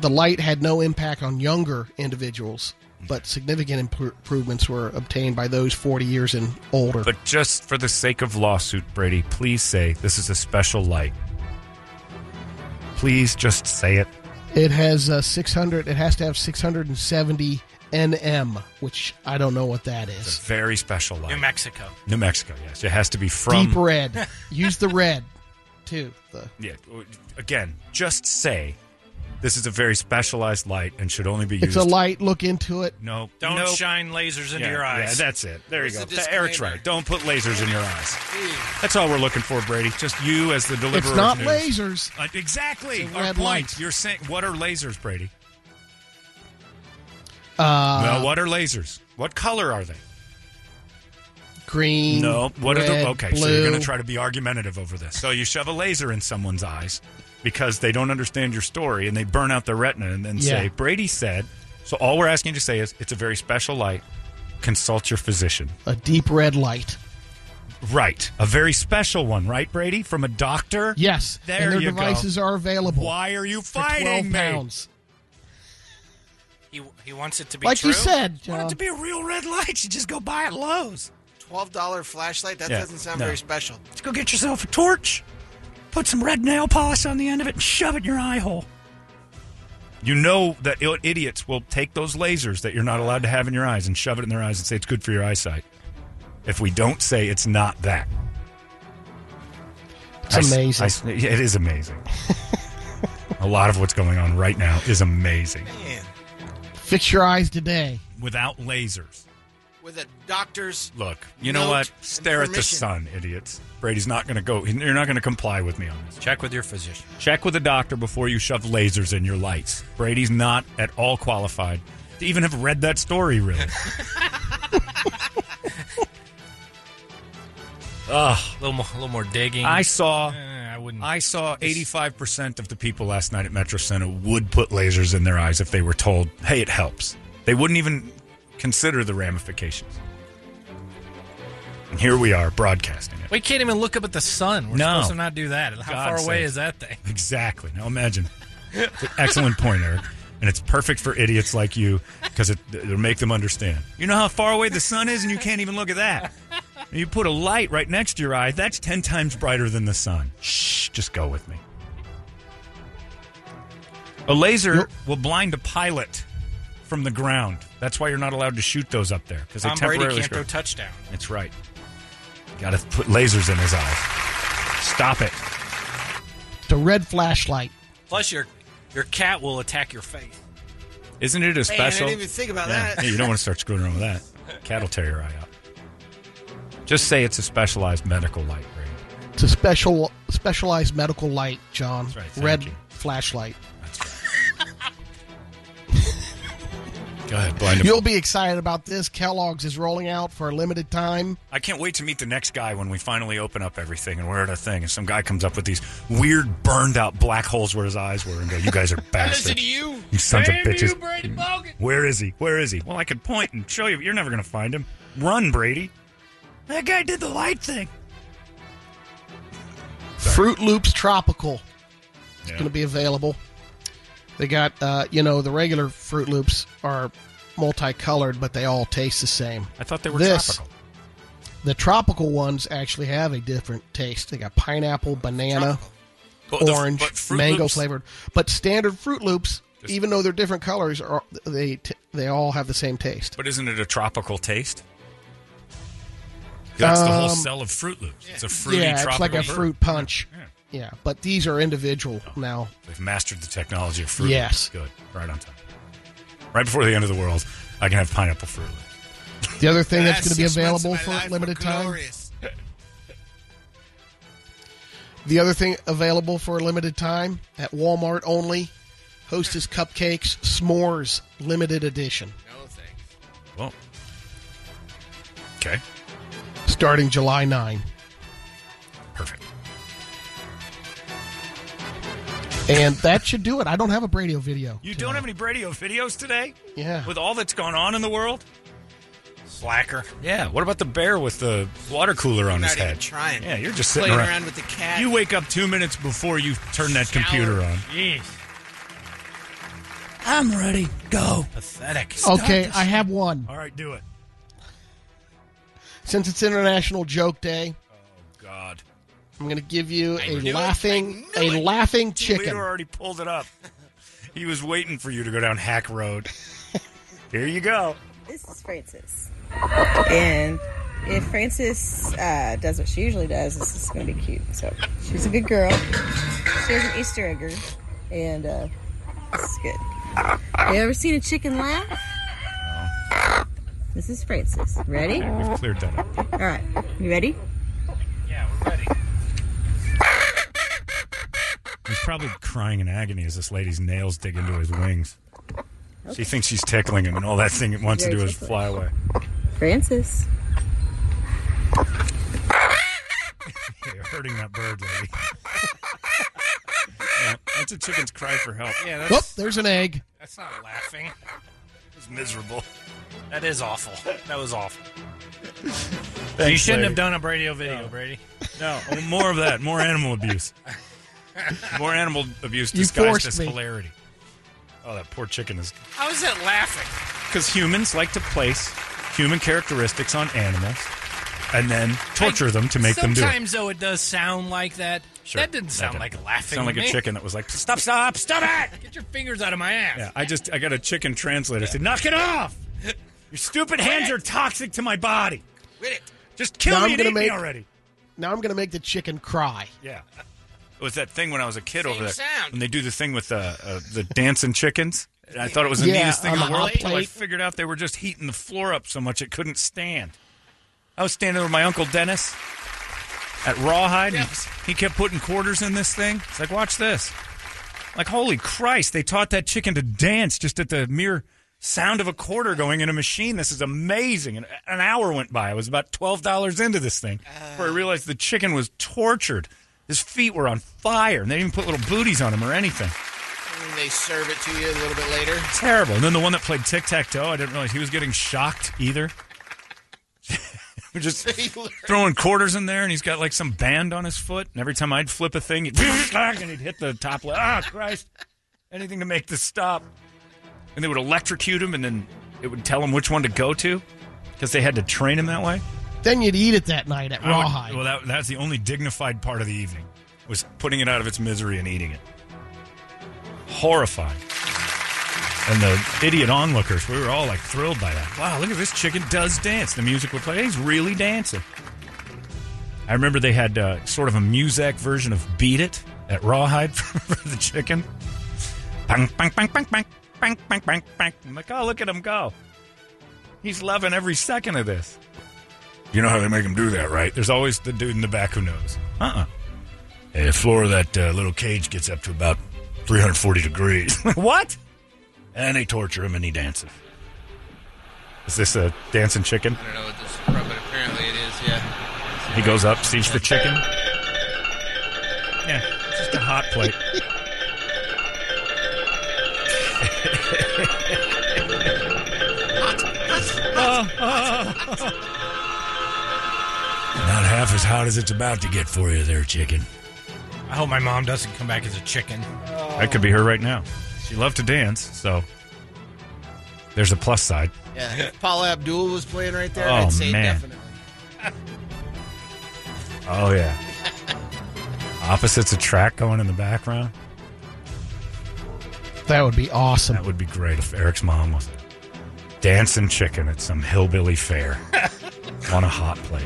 Speaker 2: the light had no impact on younger individuals, but significant impro- improvements were obtained by those 40 years and older.
Speaker 1: But just for the sake of lawsuit, Brady, please say this is a special light. Please just say it.
Speaker 2: it has uh, 600. It has to have 670 nm, which I don't know what that
Speaker 1: It's a
Speaker 2: is.
Speaker 1: very special light.
Speaker 6: New Mexico.
Speaker 1: New Mexico, yes. It has to be from.
Speaker 2: Deep red. Use the red too. The,
Speaker 1: Yeah. w- Again, just say this is a very specialized light and should only be
Speaker 2: it's
Speaker 1: used.
Speaker 2: a light. Look into it.
Speaker 1: No.
Speaker 6: Don't
Speaker 1: no.
Speaker 6: shine lasers into
Speaker 1: yeah,
Speaker 6: your eyes.
Speaker 1: Yeah, that's it. There you
Speaker 5: There's
Speaker 1: go.
Speaker 5: a
Speaker 1: Th- Eric's
Speaker 5: disclaimer.
Speaker 1: right. Don't put lasers in your eyes. That's all we're looking for, Brady. Just you as the deliverer.
Speaker 2: It's
Speaker 1: of
Speaker 2: not
Speaker 1: news.
Speaker 2: lasers.
Speaker 1: Uh, exactly.
Speaker 2: It's a
Speaker 1: Our
Speaker 2: red
Speaker 1: point.
Speaker 2: light.
Speaker 1: You're saying what are lasers, Brady?
Speaker 2: Uh,
Speaker 1: well, what are lasers? What color are they?
Speaker 2: green.
Speaker 1: No. What
Speaker 2: red,
Speaker 1: are the Okay,
Speaker 2: Blue.
Speaker 1: so you're going to try to be argumentative over this. So you shove a laser in someone's eyes because they don't understand your story and they burn out their retina and then say
Speaker 2: Yeah.
Speaker 1: Brady said. So all we're asking you to say is it's a very special light. Consult your physician.
Speaker 2: a deep red light.
Speaker 1: Right. A very special one, right, Brady? From a doctor?
Speaker 2: Yes,
Speaker 1: There
Speaker 2: and their
Speaker 1: you
Speaker 2: devices
Speaker 1: go.
Speaker 2: are available.
Speaker 1: Why are you
Speaker 2: for 12
Speaker 1: fighting me?
Speaker 2: pounds.
Speaker 6: He, he wants it to be
Speaker 2: Like
Speaker 6: true.
Speaker 2: you said,
Speaker 6: Want
Speaker 2: John.
Speaker 6: it to be a real red light? You just go buy at Lowe's.
Speaker 5: twelve dollar flashlight. That
Speaker 1: Yeah,
Speaker 5: doesn't sound
Speaker 1: no.
Speaker 5: very special.
Speaker 4: Let's go get yourself a torch, put some red nail polish on the end of it, and shove it in your eye hole.
Speaker 1: You know that il- idiots will take those lasers that you're not allowed to have in your eyes and shove it in their eyes and say it's good for your eyesight. If we don't say it's not that, I
Speaker 2: It's
Speaker 1: s-
Speaker 2: amazing.
Speaker 1: I s- yeah, it is amazing. a lot of what's going on right now is amazing.
Speaker 2: Fix your eyes today.
Speaker 1: Without lasers.
Speaker 5: With a doctor's
Speaker 1: Look, you know
Speaker 5: Note
Speaker 1: what?
Speaker 5: and
Speaker 1: Stare at the
Speaker 5: permission.
Speaker 1: sun, idiots. Brady's not going to go. You're not going to comply with me on this.
Speaker 6: Check with your physician.
Speaker 1: Check with a doctor before you shove lasers in your lights. Brady's not at all qualified to even have read that story, really.
Speaker 6: A little more, a little more digging.
Speaker 1: I saw.
Speaker 6: Eh, I wouldn't.
Speaker 1: I saw 85% of the people last night at Metro Center would put lasers in their eyes if they were told, hey, it helps. They wouldn't even consider the ramifications. And here we are broadcasting it.
Speaker 6: we can't even look up at the sun. We're
Speaker 1: No.
Speaker 6: supposed to not do that. How
Speaker 1: God's
Speaker 6: far away
Speaker 1: sake.
Speaker 6: is that thing?
Speaker 1: Exactly. Now imagine. It's an excellent point, Eric. And it's perfect for idiots like you because it, it'll make them understand. You know how far away the sun is, and you can't even look at that. You put a light right next to your eye, that's 10 times brighter than the sun. Shh, just go with me. A laser will blind a pilot from the ground. That's why you're not allowed to shoot those up there because they
Speaker 6: Tom Brady
Speaker 1: temporarily
Speaker 6: can't
Speaker 1: screw-
Speaker 6: throw touchdown.
Speaker 1: that's right. Got to put lasers in his eyes. Stop it.
Speaker 2: It's a red flashlight.
Speaker 6: Plus, your your cat will attack your face.
Speaker 1: Isn't it a
Speaker 5: Man, I
Speaker 1: special?
Speaker 5: didn't even think about
Speaker 1: Yeah.
Speaker 5: that.
Speaker 1: Hey, you don't want to start screwing around with that. Cat will tear your eye out. Just say it's a specialized medical light rig.
Speaker 2: It's a special specialized medical light, John.
Speaker 1: right, thank
Speaker 2: Red
Speaker 1: you.
Speaker 2: flashlight.
Speaker 1: Go ahead, blind him.
Speaker 2: You'll be excited about this. Kellogg's is rolling out for a limited time.
Speaker 1: I can't wait to meet the next guy when we finally open up everything and we're at a thing, and some guy comes up with these weird, burned out black holes where his eyes were, and go, "You guys are bastards!
Speaker 6: Listen to you.
Speaker 1: You sons of
Speaker 6: Damn
Speaker 1: bitches!
Speaker 6: you, Brady Bogan.
Speaker 1: Where is he? Where is he? Well, I could point and show you, but you're never going to find him. Run, Brady!
Speaker 4: That guy did the light thing.
Speaker 2: Fruit Loops Tropical
Speaker 1: It's
Speaker 2: going to be available. They got, uh, you know, the regular Fruit Loops are multicolored, but they all taste the same.
Speaker 1: I thought they were
Speaker 2: This-
Speaker 1: tropical.
Speaker 2: The tropical ones actually have a different taste. They got pineapple, banana,
Speaker 1: But the-
Speaker 2: orange,
Speaker 1: but Froot
Speaker 2: mango
Speaker 1: Loops-
Speaker 2: flavored. But standard Fruit Loops, even though they're different colors, are they t- they all have the same taste.
Speaker 1: But isn't it a tropical taste? That's the whole
Speaker 2: Um,
Speaker 1: cell of Fruit Loops. It's a fruity
Speaker 2: yeah, it's
Speaker 1: tropical
Speaker 2: like a
Speaker 1: fruit.
Speaker 2: fruit punch.
Speaker 1: Yeah.
Speaker 2: Yeah. but these are individual now.
Speaker 1: They've mastered the technology of Fruit
Speaker 2: Yes.
Speaker 1: Loops. Good. Right on time. Right before the end of the world, I can have pineapple Fruit Loops.
Speaker 2: The other thing that's
Speaker 5: Last
Speaker 2: going to be
Speaker 5: six months
Speaker 2: available
Speaker 5: of my
Speaker 2: for
Speaker 5: life were
Speaker 2: limited time.
Speaker 5: glorious.
Speaker 2: The other thing available for a limited time at Walmart only, Hostess Cupcakes S'mores Limited Edition,
Speaker 5: No thanks.
Speaker 1: Well, okay,
Speaker 2: starting July 9.
Speaker 1: perfect.
Speaker 2: And that should do it. I don't have a Bradio video.
Speaker 1: You don't have any Bradio videos today?
Speaker 2: Yeah.
Speaker 1: With all that's gone on in the world?
Speaker 6: Slacker.
Speaker 1: Yeah. What about the bear with the water cooler on
Speaker 5: Not
Speaker 1: his
Speaker 5: even
Speaker 1: head?
Speaker 5: trying.
Speaker 1: Yeah, you're just sitting
Speaker 5: Playing
Speaker 1: around.
Speaker 5: around with the cat.
Speaker 1: You wake up two minutes before you turn that computer on.
Speaker 4: I'm ready. Go.
Speaker 6: Pathetic.
Speaker 2: Okay,
Speaker 4: this.
Speaker 2: I have one.
Speaker 1: All right, do it.
Speaker 2: Since it's International Joke Day,
Speaker 1: Oh, God.
Speaker 2: I'm going to give you a
Speaker 5: knew it.
Speaker 2: laughing
Speaker 5: I
Speaker 2: a
Speaker 5: knew it.
Speaker 2: laughing
Speaker 1: Leader
Speaker 2: chicken.
Speaker 1: already pulled it up. He was waiting for you to go down Hack Road. Here you go.
Speaker 7: This is Frances. And if Frances uh, does what she usually does, this is going to be cute. So she's a good girl. She has an Easter egger. And uh, it's good. You ever seen a chicken laugh? This is Frances. Ready? All
Speaker 1: We've cleared that up.
Speaker 7: right. You ready?
Speaker 6: Yeah, we're ready.
Speaker 1: He's probably crying in agony as this lady's nails dig into his wings. She thinks she's tickling him, and all that thing it wants to
Speaker 7: Very
Speaker 1: do is
Speaker 7: ticklish.
Speaker 1: fly away.
Speaker 7: Frances.
Speaker 1: You're hurting that bird, lady. Yeah, that's a chicken's cry for help.
Speaker 6: Yeah,
Speaker 2: Whoop,
Speaker 6: that's,
Speaker 2: Oh, there's an egg.
Speaker 6: that's not laughing.
Speaker 1: It's miserable.
Speaker 6: That is awful. That was awful. you
Speaker 1: Thanks,
Speaker 6: shouldn't
Speaker 1: lady.
Speaker 6: have done a Bradio video, Brady.
Speaker 1: No, oh, more of that. More animal abuse. More animal abuse
Speaker 2: You
Speaker 1: disguised
Speaker 2: forced
Speaker 1: as
Speaker 2: me.
Speaker 1: hilarity. Oh, that poor chicken is.
Speaker 6: How is that laughing?
Speaker 1: Because humans like to place human characteristics on animals and then torture them to make them do it.
Speaker 6: Sometimes, though, it does sound like that.
Speaker 1: Sure.
Speaker 6: That didn't sound like laughing.
Speaker 1: Sound
Speaker 6: to
Speaker 1: like
Speaker 6: me.
Speaker 1: a chicken that was like, stop, stop, stop it!
Speaker 6: Get your fingers out of my ass.
Speaker 1: Yeah, I just I got a chicken translator. Said, knock it off! Your stupid hands are toxic to my body.
Speaker 5: With it.
Speaker 1: Just kill
Speaker 2: Now
Speaker 1: me
Speaker 2: I'm
Speaker 1: and
Speaker 2: gonna
Speaker 1: eat me
Speaker 2: make-
Speaker 1: already.
Speaker 2: Now I'm going to make the chicken cry.
Speaker 1: Yeah. It was that thing when I was a kid
Speaker 5: Same
Speaker 1: over there.
Speaker 5: sound.
Speaker 1: When they do the thing with the uh, the dancing chickens. And I thought it was the
Speaker 2: Yeah,
Speaker 1: neatest thing in the
Speaker 2: on the
Speaker 1: world
Speaker 2: hot
Speaker 1: until I
Speaker 2: plate.
Speaker 1: figured out they were just heating the floor up so much it couldn't stand. I was standing with my Uncle Dennis at Rawhide. and he kept putting quarters in this thing. It's like, watch this. Like, holy Christ, they taught that chicken to dance just at the mere sound of a quarter going in a machine. This is amazing. And an hour went by. I was about $12 into this thing before I realized the chicken was tortured. His feet were on fire, and they didn't even put little booties on him or anything.
Speaker 5: And then they serve it to you a little bit later.
Speaker 1: Terrible. And then the one that played tic tac toe, I didn't realize he was getting shocked either. We're just throwing quarters in there, and he's got like some band on his foot. And every time I'd flip a thing, he'd and he'd hit the top left. Ah, Christ! Anything to make this stop. And they would electrocute him, and then it would tell him which one to go to because they had to train him that way.
Speaker 2: Then you'd eat it that night at
Speaker 1: I would-
Speaker 2: Rawhide.
Speaker 1: well, that, that's the only dignified part of the evening was putting it out of its misery and eating it. Horrifying. And the idiot onlookers, we were all like thrilled by that. Wow, look at this chicken does dance. The music would play. He's really dancing. I remember they had uh, sort of a Muzak version of Beat It at Rawhide for the chicken. Bang, bang, bang, bang, bang, bang, bang, bang, bang. I'm like, oh, look at him go. He's loving every second of this.
Speaker 8: You know how they make them do that, right? Uh-uh.
Speaker 1: There's always the dude in the back who knows. Uh
Speaker 8: Hey, the floor of that uh, little cage gets up to about 340 degrees,
Speaker 1: uh What?
Speaker 8: and they torture him and he dances.
Speaker 1: Is this a dancing chicken?
Speaker 5: I don't know what this is from, but apparently it is, yeah.
Speaker 1: He goes up, sees the chicken. Yeah, it's just a hot plate.
Speaker 8: Not half as hot as it's about to get for you there, chicken.
Speaker 6: I hope my mom doesn't come back as a chicken.
Speaker 1: That could be her right now. She loved to dance, so there's a plus side.
Speaker 5: Yeah. If Paula Abdul was playing right there,
Speaker 1: Oh,
Speaker 5: I'd say
Speaker 1: man.
Speaker 5: definitely.
Speaker 1: Oh yeah. Opposites attract going in the background.
Speaker 2: That would be awesome.
Speaker 1: That would be great if Eric's mom was dancing chicken at some hillbilly fair on a hot plate.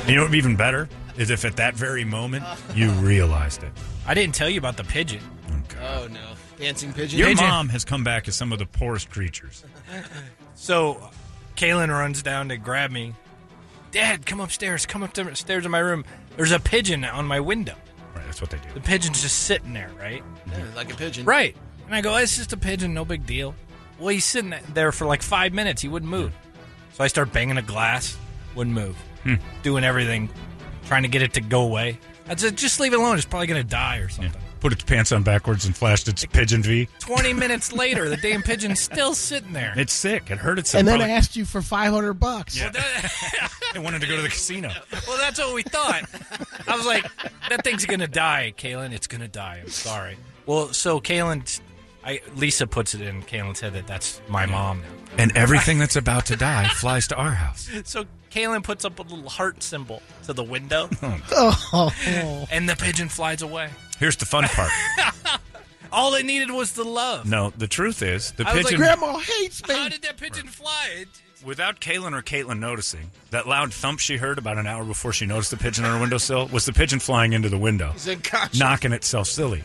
Speaker 1: And you know what would be even better is if at that very moment you realized it.
Speaker 6: I didn't tell you about the pigeon.
Speaker 1: Oh, God.
Speaker 5: Oh, no. Dancing Pigeon?
Speaker 1: Your
Speaker 6: Pigeon.
Speaker 1: mom has come back as some of the poorest creatures.
Speaker 6: So, Kaylin runs down to grab me. Dad, come upstairs. Come upstairs to my room. There's a pigeon on my window.
Speaker 1: Right, that's what they do.
Speaker 6: The pigeon's just sitting there, right?
Speaker 5: Yeah, like a pigeon.
Speaker 6: Right. And I go, it's just a pigeon, no big deal. Well, he's sitting there for like five minutes. He wouldn't move. So I start banging a glass, wouldn't move. Doing everything, trying to get it to go away. I said, just leave it alone. It's probably going to die or something.
Speaker 1: Put its pants on backwards and flashed its pigeon V.
Speaker 6: 20 minutes later, the damn pigeon's still sitting there.
Speaker 1: It's sick. It hurt itself.
Speaker 2: and then
Speaker 1: Probably-
Speaker 2: asked you for five hundred bucks.
Speaker 1: it wanted to go to the casino.
Speaker 6: Well, that's what we thought. I was like, that thing's gonna die, Kalen. It's gonna die. I'm sorry. Well, so Kalen, I Lisa puts it in Kalen's head that that's my mom now.
Speaker 1: And everything that's about to die flies to our house.
Speaker 6: So Kalen puts up a little heart symbol to the window,
Speaker 2: Oh,
Speaker 6: and the pigeon flies away.
Speaker 1: Here's the fun part.
Speaker 6: All it needed was the love.
Speaker 1: No, the truth is the
Speaker 6: I was like,
Speaker 1: pigeon.
Speaker 2: grandma hates me.
Speaker 6: How did that pigeon fly? It,
Speaker 1: Without Kaylin or Caitlin noticing, that loud thump she heard about an hour before she noticed the pigeon on her windowsill was the pigeon flying into the window,
Speaker 5: Unconscious.
Speaker 1: knocking itself silly.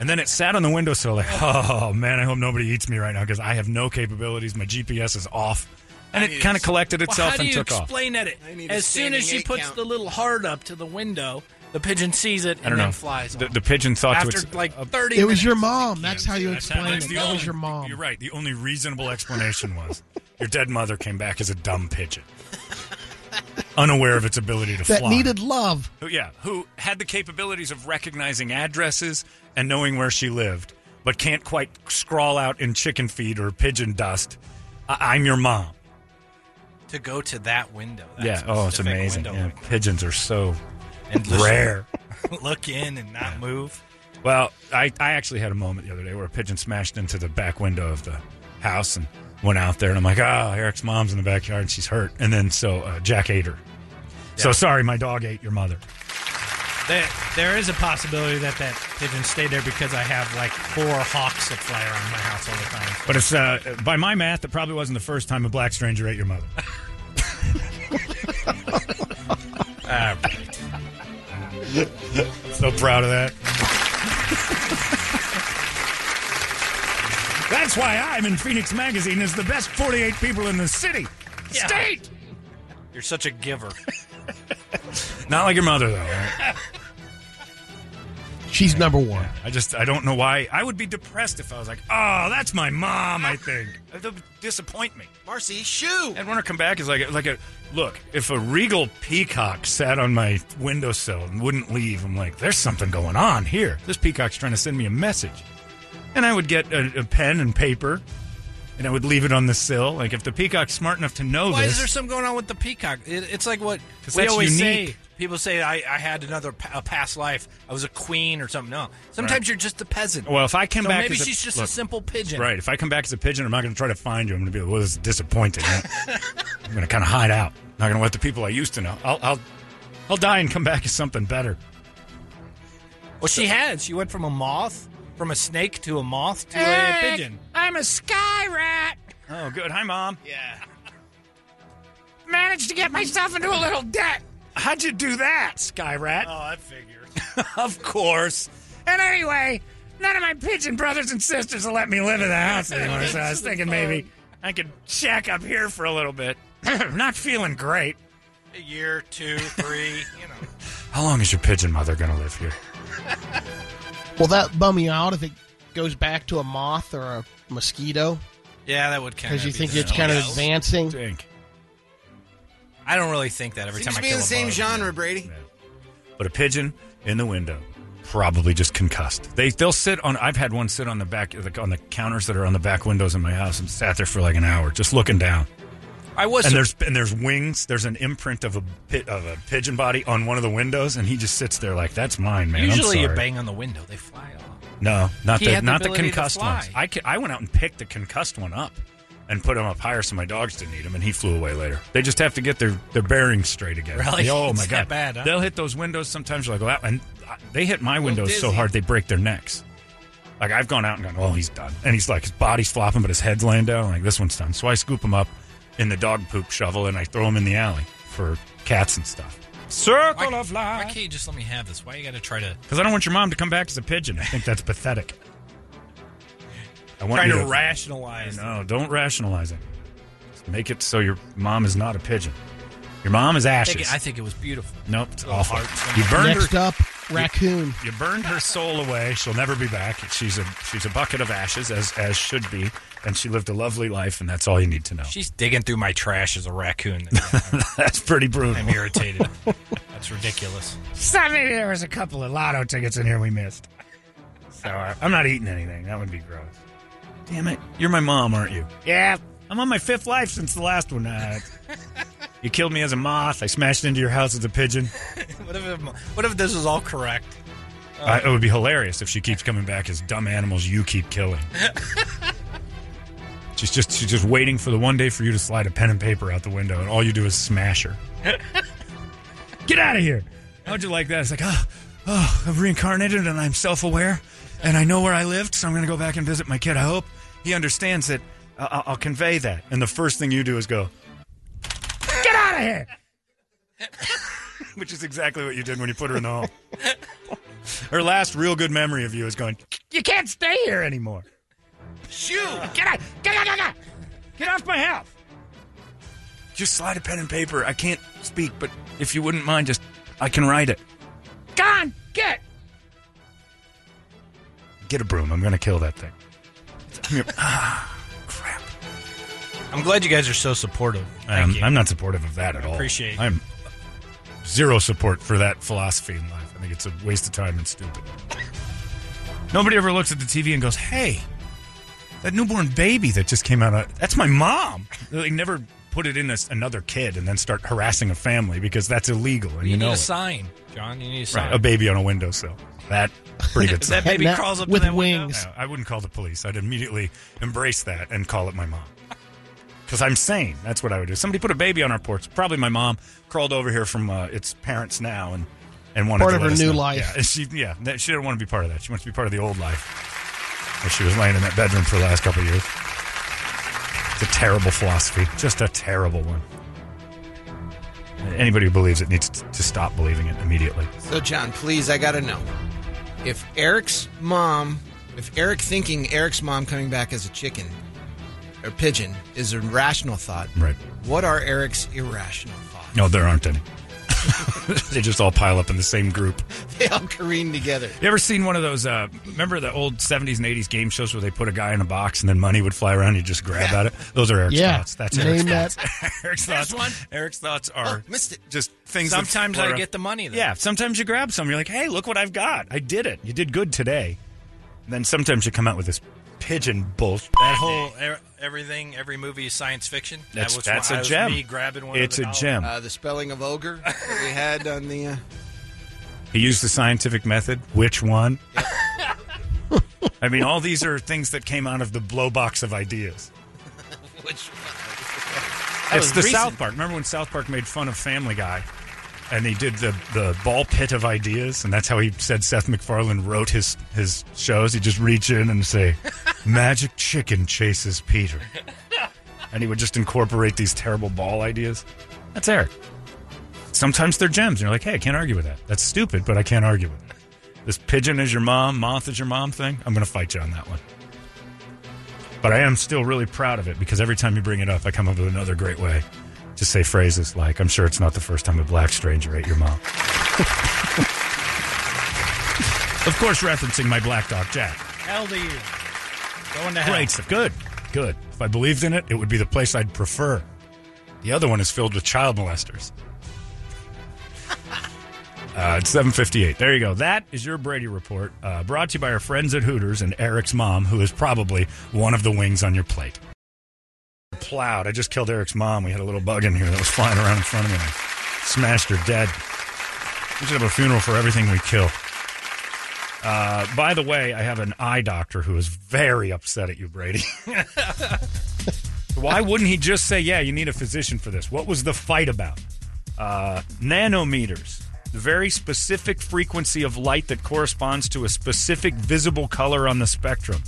Speaker 1: And then it sat on the windowsill like, oh man, I hope nobody eats me right now because I have no capabilities. My GPS is off. And it kind of collected
Speaker 6: well,
Speaker 1: itself
Speaker 6: how do
Speaker 1: and
Speaker 6: you
Speaker 1: took off.
Speaker 6: explain that? It,
Speaker 5: I need a
Speaker 6: as soon as
Speaker 5: standing
Speaker 6: she
Speaker 5: eight
Speaker 6: puts
Speaker 5: count.
Speaker 6: the little heart up to the window, the pigeon sees it and
Speaker 1: I don't
Speaker 6: then
Speaker 1: know.
Speaker 6: flies.
Speaker 1: the,
Speaker 6: off.
Speaker 1: the pigeon thought
Speaker 6: After
Speaker 1: to its,
Speaker 6: like 30
Speaker 2: It was your
Speaker 6: minutes.
Speaker 2: mom. That's how you
Speaker 1: uh, That's how-
Speaker 2: explain
Speaker 1: that's
Speaker 2: it.
Speaker 1: the
Speaker 2: That
Speaker 1: only-
Speaker 2: was your mom.
Speaker 1: You're right. The only reasonable explanation was your dead mother came back as a dumb pigeon, unaware of its ability to
Speaker 2: That
Speaker 1: fly.
Speaker 2: needed love.
Speaker 1: Who- yeah, who had the capabilities of recognizing addresses and knowing where she lived, but can't quite scrawl out in chicken feed or pigeon dust. I- I'm your mom.
Speaker 6: to go to that window. that
Speaker 1: yeah. Oh, it's
Speaker 6: specific
Speaker 1: amazing.
Speaker 6: window.
Speaker 1: Yeah, pigeons are so
Speaker 6: And listen-
Speaker 1: rare.
Speaker 6: Look in and not move.
Speaker 1: Well, I, I actually had a moment the other day where a pigeon smashed into the back window of the house and went out there, and I'm like, oh, Eric's mom's in the backyard and she's hurt. And then so uh, Jack ate her. So sorry, my dog ate your mother.
Speaker 4: There, there is a possibility that that pigeon stayed there because I have like four hawks that fly around my house all the time.
Speaker 1: But it's uh, by my math, it probably wasn't the first time a black stranger ate your mother.
Speaker 6: Uh,
Speaker 1: So proud of that. That's why I'm in Phoenix Magazine as the best 48 people in the city.
Speaker 6: State! You're such a giver.
Speaker 1: Not like your mother, though.
Speaker 2: She's number one.
Speaker 1: I just I don't know why I would be depressed if I was like, oh, that's my mom. I think that would disappoint me.
Speaker 5: Marcy, shoo!
Speaker 1: And when I come back is like like a look. If a regal peacock sat on my windowsill and wouldn't leave, I'm like, there's something going on here. This peacock's trying to send me a message. And I would get a, a pen and paper, and I would leave it on the sill. Like if the peacock's smart enough to know
Speaker 6: Why
Speaker 1: this,
Speaker 6: is there something going on with the peacock? It, it's like what
Speaker 1: 'Cause
Speaker 6: we
Speaker 1: that's
Speaker 6: always
Speaker 1: unique.
Speaker 6: say. People say I, I had another pa- a past life. I was a queen or something. No, sometimes
Speaker 1: Right.
Speaker 6: you're just a peasant.
Speaker 1: Well, if I came
Speaker 6: So
Speaker 1: back
Speaker 6: maybe
Speaker 1: as a-
Speaker 6: she's just a
Speaker 1: look,
Speaker 6: simple pigeon.
Speaker 1: Right. If I come back as a pigeon, I'm not going to try to find you. I'm going to be like, well, this is disappointing. I'm going to kind of hide out. not going to let the people I used to know. I'll, I'll, I'll die and come back as something better.
Speaker 6: Well, she had. She went from a moth, from a snake to a moth to a pigeon.
Speaker 4: I'm a sky rat.
Speaker 1: Oh, good. Hi, mom.
Speaker 4: Managed to get myself into a little debt.
Speaker 1: How'd you do that, Sky Rat?
Speaker 4: I figured.
Speaker 1: of course.
Speaker 4: And anyway, none of my
Speaker 1: Pigeon brothers and sisters will let me live in the house anymore. So I was thinking maybe I could shack up here for a little bit. not feeling great.
Speaker 6: A year, two, three, you know.
Speaker 1: How long is your pigeon mother going to live here?
Speaker 2: Will that bum you out if it goes back to a moth or a mosquito
Speaker 6: Yeah, that would kind of.
Speaker 2: because you think it's kind of advancing?
Speaker 1: Think.
Speaker 6: I don't really think that every
Speaker 5: Seems
Speaker 6: time I
Speaker 5: to be
Speaker 6: kill
Speaker 5: in the
Speaker 6: a
Speaker 5: same
Speaker 6: bug.
Speaker 5: genre, Brady.
Speaker 1: But a pigeon in the window, probably just concussed. They they'll sit on. I've had one sit on the back on the counters that are on the back windows in my house and sat there for like an hour, just looking down.
Speaker 6: I was.
Speaker 1: And
Speaker 6: sur-
Speaker 1: there's and there's wings. There's an imprint of a pit of a pigeon body on one of the windows, and he just sits there like that's mine, man. I'm
Speaker 6: usually you
Speaker 1: sorry."
Speaker 6: bang on the window, they fly off.
Speaker 1: No, not
Speaker 6: He
Speaker 1: the,
Speaker 6: had the
Speaker 1: not the
Speaker 6: ability to
Speaker 1: concussed
Speaker 6: fly.
Speaker 1: ones. I, ca- I went out and picked the concussed one up and put him up higher so my dogs didn't eat him, and he flew away later. They just have to get their, their bearings straight again.
Speaker 6: Really?
Speaker 1: Oh, my
Speaker 6: It's
Speaker 1: God.
Speaker 6: that bad, huh?
Speaker 1: They'll hit those windows sometimes. You're like, wow. And uh, they hit my windows so
Speaker 5: dizzy.
Speaker 1: hard they break their necks. Like, I've gone out and gone, oh, he's done. And he's like, his body's flopping, but his head's laying down. I'm like, this one's done. So I scoop him up in the dog poop shovel and I throw him in the alley for cats and stuff. Circle of
Speaker 6: Why
Speaker 1: life.
Speaker 6: can't you just let me have this? Why you got to try to
Speaker 1: Because I don't want your mom to come back as a pigeon. I think that's pathetic. I want
Speaker 6: try
Speaker 1: you
Speaker 6: to rationalize?
Speaker 1: No, don't rationalize it. Just make it so your mom is not a pigeon. Your mom is
Speaker 6: I
Speaker 1: ashes.
Speaker 6: think, I think it was beautiful.
Speaker 1: nope, it's
Speaker 6: Little
Speaker 1: awful.
Speaker 6: hearts.
Speaker 1: You burned
Speaker 2: Next
Speaker 1: her.
Speaker 2: up, raccoon.
Speaker 1: You burned her soul away. She'll never be back. She's a she's a bucket of ashes, as as should be. And she lived a lovely life, and that's all you need to know.
Speaker 6: She's digging through my trash as a raccoon.
Speaker 1: that's pretty brutal.
Speaker 6: I'm irritated. That's ridiculous.
Speaker 1: So maybe there was a couple of lotto tickets in here we missed. So I, I'm not eating anything. That would be gross. Damn it. You're my mom, aren't you? Yeah. I'm on my fifth life since the last one. Uh, you killed me as a moth. I smashed into your house as a pigeon.
Speaker 6: What if what if this is all correct?
Speaker 1: Uh, it would be hilarious if she keeps coming back as dumb animals you keep killing. she's just she's just waiting for the one day for you to slide a pen and paper out the window, and all you do is smash her. Get out of here! How'd you like that? It's like, oh, oh, I've reincarnated and I'm self aware, and I know where I lived, so I'm going to go back and visit my kid. I hope he understands that. I- I- I'll convey that. And the first thing you do is go, "Get out of here," which is exactly what you did when you put her in the home. Her last real good memory of you is going, You can't stay here anymore. Shoo! Get out! Get out! Get out! Get off my house! Just slide a pen and paper. I can't speak, but if you wouldn't mind, just I can write it. Gone! Get! Get a broom. I'm gonna kill that thing. Come here. ah, crap.
Speaker 6: I'm glad you guys are so supportive. Thank
Speaker 1: Um,
Speaker 6: you.
Speaker 1: I'm not supportive of that at all.
Speaker 6: Appreciate it.
Speaker 1: I'm zero support for that philosophy in life. I think it's a waste of time and stupid. Nobody ever looks at the TV and goes, "Hey, that newborn baby that just came out of that's my mom." They never put it in as another kid and then start harassing a family because that's illegal and you,
Speaker 6: you, need
Speaker 1: know
Speaker 6: a
Speaker 1: it.
Speaker 6: sign, John. You need a sign.
Speaker 1: Right, a baby on a windowsill. That pretty good sign.
Speaker 6: That baby
Speaker 2: Heading out
Speaker 6: crawls up
Speaker 2: with
Speaker 6: to that window.
Speaker 2: wings.
Speaker 1: No, I wouldn't call the police. I'd immediately embrace that and call it my mom. Because I'm sane. That's what I would do. Somebody put a baby on our porch. Probably my mom crawled over here from uh, its parents now and, and wanted
Speaker 2: Part
Speaker 1: to
Speaker 2: of
Speaker 1: let
Speaker 2: her
Speaker 1: us
Speaker 2: new
Speaker 1: know.
Speaker 2: life.
Speaker 1: Yeah, she, yeah, that- she didn't want to be part of that. She wants to be part of the old life where she was laying in that bedroom for the last couple of years. It's a terrible philosophy. Just a terrible one. Anybody who believes it needs t- to stop believing it immediately.
Speaker 5: So, John, please, I gotta know if Eric's mom, if Eric thinking Eric's mom coming back as a chicken or pigeon is a rational thought,
Speaker 1: Right.
Speaker 5: What are Eric's irrational thoughts?
Speaker 1: No, there aren't any. they just all pile up in the same group.
Speaker 5: They all careen together.
Speaker 1: You ever seen one of those? Uh, remember the old '70s and '80s game shows where they put a guy in a box and then money would fly around? and You just grab at it. Those are Eric's
Speaker 2: Yeah.
Speaker 1: thoughts. That's
Speaker 2: Name
Speaker 1: Eric's
Speaker 2: that.
Speaker 1: thoughts. Eric's thoughts.
Speaker 6: one.
Speaker 1: Eric's thoughts are
Speaker 5: Oh, missed it.
Speaker 1: Just things. that
Speaker 6: Sometimes
Speaker 1: fly
Speaker 6: I
Speaker 1: around.
Speaker 6: get the money. Though.
Speaker 1: Yeah. Sometimes you grab some. You're like, "Hey, look what I've got! I did it. You did good today." And then sometimes you come out with this pigeon bullshit.
Speaker 6: That whole er, everything, every movie is science fiction.
Speaker 1: That's
Speaker 6: that was
Speaker 1: that's
Speaker 6: why I
Speaker 1: a
Speaker 6: was
Speaker 1: gem.
Speaker 6: Me grabbing one.
Speaker 1: it's
Speaker 6: of
Speaker 1: a
Speaker 6: the dollar-
Speaker 1: gem.
Speaker 5: Uh, the spelling of ogre that we had on the. Uh,
Speaker 1: He used the scientific method. Which one? I mean, all these are things that came out of the blow box of ideas.
Speaker 5: which
Speaker 1: it's the South Park. Remember when South Park made fun of Family Guy? And he did the, the ball pit of ideas, and that's how he said Seth MacFarlane wrote his, his shows. He'd just reach in and say, Magic Chicken Chases Peter. And he would just incorporate these terrible ball ideas. That's Eric. Sometimes they're gems, and you're like, hey, I can't argue with that. That's stupid, but I can't argue with it. This pigeon is your mom, moth is your mom thing, I'm going to fight you on that one. But I am still really proud of it because every time you bring it up, I come up with another great way to say phrases like, I'm sure it's not the first time a black stranger ate your mom. of course, referencing my black dog, Jack.
Speaker 4: Hell to you. Going to hell.
Speaker 1: Great stuff. Good. Good. If I believed in it, it would be the place I'd prefer. The other one is filled with child molesters. Uh, it's 758. There you go. That is your Brady Report, uh, brought to you by our friends at Hooters and Eric's mom, who is probably one of the wings on your plate. Plowed. I just killed Eric's mom. We had a little bug in here that was flying around in front of me. I smashed her dead. We should have a funeral for everything we kill. Uh, by the way, I have an eye doctor who is very upset at you, Brady. Why wouldn't he just say, yeah, you need a physician for this? What was the fight about? Uh, nanometers, the very specific frequency of light that corresponds to a specific visible color on the spectrum.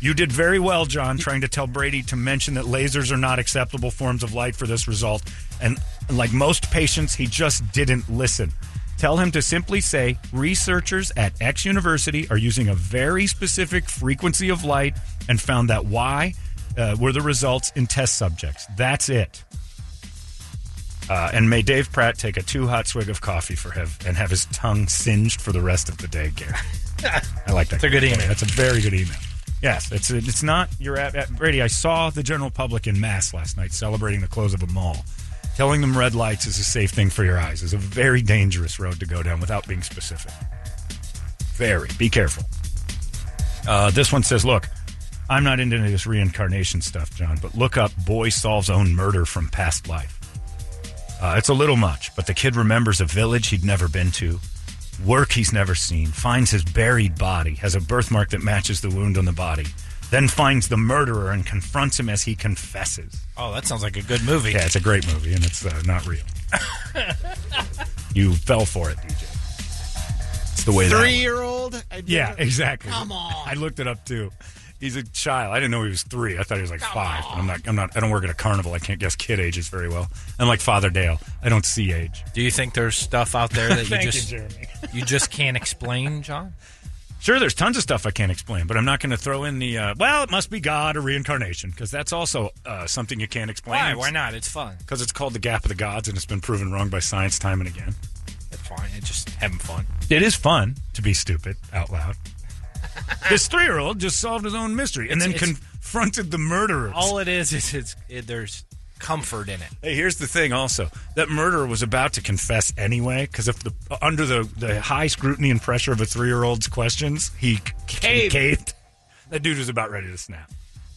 Speaker 1: You did very well, John, trying to tell Brady to mention that lasers are not acceptable forms of light for this result. And like most patients, he just didn't listen. Tell him to simply say researchers at X University are using a very specific frequency of light and found that Y uh, were the results in test subjects. That's it. Uh, and may Dave Pratt take a too hot swig of coffee for him and have his tongue singed for the rest of the day, Gary. I like that. It's
Speaker 6: a good email.
Speaker 1: That's a very good email. Yes, it's it's not your at, at- Brady. I saw the general public in mass last night celebrating the close of a mall. Telling them red lights is a safe thing for your eyes is a very dangerous road to go down without being specific. Very. Be careful. Uh, this one says, "Look, I'm not into this reincarnation stuff, John, but look up boy solves own murder from past life. Uh, it's a little much, but the kid remembers a village he'd never been to, work he's never seen, finds his buried body, has a birthmark that matches the wound on the body, then finds the murderer and confronts him as he confesses.
Speaker 6: Oh, that sounds like a good movie.
Speaker 1: Yeah, it's a great movie, and it's uh, not real. you fell for it, DJ. It's the way that
Speaker 5: Three year old?
Speaker 1: yeah, exactly.
Speaker 5: Come on.
Speaker 1: I looked it up too. He's a child. I didn't know he was three. I thought he was like five. I'm not. I'm not. I don't work at a carnival. I can't guess kid ages very well. And like Father Dale, I don't see age.
Speaker 6: Do you think there's stuff out there that you just you,
Speaker 1: Jeremy.
Speaker 6: just can't explain, John?
Speaker 1: Sure, there's tons of stuff I can't explain, but I'm not going to throw in the. Uh, well, it must be God or reincarnation because that's also uh, something you can't explain.
Speaker 6: Why? Why not? It's fun.
Speaker 1: Because it's called the gap of the gods, and it's been proven wrong by science time and again.
Speaker 6: It's fine. It's just having fun.
Speaker 1: It is fun to be stupid out loud. this three-year-old just solved his own mystery and
Speaker 6: It's-
Speaker 1: then
Speaker 6: it's-
Speaker 1: confronted the murderers.
Speaker 6: All it is is it's it, there's comfort in it.
Speaker 1: Hey, here's the thing. Also, that murderer was about to confess anyway, because if the under the the high scrutiny and pressure of a three year old's questions, he c- caved. That dude was about ready to snap.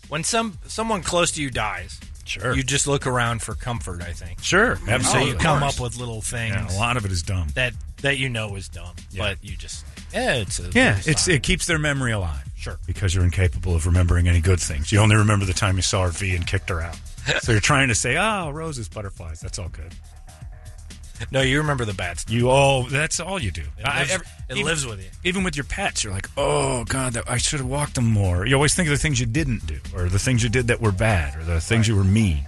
Speaker 6: When some someone close to you dies,
Speaker 1: Sure.
Speaker 6: you just look around for comfort. I think.
Speaker 1: Sure,
Speaker 6: So
Speaker 1: absolutely.
Speaker 6: you come up with little things
Speaker 1: Oh, yeah, a lot of it is dumb.
Speaker 6: that that you know is dumb, but you just yeah, it's a
Speaker 1: Yeah,
Speaker 6: little
Speaker 1: it's
Speaker 6: sign.
Speaker 1: it keeps their memory alive. Sure, because you're incapable of remembering any good things. You only remember the time you saw her V and kicked her out. so you're trying to say, "Oh, roses, butterflies." That's all good.
Speaker 6: no. You remember the bad stuff.
Speaker 1: You all. That's all you do.
Speaker 6: It lives, it
Speaker 1: even-
Speaker 6: lives with you.
Speaker 1: even with your pets, you're like, oh god, that, I should have walked them more. You always think of the things you didn't do, or the things you did that were bad, or the things you were mean.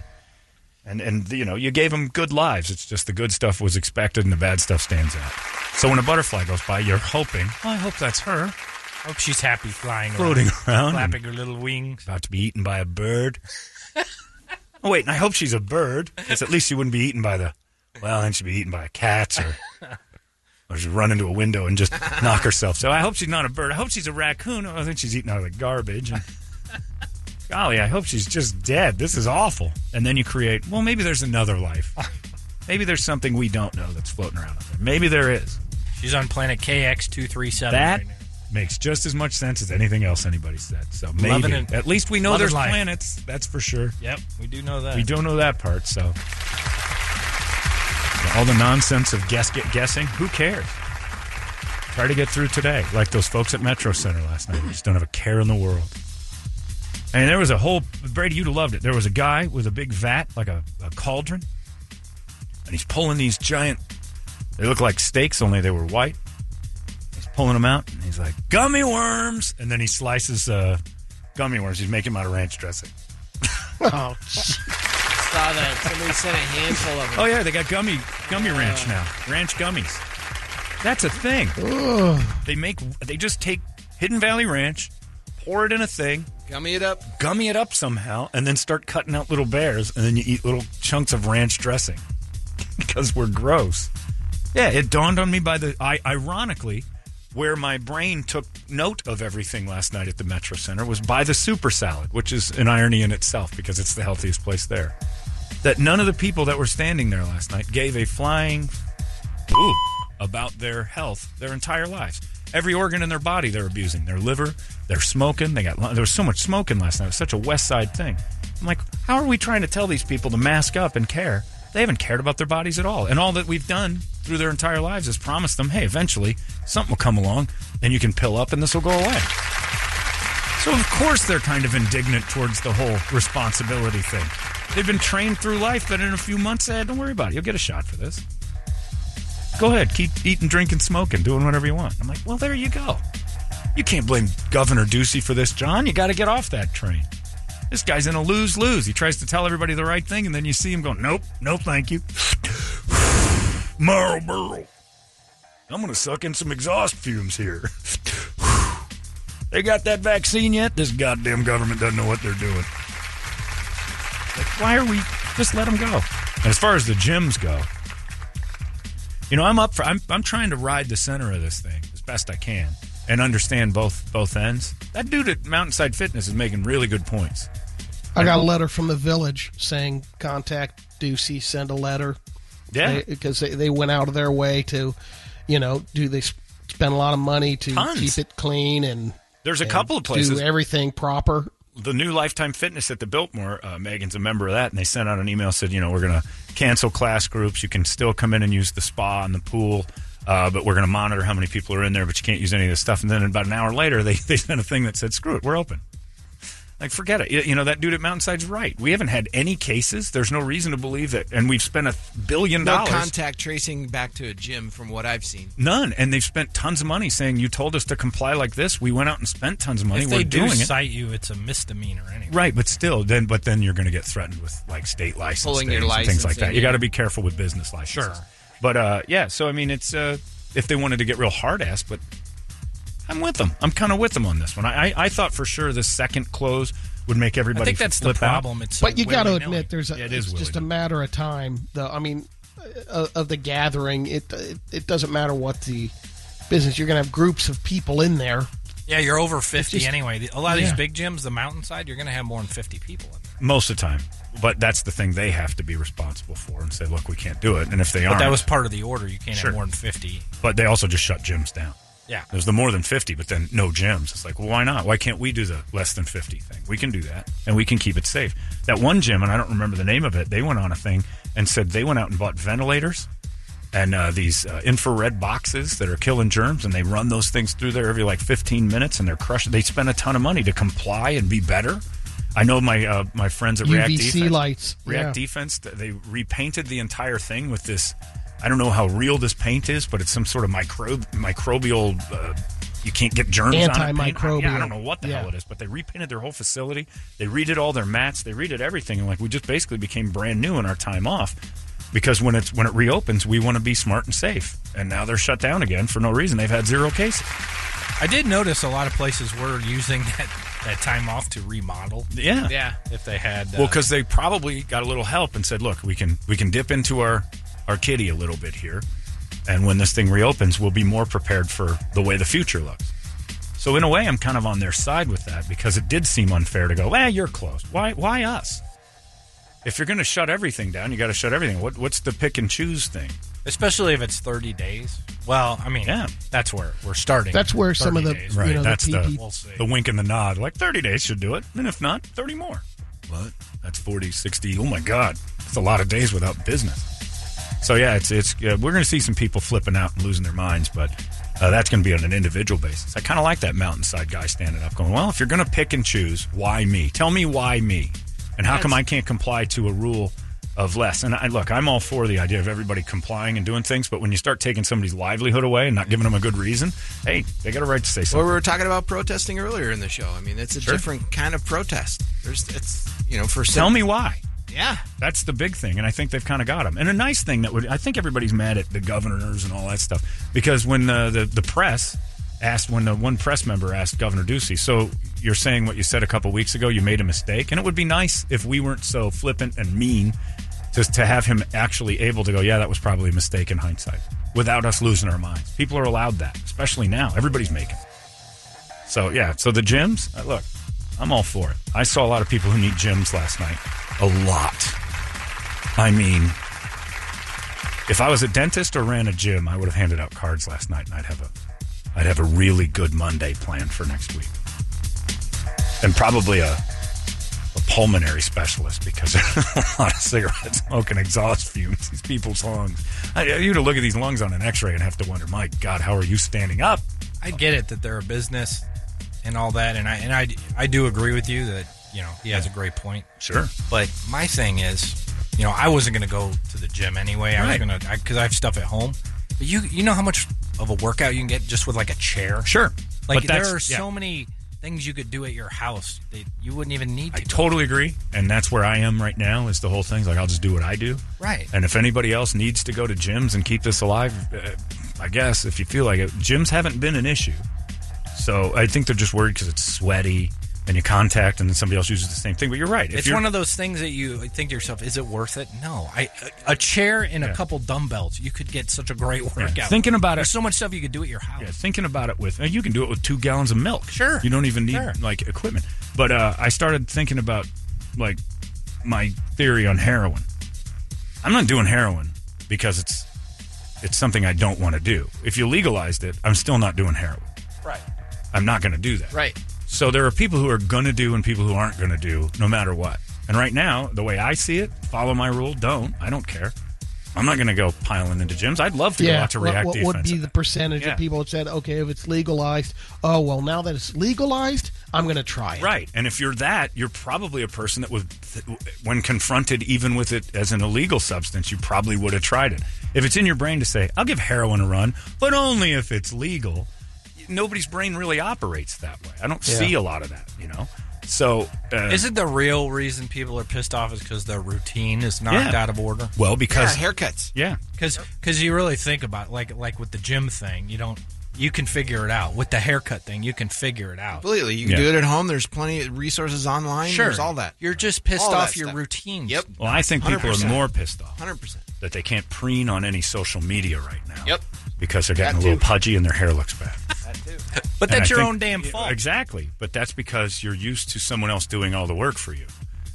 Speaker 1: And and you know, you gave them good lives. It's just the good stuff was expected, and the bad stuff stands out. So when a butterfly goes by, you're hoping, "Oh, I hope that's her
Speaker 6: Hope she's happy flying,
Speaker 1: floating around, and
Speaker 6: flapping her little wings.
Speaker 1: about to be eaten by a bird. oh wait, and I hope she's a bird, because at least she wouldn't be eaten by the. Well, then she'd be eaten by a cat or. Or she'd run into a window and just knock herself. So I hope she's not a bird. I hope she's a raccoon. Oh, I think she's eaten out of the garbage. And, golly, I hope she's just dead. This is awful. And then you create, well, maybe there's another life. Maybe there's something we don't know that's floating around out there. Maybe there is.
Speaker 6: She's on planet KX two three seven.
Speaker 1: That makes just as much sense as anything else anybody said. So maybe.
Speaker 6: Loving it.
Speaker 1: At least we know
Speaker 6: Loving
Speaker 1: there's
Speaker 6: life.
Speaker 1: planets. That's for sure.
Speaker 6: Yep, we do know that.
Speaker 1: We don't know that part, so all the nonsense of guess get guessing. Who cares? Try to get through today, like those folks at Metro Center last night. who just don't have a care in the world. And there was a whole Brady, you'd have loved it. There was a guy with a big vat, like a, a cauldron, and he's pulling these giant. They look like steaks, only they were white. He's pulling them out, and he's like gummy worms, and then he slices uh, gummy worms. He's making them out of ranch dressing.
Speaker 2: Oh, jeez.
Speaker 9: Saw that. Somebody sent a handful of them.
Speaker 1: Oh yeah, they got gummy gummy ranch now. Ranch gummies. That's a thing. They make they just take Hidden Valley Ranch, pour it in a thing,
Speaker 5: Gummy it up.
Speaker 1: Gummy it up somehow, and then start cutting out little bears, and then you eat little chunks of ranch dressing because we're gross. Yeah, it dawned on me by the I ironically where my brain took note of everything last night at the Metro Center was by the super salad, which is an irony in itself because it's the healthiest place there. That none of the people that were standing there last night gave a flying ooh, about their health their entire lives. Every organ in their body they're abusing. Their liver, they're smoking. They got lung- there was so much smoking last night. It was such a West Side thing. I'm like, how are we trying to tell these people to mask up and care? They haven't cared about their bodies at all. And all that we've done through their entire lives is promise them, hey, eventually something will come along and you can pill up and this will go away. So of course they're kind of indignant towards the whole responsibility thing. They've been trained through life that in a few months, eh, don't worry about it. You'll get a shot for this go ahead, keep eating, drinking, smoking, doing whatever you want. I'm like, well, there you go. You can't blame Governor Ducey for this, John. You got to get off that train. This guy's in a lose lose. He tries to tell everybody the right thing, and then you see him going, nope, nope, thank you.
Speaker 8: Marlboro. I'm going to suck in some exhaust fumes here.
Speaker 1: They got that vaccine yet? This goddamn government doesn't know what they're doing. Like, why are we just let them go? And as far as the gyms go, you know, I'm up for I'm I'm trying to ride the center of this thing as best I can and understand both both ends. That dude at Mountainside Fitness is making really good points.
Speaker 2: I got a letter from the village saying contact Ducey, send a letter.
Speaker 1: Yeah.
Speaker 2: Because they, they, went out of their way to, you know, do they sp- spend a lot of money to
Speaker 1: Tons.
Speaker 2: keep it clean and
Speaker 1: There's a
Speaker 2: and
Speaker 1: couple of places.
Speaker 2: do everything proper.
Speaker 1: the new Lifetime Fitness at the Biltmore, uh, Megan's a member of that, and they sent out an email said, you know, we're going to cancel class groups. You can still come in and use the spa and the pool, uh, but we're going to monitor how many people are in there, but you can't use any of this stuff. And then about an hour later, they, they sent a thing that said, screw it, we're open. Like, forget it. You- You know, that dude at Mountainside's right. We haven't had any cases. There's no reason to believe it. And we've spent a billion
Speaker 5: No
Speaker 1: dollars.
Speaker 5: contact tracing back to a gym from what I've seen.
Speaker 1: None. And they've spent tons of money saying, you told us to comply like this. We went out and spent tons of money.
Speaker 6: If
Speaker 1: we're
Speaker 6: they do
Speaker 1: doing it.
Speaker 6: cite you, it's a misdemeanor anyway.
Speaker 1: Right, but still, then but then you're going to get threatened with like state license,
Speaker 5: Pulling your
Speaker 1: things and things like
Speaker 5: licensing,
Speaker 1: that. You got to
Speaker 5: yeah.
Speaker 1: be careful with business licenses.
Speaker 6: Sure.
Speaker 1: but uh, yeah. So I mean, it's uh, if they wanted to get real hard ass, but I'm with them. I'm kind of with them on this one. I, I I thought for sure the second close would make everybody.
Speaker 6: I think that's the
Speaker 1: flip out.
Speaker 6: problem. It's so
Speaker 2: But you got to
Speaker 6: willy-nilly.
Speaker 2: admit, there's a,
Speaker 1: Yeah, it
Speaker 2: it
Speaker 1: is
Speaker 2: is just a
Speaker 1: willy-nilly.
Speaker 2: matter of time. Though I mean, uh, of the gathering, it, it it doesn't matter what the business. You're going to have groups of people in there.
Speaker 6: Yeah, you're over 50
Speaker 2: just-
Speaker 6: anyway. The- A lot of
Speaker 2: yeah.
Speaker 6: these big gyms, the mountainside, you're going to have more than 50 people in there.
Speaker 1: most of the time. But that's the thing they have to be responsible for and say, look, we can't do it. And if they
Speaker 6: But
Speaker 1: aren't,
Speaker 6: that was part of the order. You can't
Speaker 1: Sure.
Speaker 6: have more than 50.
Speaker 1: but they also just shut gyms down.
Speaker 6: Yeah.
Speaker 1: There's the more than 50, but then no gyms. It's like, well, why not? Why can't we do the less than 50 thing? We can do that and we can keep it safe. That one gym, and I don't remember the name of it, they went on a thing and said they went out and bought ventilators and uh, these uh, infrared boxes that are killing germs and they run those things through there every like 15 minutes and they're crushing. They spend a ton of money to comply and be better. I know my uh, my friends at React
Speaker 2: UVC
Speaker 1: Defense-
Speaker 2: lights,
Speaker 1: React
Speaker 2: yeah.
Speaker 1: defense. th- They repainted the entire thing with this. I don't know how real this paint is, but it's some sort of microbe, microbial. Uh, you can't get germs on it. paint. I- Yeah, I
Speaker 2: Antimicrobial.
Speaker 1: don't know what the
Speaker 2: Yeah.
Speaker 1: hell it is, but they repainted their whole facility. They redid all their mats. They redid everything, and like we just basically became brand new in our time off. Because when it's when it reopens, we want to be smart and safe. And now they're shut down again for no reason. They've had zero cases.
Speaker 6: I did notice a lot of places were using that, that time off to remodel.
Speaker 1: Yeah,
Speaker 9: Yeah.
Speaker 6: If they had. Uh,
Speaker 1: Well, because they probably got a little help and said, "Look, we can we can dip into our our kitty a little bit here, and when this thing reopens, we'll be more prepared for the way the future looks." So in a way, I'm kind of on their side with that because it did seem unfair to go, "Ah, you're closed. Why why us? If you're going to shut everything down, you got to shut everything. What what's the pick and choose thing?
Speaker 6: especially if it's 30 days. Well, I mean,
Speaker 1: Yeah.
Speaker 6: that's where we're starting.
Speaker 2: That's where
Speaker 6: 30
Speaker 2: some of the
Speaker 6: days.
Speaker 2: you know
Speaker 1: that's
Speaker 2: the,
Speaker 1: the
Speaker 2: PP
Speaker 6: We'll see.
Speaker 1: the wink and the nod. Like 30 days should do it, and if not, 30 more. What? That's 40, 60. Oh my God, that's a lot of days without business. So yeah, it's it's uh, we're going to see some people flipping out and losing their minds, but uh, that's going to be on an individual basis. I kind of like that mountainside guy standing up, going, "Well, if you're going to pick and choose, why me? Tell me why me, and how come I can't comply to a rule of less?" And I look, I'm all for the idea of everybody complying and doing things, but when you start taking somebody's livelihood away and not giving them a good reason, hey, they got a right to say
Speaker 5: Well,
Speaker 1: something.
Speaker 5: we were talking about protesting earlier in the show. I mean, it's a different kind of protest. There's, it's you know, for
Speaker 1: Tell
Speaker 5: some,
Speaker 1: me why.
Speaker 5: yeah,
Speaker 1: That's the big thing, and I think they've kind of got him. And a nice thing that would I think everybody's mad at the governors and all that stuff because when the the, the press asked when the one press member asked Governor Ducey, so you're saying what you said a couple weeks ago, you made a mistake, and it would be nice if we weren't so flippant and mean to, to have him actually able to go, yeah, that was probably a mistake in hindsight, without us losing our minds. People are allowed that, especially now. Everybody's making. it. So yeah, so the gyms, uh, look, I'm all for it. I saw a lot of people who need gyms last night. A lot. I mean, if I was a dentist or ran a gym, I would have handed out cards last night, and I'd have a, I'd have a really good Monday planned for next week, and probably a, a pulmonary specialist because a lot of cigarette smoke and exhaust fumes. These people's lungs. I, you'd look at these lungs on an X-ray and have to wonder, my God, how are you standing up?
Speaker 6: I get it that they're a business and all that, and I and I I do agree with you that you know he has a great point.
Speaker 1: Sure.
Speaker 6: But my thing is, you know, I wasn't going to go to the gym anyway. I was
Speaker 1: Right.
Speaker 6: going to because I have stuff at home. But you you know how much of a workout you can get just with like a chair.
Speaker 1: Sure.
Speaker 6: Like
Speaker 1: But
Speaker 6: there
Speaker 1: that's-
Speaker 6: are
Speaker 1: yeah.
Speaker 6: so many things you could do at your house that you wouldn't even need to.
Speaker 1: I
Speaker 6: go.
Speaker 1: totally agree, and that's where I am right now. Is the whole thing like I'll just do what I do,
Speaker 6: Right.
Speaker 1: And if anybody else needs to go to gyms and keep this alive, uh, I guess if you feel like it, gyms haven't been an issue. So I think they're just worried because it's sweaty and you contact, and then somebody else uses the same thing. But you're right. If
Speaker 6: it's
Speaker 1: you're,
Speaker 6: one of those things that you think to yourself, is it worth it? No. I a, a chair and
Speaker 1: Yeah.
Speaker 6: a couple dumbbells, you could get such a great workout.
Speaker 1: Thinking about
Speaker 6: There's
Speaker 1: it-
Speaker 6: so much stuff you could do at your house.
Speaker 1: Yeah, uh, thinking about it with and you can do it with two gallons of milk.
Speaker 6: Sure.
Speaker 1: you don't even need
Speaker 6: Sure.
Speaker 1: like equipment. But uh, I started thinking about like my theory on heroin. I'm not doing heroin because it's it's something I don't want to do. If you legalized it, I'm still not doing heroin.
Speaker 6: Right.
Speaker 1: I'm not going to do that.
Speaker 9: Right.
Speaker 1: So there are people who are going to do and people who aren't going to do, no matter what. And right now, the way I see it, follow my rule. Don't. I don't care. I'm not going to go piling into gyms. I'd love to go out to
Speaker 2: what,
Speaker 1: react
Speaker 2: what
Speaker 1: defense.
Speaker 2: would be the percentage
Speaker 1: Yeah.
Speaker 2: of people that said, okay, if it's legalized, oh, well, now that it's legalized, I'm going to try it.
Speaker 1: Right. And if you're that, you're probably a person that was, when confronted even with it as an illegal substance, you probably would have tried it. If it's in your brain to say, I'll give heroin a run, but only if it's legal, nobody's brain really operates that way. I don't see a lot of that, you know? So, uh,
Speaker 6: Is it the real reason people are pissed off is because their routine is knocked
Speaker 1: Yeah.
Speaker 6: out of order?
Speaker 1: well,
Speaker 5: Yeah,
Speaker 1: because,
Speaker 5: haircuts.
Speaker 1: yeah.
Speaker 6: Because you really think about like like with the gym thing, you don't you can figure it out. With the haircut thing, you can figure it out.
Speaker 5: Completely. You can
Speaker 1: Yeah.
Speaker 5: do it at home. There's plenty of resources online. There's all that.
Speaker 6: You're just pissed
Speaker 5: All
Speaker 6: off
Speaker 5: that
Speaker 6: your
Speaker 5: stuff.
Speaker 6: routine.
Speaker 5: Yep.
Speaker 1: Well, I think people are
Speaker 5: 100%.
Speaker 1: more pissed off
Speaker 5: 100%.
Speaker 1: that they can't preen on any social media right now.
Speaker 9: Yep.
Speaker 1: Because they're getting
Speaker 5: That
Speaker 1: a little
Speaker 5: too.
Speaker 1: pudgy and their hair looks bad.
Speaker 6: But
Speaker 1: And
Speaker 6: that's
Speaker 1: I
Speaker 6: your
Speaker 1: think-
Speaker 6: own damn
Speaker 1: yeah,
Speaker 6: fault.
Speaker 1: Exactly. But that's because you're used to someone else doing all the work for you,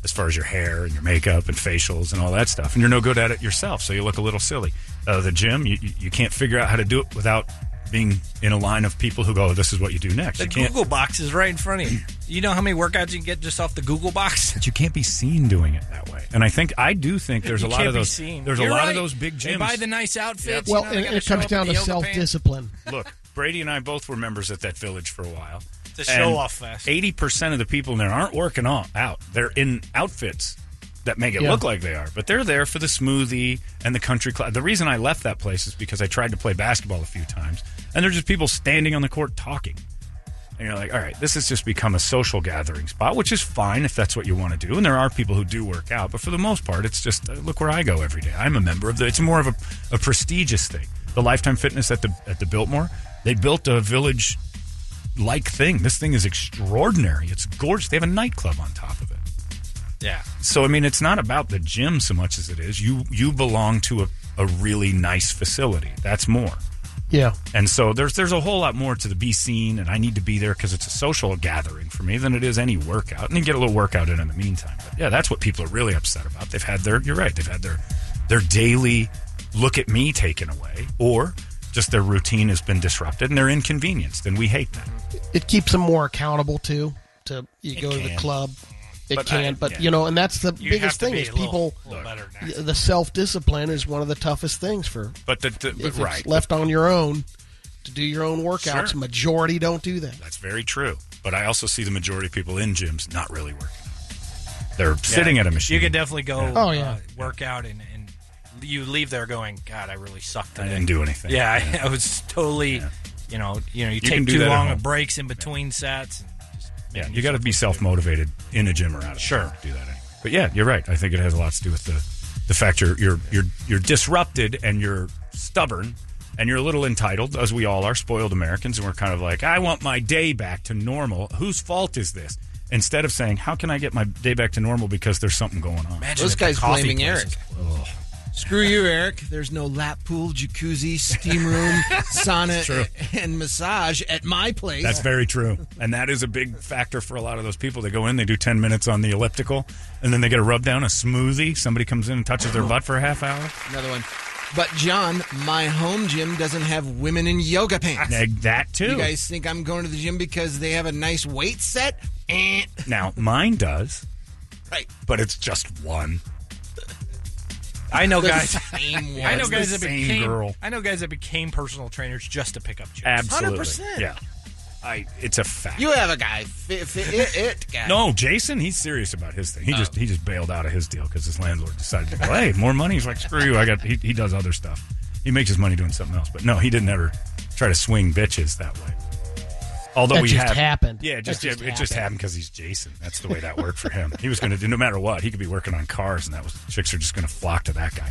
Speaker 1: as far as your hair and your makeup and facials and all that stuff. And you're no good at it yourself, so you look a little silly. Uh, the gym, you, you- you can't figure out how to do it without being in a line of people who go, oh, this is what you do next.
Speaker 6: The
Speaker 1: You can't,
Speaker 6: Google box is right in front of you. You know how many workouts you can get just off the Google box?
Speaker 1: but you can't be seen doing it that way. And I think, I do think there's a
Speaker 6: You
Speaker 1: lot
Speaker 6: can't
Speaker 1: of
Speaker 6: be
Speaker 1: those,
Speaker 6: seen.
Speaker 1: there's
Speaker 6: You're
Speaker 1: a lot
Speaker 6: right.
Speaker 1: of those big gyms.
Speaker 6: They buy the nice outfits.
Speaker 2: Well,
Speaker 6: you know,
Speaker 2: and
Speaker 6: they gotta
Speaker 2: it
Speaker 6: show
Speaker 2: comes
Speaker 6: up in
Speaker 2: down
Speaker 6: the
Speaker 2: to
Speaker 6: yoga
Speaker 2: self
Speaker 6: pants.
Speaker 2: discipline.
Speaker 1: look, Brady and I both were members at that village for a while.
Speaker 6: It's a show-off fest.
Speaker 1: Eighty percent of the people in there aren't working all out. They're in outfits that make it
Speaker 2: Yeah.
Speaker 1: look like they are, but they're there for the smoothie and the country club. The reason I left that place is because I tried to play basketball a few times, and there's just people standing on the court talking. And you're like, all right, this has just become a social gathering spot, which is fine if that's what you want to do. And there are people who do work out, but for the most part, it's just uh, look where I go every day. I'm a member of the. It's more of a, a prestigious thing. The Lifetime Fitness at the at the Biltmore, they built a village like thing. This thing is extraordinary. It's gorgeous. They have a nightclub on top of it.
Speaker 6: Yeah.
Speaker 1: So I mean, it's not about the gym so much as it is you you belong to a, a really nice facility. That's more.
Speaker 2: Yeah.
Speaker 1: And so there's there's a whole lot more to the be seen, and I need to be there because it's a social gathering for me than it is any workout. And you get a little workout in in the meantime. But yeah, that's what people are really upset about. They've had their you're right. They've had their their daily look at me taken away, or just their routine has been disrupted and they're inconvenienced, and we hate that.
Speaker 2: It keeps them more accountable, too. To You go to the
Speaker 1: can.
Speaker 2: club, it
Speaker 1: But I-
Speaker 2: can. but,
Speaker 1: yeah.
Speaker 2: you know, and that's the
Speaker 6: You'd have
Speaker 2: biggest
Speaker 6: to
Speaker 2: thing
Speaker 6: be
Speaker 2: is
Speaker 6: a little-
Speaker 2: people,
Speaker 6: a little better next
Speaker 2: the self discipline is one of the toughest things for
Speaker 1: But the, the
Speaker 2: if
Speaker 1: but right,
Speaker 2: it's left on your own to do your own workouts.
Speaker 1: Sure.
Speaker 2: Majority don't do that.
Speaker 1: That's very true. But I also see the majority of people in gyms not really working. They're sitting at a machine.
Speaker 6: You could definitely go
Speaker 2: Oh,
Speaker 6: uh,
Speaker 2: yeah.
Speaker 6: work out and, and you leave there going, God, I really sucked
Speaker 1: I
Speaker 6: today.
Speaker 1: didn't do anything.
Speaker 6: Yeah, I, I was totally, you know, you know, you,
Speaker 1: can
Speaker 6: take
Speaker 1: do
Speaker 6: too
Speaker 1: that at
Speaker 6: long
Speaker 1: home.
Speaker 6: of breaks in between sets. And just
Speaker 1: Yeah,
Speaker 6: making
Speaker 1: you got to
Speaker 6: yourself
Speaker 1: be
Speaker 6: look
Speaker 1: self motivated in a gym or out of sure to do that. Anyway. But yeah, you're right. I think it has a lot to do with the the fact you're you're you're, you're disrupted and you're stubborn, and you're a little entitled, as we all are, spoiled Americans, and we're kind of like, I want my day back to normal. Whose fault is this? Instead of saying, How can I get my day back to normal because there's something going on?
Speaker 6: Imagine
Speaker 5: Those
Speaker 6: at the
Speaker 5: guys
Speaker 6: coffee
Speaker 5: blaming
Speaker 6: places.
Speaker 5: Eric. Screw you, Eric. There's no lap pool, jacuzzi, steam room, sauna, and massage at my place.
Speaker 1: That's very true. And that is a big factor for a lot of those people. They go in, they do 10 minutes on the elliptical, and then they get a rub down, a smoothie. Somebody comes in and touches their butt for a half hour.
Speaker 5: Another one. But John, my home gym doesn't have women in yoga pants.
Speaker 1: Neg that too.
Speaker 5: You guys think I'm going to the gym because they have a nice weight set? Eh.
Speaker 1: now, mine does,
Speaker 5: Right.
Speaker 1: but it's just one.
Speaker 6: I know guys.
Speaker 5: Same
Speaker 6: Oh, I know
Speaker 5: ones.
Speaker 6: guys
Speaker 1: the
Speaker 6: that
Speaker 1: same
Speaker 6: became.
Speaker 1: girl.
Speaker 6: I know guys that became personal trainers just to pick up chicks.
Speaker 1: Absolutely.
Speaker 5: 100%.
Speaker 1: Yeah. I, it's a fact.
Speaker 5: You have a guy. Fit, fit, it, it guy.
Speaker 1: no, Jason, he's serious about his thing. He just he just bailed out of his deal because his landlord decided to go, hey, more money. He's like, screw you. I got. He, he does other stuff. He makes his money doing something else. But no, he didn't ever try to swing bitches that way. Although
Speaker 2: That
Speaker 1: we
Speaker 2: just
Speaker 1: have-
Speaker 2: happened.
Speaker 1: Yeah,
Speaker 2: That
Speaker 1: just,
Speaker 2: just
Speaker 1: it, it just
Speaker 2: happened.
Speaker 1: happened because he's Jason. That's the way that worked for him. He was going to do no matter what. He could be working on cars, and that was chicks are just going to flock to that guy.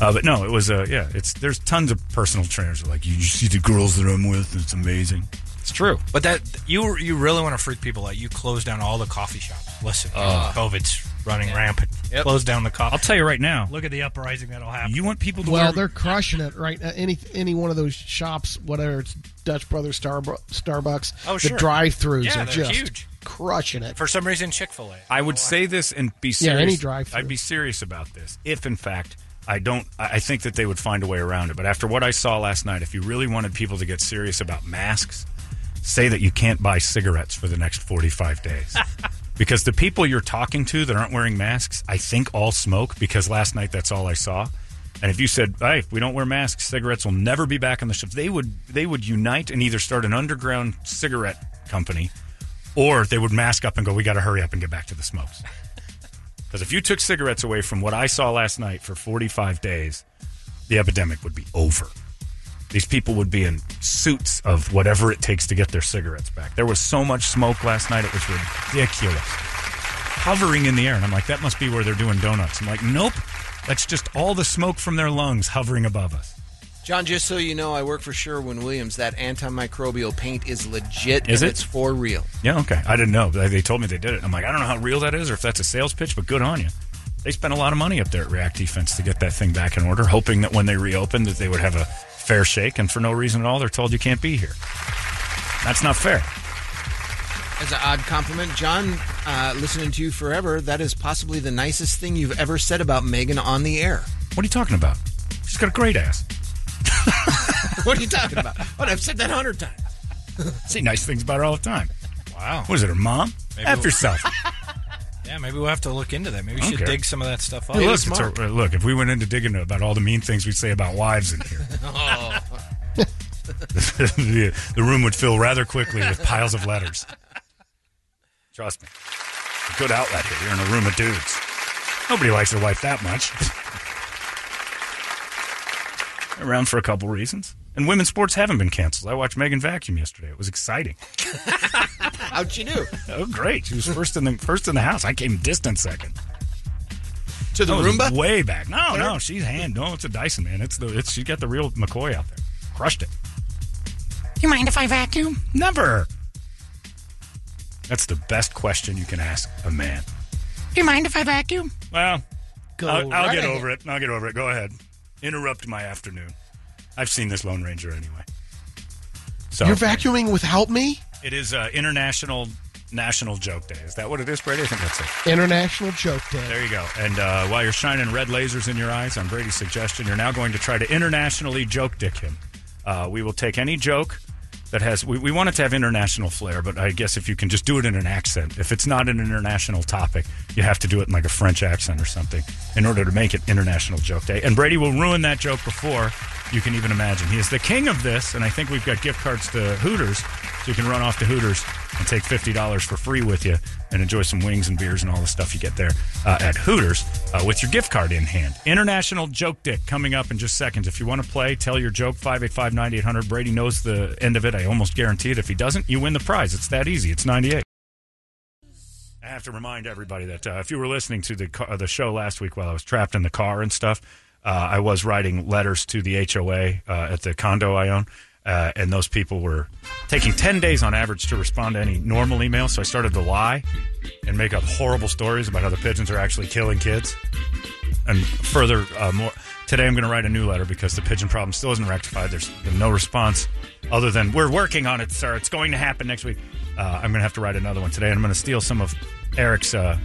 Speaker 1: Uh, but no, it was uh, yeah. It's there's tons of personal trainers that are like you, you see the girls that I'm with. It's amazing.
Speaker 6: It's true. But that you you really want to freak people out. You close down all the coffee shops. Listen,
Speaker 1: Uh.
Speaker 6: COVID's running rampant. Close down the coffee.
Speaker 1: I'll tell you right now.
Speaker 4: Look at the uprising that'll happen.
Speaker 1: You want people to
Speaker 2: Well,
Speaker 1: wear
Speaker 2: they're crushing it right now. Any any one of those shops, whatever it's Dutch Brothers, Starbu- Starbucks,
Speaker 6: Oh,
Speaker 2: the
Speaker 6: sure.
Speaker 2: drive-throughs
Speaker 6: Yeah,
Speaker 2: are
Speaker 6: they're
Speaker 2: just
Speaker 6: huge.
Speaker 2: crushing it.
Speaker 6: For some reason, Chick Fil A.
Speaker 1: I would say this and be
Speaker 2: Yeah,
Speaker 1: serious.
Speaker 2: any drive-thru.
Speaker 1: I'd be serious about this. If in fact I don't, I I think that they would find a way around it. But after what I saw last night, if you really wanted people to get serious about masks, say that you can't buy cigarettes for the next forty-five days. Because the people you're talking to that aren't wearing masks, I think all smoke. Because last night, that's all I saw. And if you said, "Hey, if we don't wear masks, cigarettes will never be back on the shelves," they would they would unite and either start an underground cigarette company or they would mask up and go, "We got to hurry up and get back to the smokes." Because if you took cigarettes away from what I saw last night for 45 days, the epidemic would be over. These people would be in suits of whatever it takes to get their cigarettes back. There was so much smoke last night; it was ridiculous, hovering in the air. And I'm like, that must be where they're doing donuts. I'm like, nope, that's just all the smoke from their lungs hovering above us.
Speaker 5: John, just so you know, I work for Sherwin Williams. That antimicrobial paint is legit.
Speaker 1: Is
Speaker 5: and
Speaker 1: it?
Speaker 5: It's for real.
Speaker 1: Yeah, okay. I didn't know. They they told me they did it. I'm like, I don't know how real that is or if that's a sales pitch, but good on you. They spent a lot of money up there at React Defense to get that thing back in order, hoping that when they reopened that they would have a fair shake. And for no reason at all, they're told you can't be here. That's not fair.
Speaker 5: As an odd compliment, John, uh, listening to you forever, that is possibly the nicest thing you've ever said about Megan on the air.
Speaker 1: What are you talking about? She's got a great ass.
Speaker 5: What are you talking about? What I've said that a hundred times.
Speaker 1: I say nice things about her all the time.
Speaker 6: Wow.
Speaker 1: What is it, her mom?
Speaker 6: Maybe
Speaker 1: F
Speaker 6: we'll-
Speaker 1: yourself.
Speaker 6: Yeah, maybe we'll have to look into that. Maybe we
Speaker 1: Okay.
Speaker 6: should dig some of that stuff up.
Speaker 1: Hey, look, it's a, look, if we went into digging about all the mean things we say about wives in here,
Speaker 10: Oh.
Speaker 1: the, the room would fill rather quickly with piles of letters. Trust me. A good outlet here. You're in a room of dudes. Nobody likes their wife that much. Around for a couple reasons. And women's sports haven't been canceled. I watched Megan vacuum yesterday. It was exciting.
Speaker 5: How'd you do?
Speaker 1: Oh, great! She was first in the first in the house. I came distant second.
Speaker 5: To the
Speaker 1: That was
Speaker 5: Roomba?
Speaker 1: way back. No, no, she's hand. No, it's a Dyson, man. It's the it's she's got the real McCoy out there. Crushed it. You mind if I vacuum? Never. That's the best question you can ask a man.
Speaker 9: you mind if I vacuum?
Speaker 1: Well,
Speaker 2: Go
Speaker 1: I'll, I'll get
Speaker 2: right.
Speaker 1: over it. I'll get over it. Go ahead. Interrupt my afternoon. I've seen this Lone Ranger anyway. So
Speaker 2: You're vacuuming without me?
Speaker 1: it is uh, International National Joke Day. Is that what it is, Brady? I think that's it.
Speaker 2: International Joke Day.
Speaker 1: There you go. And uh, while you're shining red lasers in your eyes on Brady's suggestion, you're now going to try to internationally joke dick him. Uh, we will take any joke that has. We, we want it to have international flair, but I guess if you can just do it in an accent. If it's not an international topic, you have to do it in like a French accent or something in order to make it International Joke Day. And Brady will ruin that joke before you can even imagine. He is the king of this, and I think we've got gift cards to Hooters, so you can run off to Hooters and take $50 for free with you and enjoy some wings and beers and all the stuff you get there uh, at Hooters uh, with your gift card in hand. International Joke Dick coming up in just seconds. If you want to play, tell your joke 585 9800. Brady knows the end of it. I almost guarantee it. If he doesn't, you win the prize. It's that easy. It's 98. I have to remind everybody that uh, if you were listening to the ca- uh, the show last week while I was trapped in the car and stuff, uh, I was writing letters to the HOA uh, at the condo I own, uh, and those people were taking 10 days on average to respond to any normal email. So I started to lie and make up horrible stories about how the pigeons are actually killing kids. And further, uh, more today, I'm going to write a new letter because the pigeon problem still isn't rectified. There's been no response other than we're working on it, sir. It's going to happen next week. Uh, I'm going to have to write another one today, and I'm going to steal some of Eric's uh,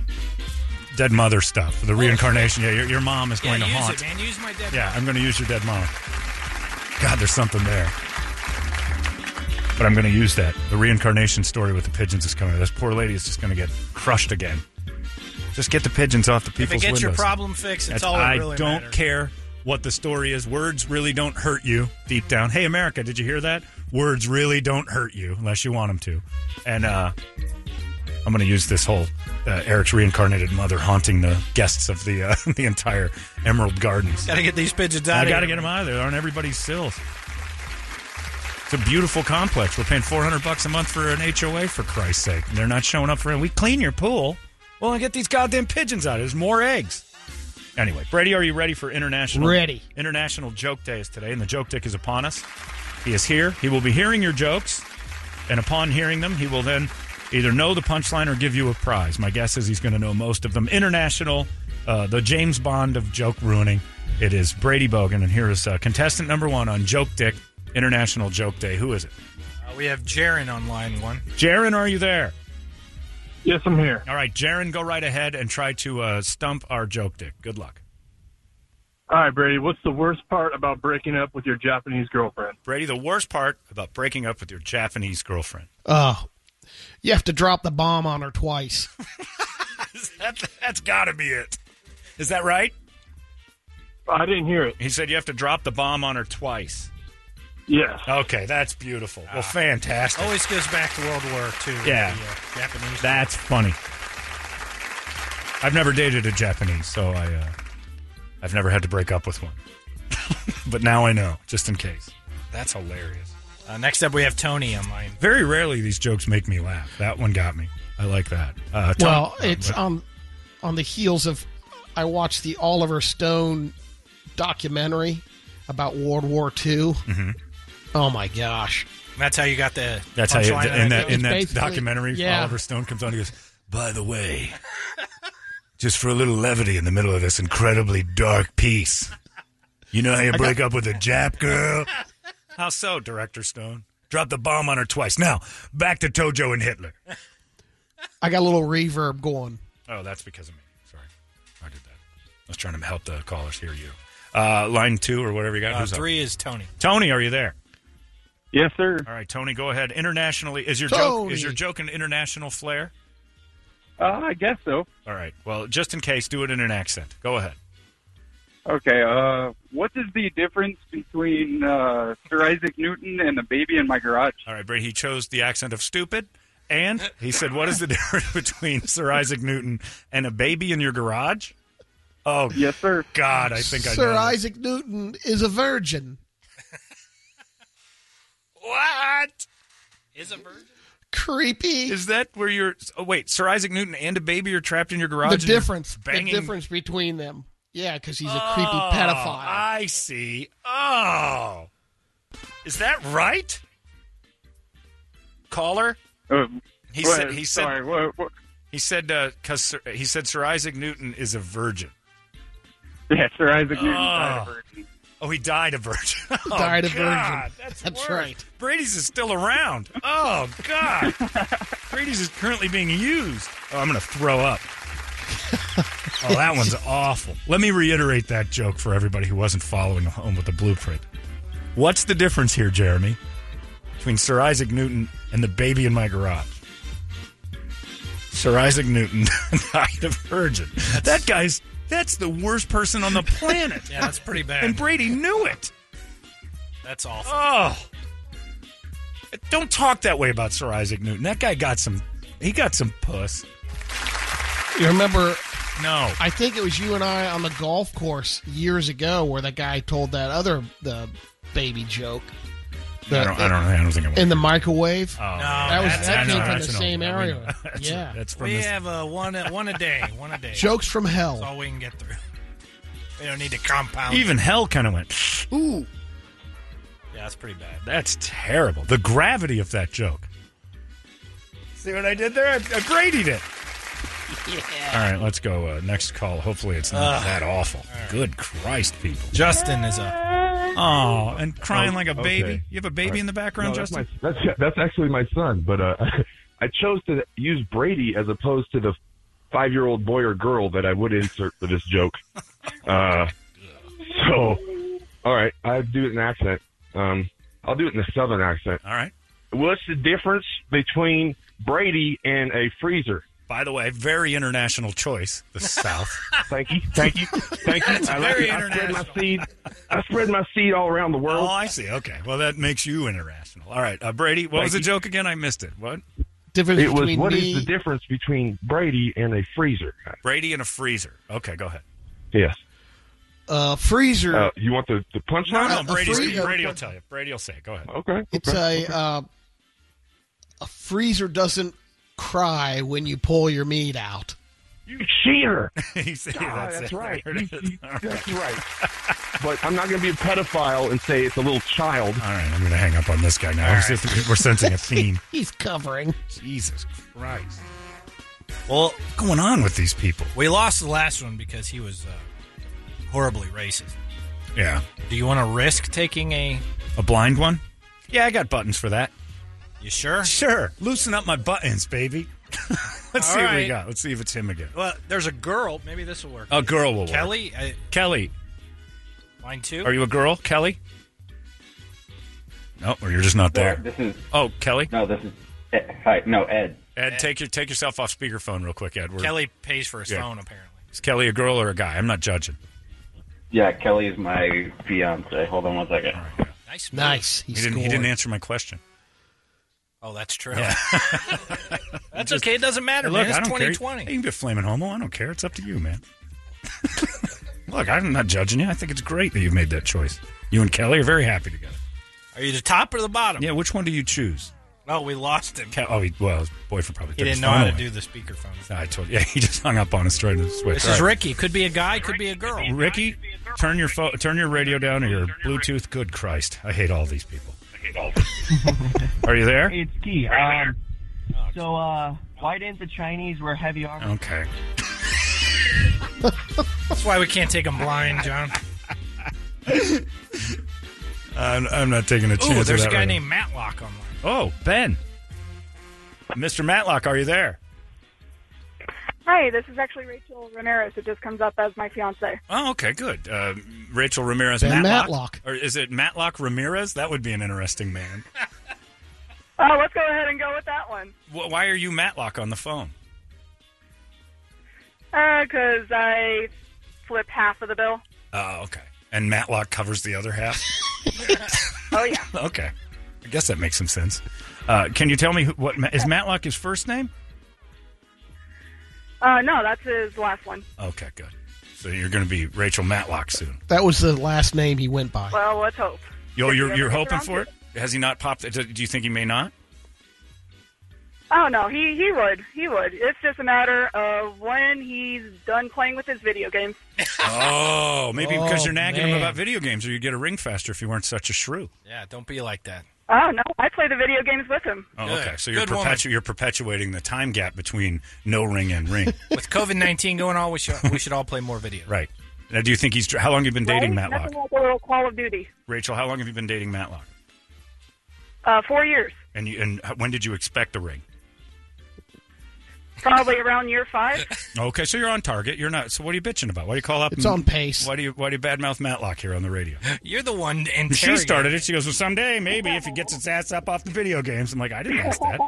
Speaker 1: dead mother stuff, the reincarnation. Yeah, your, your mom is going to
Speaker 6: use
Speaker 1: haunt.
Speaker 6: it, man. Use my dead.
Speaker 1: Yeah, I'm going to use your dead mom. God, there's something there. But I'm going to use that. The reincarnation story with the pigeons is coming. This poor lady is just going to get crushed again. Just get the pigeons off the
Speaker 6: If it
Speaker 1: people's
Speaker 6: gets your
Speaker 1: windows.
Speaker 6: problem fixed, it's
Speaker 1: That's-
Speaker 6: all that
Speaker 1: I
Speaker 6: really
Speaker 1: don't
Speaker 6: matters.
Speaker 1: care what the story is. Words really don't hurt you deep down. Hey, America, did you hear that? Words really don't hurt you unless you want them to. And uh, I'm going to use this whole uh, Eric's reincarnated mother haunting the guests of the uh, the entire Emerald Gardens.
Speaker 6: Gotta get these pigeons out.
Speaker 1: I got to get them out of there. They're on everybody's sills. It's a beautiful complex. We're paying 400 bucks a month for an HOA, for Christ's sake. And they're not showing up for it. We clean your pool. Well, and get these goddamn pigeons out. There's more eggs. Anyway, Brady, are you ready for international?
Speaker 2: Ready.
Speaker 1: International Joke Day is today, and the joke dick is upon us. He is here. He will be hearing your jokes, and upon hearing them, he will then either know the punchline or give you a prize. My guess is he's going to know most of them. International, uh, the James Bond of joke ruining. It is Brady Bogan, and here is uh, contestant number one on Joke Dick International Joke Day. Who is it?
Speaker 6: Uh, we have Jaron on line one.
Speaker 1: Jaron, are you there?
Speaker 11: Yes, I'm here.
Speaker 1: All right, Jaron, go right ahead and try to uh, stump our joke dick. Good luck.
Speaker 11: All right, Brady. What's the worst part about breaking up with your Japanese girlfriend?
Speaker 1: Brady, the worst part about breaking up with your Japanese girlfriend.
Speaker 2: Oh, you have to drop the bomb on her twice.
Speaker 1: That, that's got to be it. Is that right?
Speaker 11: I didn't hear it.
Speaker 1: He said you have to drop the bomb on her twice.
Speaker 11: Yes.
Speaker 1: Okay, that's beautiful. Well, fantastic.
Speaker 4: Always goes back to World War II.
Speaker 1: Yeah.
Speaker 4: the, uh, Japanese.
Speaker 1: That's funny. I've never dated a Japanese, so I, uh, I've never had to break up with one. but now I know, just in case. That's hilarious.
Speaker 6: Uh, next up, we have Tony on line.
Speaker 1: Very rarely these jokes make me laugh. That one got me. I like that. Uh, Tom-
Speaker 2: well, it's on on the heels of I watched the Oliver Stone documentary about World War II.
Speaker 6: Mm-hmm.
Speaker 2: Oh my gosh!
Speaker 6: That's how you got the.
Speaker 1: That's how you,
Speaker 6: punchline
Speaker 1: in that
Speaker 2: joke.
Speaker 1: in that
Speaker 2: Basically,
Speaker 1: documentary,
Speaker 2: yeah.
Speaker 1: Oliver Stone comes on. and goes,
Speaker 8: By the way, just for a little levity in the middle of this incredibly dark piece, you know how you break up with a Jap girl?
Speaker 1: "How so, Director Stone?"
Speaker 8: Drop the bomb on her twice. Now, back to Tojo and Hitler.
Speaker 2: I got a little reverb going.
Speaker 1: Oh, that's because of me. Sorry, I did that. I was trying to help the callers hear you. Uh, line two or whatever you got.
Speaker 6: Uh,
Speaker 1: Who's up?
Speaker 6: three is Tony.
Speaker 1: Tony, are you there?
Speaker 11: Yes, sir.
Speaker 1: All right, Tony, go ahead. Internationally, is your joke
Speaker 2: Tony!
Speaker 1: is your joke an international flair?
Speaker 11: Uh, I guess so.
Speaker 1: All right. Well, just in case, do it in an accent. Go ahead.
Speaker 11: Okay. Uh, what is the difference between uh, Sir Isaac Newton and the baby in my garage?
Speaker 1: All right, Brady. He chose the accent of stupid, and he said, "What is the difference between Sir Isaac Newton and a baby in your garage?" Oh
Speaker 11: Yes, sir.
Speaker 1: God, I think I
Speaker 2: Sir
Speaker 1: know. this.
Speaker 2: Isaac Newton is a virgin.
Speaker 1: What
Speaker 6: Is a virgin?
Speaker 2: Creepy.
Speaker 1: is that? Where you're? Oh, wait, Sir Isaac Newton and a baby are trapped in your garage.
Speaker 2: the
Speaker 1: and you're
Speaker 2: difference. The
Speaker 1: banging-
Speaker 2: difference between them. Yeah, because he's a
Speaker 1: Oh,
Speaker 2: creepy pedophile.
Speaker 1: I see. Oh, is that right? Caller,
Speaker 11: Uh,
Speaker 1: he
Speaker 11: what-
Speaker 1: said. He said.
Speaker 11: Sorry. What, what,
Speaker 1: He said. Uh, cause Sir, he said Sir Isaac Newton is a virgin.
Speaker 11: yeah, Sir Isaac Newton died of
Speaker 1: Oh.
Speaker 11: virgin.
Speaker 1: Oh, he died a virgin. Oh,
Speaker 2: Died a
Speaker 1: God,
Speaker 2: virgin.
Speaker 1: That's,
Speaker 2: That's
Speaker 1: worse.
Speaker 2: right.
Speaker 1: Brady's is still around. Oh God, Brady's is currently being used. Oh, I'm gonna throw up. Oh, that one's awful. Let me reiterate that joke for everybody who wasn't following home with the blueprint. What's the difference here, Jeremy, between Sir Isaac Newton and the baby in my garage? Sir Isaac Newton died a virgin. that guy's that's the worst person on the planet.
Speaker 6: Yeah, that's pretty bad.
Speaker 1: And Brady knew it.
Speaker 6: that's awful.
Speaker 1: Oh. Don't talk that way about Sir Isaac Newton. That guy got some he got some puss.
Speaker 2: You remember?
Speaker 1: No.
Speaker 2: I think it was you and I on the golf course years ago where the guy told that other the baby joke.
Speaker 1: I don't I don't I don't think I'm
Speaker 2: in the microwave.
Speaker 1: Oh,
Speaker 2: that
Speaker 1: that's-
Speaker 2: was that
Speaker 1: I know,
Speaker 2: came from
Speaker 1: that's
Speaker 2: the
Speaker 1: an old
Speaker 2: same
Speaker 1: one. We know.
Speaker 2: area.
Speaker 1: That's-
Speaker 2: yeah,
Speaker 1: That's from
Speaker 6: We uh,
Speaker 1: this
Speaker 6: have a one, a one a day, one a day.
Speaker 2: jokes from
Speaker 6: That's
Speaker 2: hell.
Speaker 6: all we can get through. We don't need to compound.
Speaker 1: Even hell kind of went.
Speaker 6: Ooh. Yeah, that's pretty bad.
Speaker 1: That's terrible. The gravity of that joke. See what I did there? I, I gradied it.
Speaker 6: Yeah.
Speaker 1: All right, let's go. Uh, next call. Hopefully, it's not
Speaker 6: Ugh.
Speaker 1: that awful. Good Christ, people.
Speaker 6: Justin is up.
Speaker 1: Oh, and crying like a
Speaker 12: okay.
Speaker 1: baby. You have a baby
Speaker 12: All right.
Speaker 1: in the background,
Speaker 12: No, that's
Speaker 1: Justin?
Speaker 12: my- that's that's actually my son, but uh, I chose to use Brady as opposed to the five-year-old boy or girl that I would insert for this joke. Uh, so, all right, I do it in accent. Um, I'll do it in a southern accent.
Speaker 1: All right.
Speaker 12: What's the difference between Brady and a freezer?
Speaker 1: By the way, very international choice. The South.
Speaker 12: Thank you, thank you, thank you.
Speaker 1: That's
Speaker 12: I like
Speaker 1: very
Speaker 12: it. I spread my seed. I spread my seed all around the world.
Speaker 1: Oh, I see. Okay. Well, that makes you international. All right, uh, Brady. What was the
Speaker 12: Thank
Speaker 1: joke again? I missed it. What?
Speaker 12: it was what is the difference between Brady and a freezer?
Speaker 1: Brady in a freezer. Okay, go ahead.
Speaker 12: Yes.
Speaker 2: Uh, freezer.
Speaker 12: Uh, you want the, the punchline?
Speaker 1: No, no,
Speaker 2: a
Speaker 1: Brady,
Speaker 2: freezer-
Speaker 1: Brady will tell you. Brady will say it. Go ahead.
Speaker 12: Okay.
Speaker 2: It's a uh, a freezer doesn't cry when you pull your meat out.
Speaker 12: You cheater!
Speaker 1: You see,
Speaker 13: Oh,
Speaker 12: Ah,
Speaker 1: that's
Speaker 12: that's
Speaker 1: it.
Speaker 12: right.
Speaker 1: There it
Speaker 12: You-
Speaker 1: is.
Speaker 12: you- that's right. But I'm not going to be a pedophile and say it's a little child.
Speaker 1: All right, I'm going to hang up on this guy now. We're sensing a theme.
Speaker 2: He's covering.
Speaker 1: Jesus Christ. Well, what's going on with these people?
Speaker 6: We lost the last one because he was uh, horribly racist.
Speaker 1: Yeah.
Speaker 6: Do you want to risk taking a?
Speaker 1: A blind one? Yeah, I got buttons for that.
Speaker 6: You sure?
Speaker 1: Sure. Loosen up my buttons, baby. Let's
Speaker 6: All
Speaker 1: see what we
Speaker 6: right.
Speaker 1: got. Let's see if it's him again.
Speaker 6: Well, there's a girl. Maybe this will work.
Speaker 1: A girl will work.
Speaker 6: Oh, Kelly, uh,
Speaker 1: Kelly,
Speaker 6: line two.
Speaker 1: are you a girl, Kelly? No, or you're just not there.
Speaker 14: This is
Speaker 1: Oh, Kelly.
Speaker 14: no. This is Ed. hi. No, Ed.
Speaker 1: Ed, take your take yourself off speakerphone real quick, Edward.
Speaker 6: Kelly pays for his
Speaker 1: Yeah.
Speaker 6: phone apparently.
Speaker 1: Is Kelly a girl or a guy? I'm not judging.
Speaker 14: Yeah, Kelly is my fiance. Hold on one second.
Speaker 6: Nice. move.
Speaker 2: Nice. He,
Speaker 1: He, didn't,
Speaker 2: scored.
Speaker 1: he didn't answer my question.
Speaker 6: Oh, that's true.
Speaker 1: Yeah.
Speaker 6: that's okay. It doesn't matter.
Speaker 1: Hey,
Speaker 6: man.
Speaker 1: look,
Speaker 6: It's
Speaker 1: I don't care.
Speaker 6: 2020.
Speaker 1: You can be a flaming homo. I don't care. It's up to you, man. look, I'm not judging you. I think it's great that you've made that choice. You and Kelly are very happy together.
Speaker 6: Are you the top or the bottom?
Speaker 1: Yeah, which one do you choose?
Speaker 6: No, we lost him.
Speaker 1: Ke- oh, he, well, his boyfriend probably
Speaker 6: He
Speaker 1: took
Speaker 6: didn't
Speaker 1: his
Speaker 6: know how
Speaker 1: phone
Speaker 6: to
Speaker 1: away.
Speaker 6: do the speakerphone.
Speaker 1: I told Yeah, he just hung up on us straight to the switch.
Speaker 6: This
Speaker 1: All
Speaker 6: is
Speaker 1: right.
Speaker 6: Ricky. Could be a guy. Could be a girl.
Speaker 1: Ricky, turn your phone, turn your radio down or your Bluetooth. Good Christ, I hate all these people. I hate all. Are you there? Oh,
Speaker 15: It's Key. Um, so, uh, why didn't the Chinese wear heavy armor?
Speaker 1: Okay.
Speaker 6: That's why we can't take him blind, John.
Speaker 1: I'm, I'm not taking a chance.
Speaker 6: Ooh,
Speaker 1: with
Speaker 6: there's a
Speaker 1: that
Speaker 6: guy
Speaker 1: right now.
Speaker 6: named Matlock online.
Speaker 1: Oh, Ben, Mr. Matlock, are you there?
Speaker 13: Hi, this is actually Rachel Ramirez. It just comes up as my fiance.
Speaker 1: Oh, okay, good. Uh, Rachel Ramirez
Speaker 2: Ben
Speaker 1: Matlock. Or is it Matlock Ramirez? That would be an interesting man.
Speaker 13: Oh, let's go ahead and go with that one.
Speaker 1: Wh- Why are you Matlock on the phone?
Speaker 13: Because I flip half of the bill.
Speaker 1: Oh, okay. And Matlock covers the other half?
Speaker 13: Oh, yeah.
Speaker 1: okay. I guess that makes some sense. Uh, can you tell me who, what Ma- is Matlock his first name?
Speaker 13: Uh, no, that's his last one.
Speaker 1: Okay, good. So you're going to be Rachel Matlock soon.
Speaker 2: That was the last name he went by.
Speaker 13: Well, let's hope.
Speaker 1: Yo, you're,
Speaker 13: ever
Speaker 1: you're
Speaker 13: get
Speaker 1: hoping
Speaker 13: around
Speaker 1: for it? Has he not popped? uh, Do do you think he may not?
Speaker 13: Oh, no, he, he would. He would. It's just a matter of when he's done playing with his video games.
Speaker 1: Oh, maybe because
Speaker 6: Oh,
Speaker 1: you're nagging him
Speaker 6: man.
Speaker 1: about video games, or you'd get a ring faster if you weren't such a shrew.
Speaker 6: Yeah, don't be like that.
Speaker 13: Oh, no, I play the video games with him.
Speaker 1: Oh,
Speaker 6: Good.
Speaker 1: okay. So you're
Speaker 6: Good woman.
Speaker 1: perpetu- you're perpetuating the time gap between no ring and ring,
Speaker 6: With COVID nineteen going on, we should we should all play more video.
Speaker 1: right? Now, do you think he's? How long have you been dating
Speaker 13: Right?
Speaker 1: Matlock?
Speaker 13: Nothing like a little Call of Duty.
Speaker 1: Rachel, how long have you been dating Matlock?
Speaker 13: Uh, four years.
Speaker 1: And you, and h- when did you expect the ring?
Speaker 13: Probably around year five.
Speaker 1: Okay, so you're on target. You're not. So what are you bitching about? Why do you call up?
Speaker 2: It's on pace.
Speaker 1: Why do you why do you badmouth Matlock here on the radio?
Speaker 6: You're the one. And
Speaker 1: she started it. She goes, "Well, someday maybe if he gets his ass up off the video games." I'm like, I didn't ask that.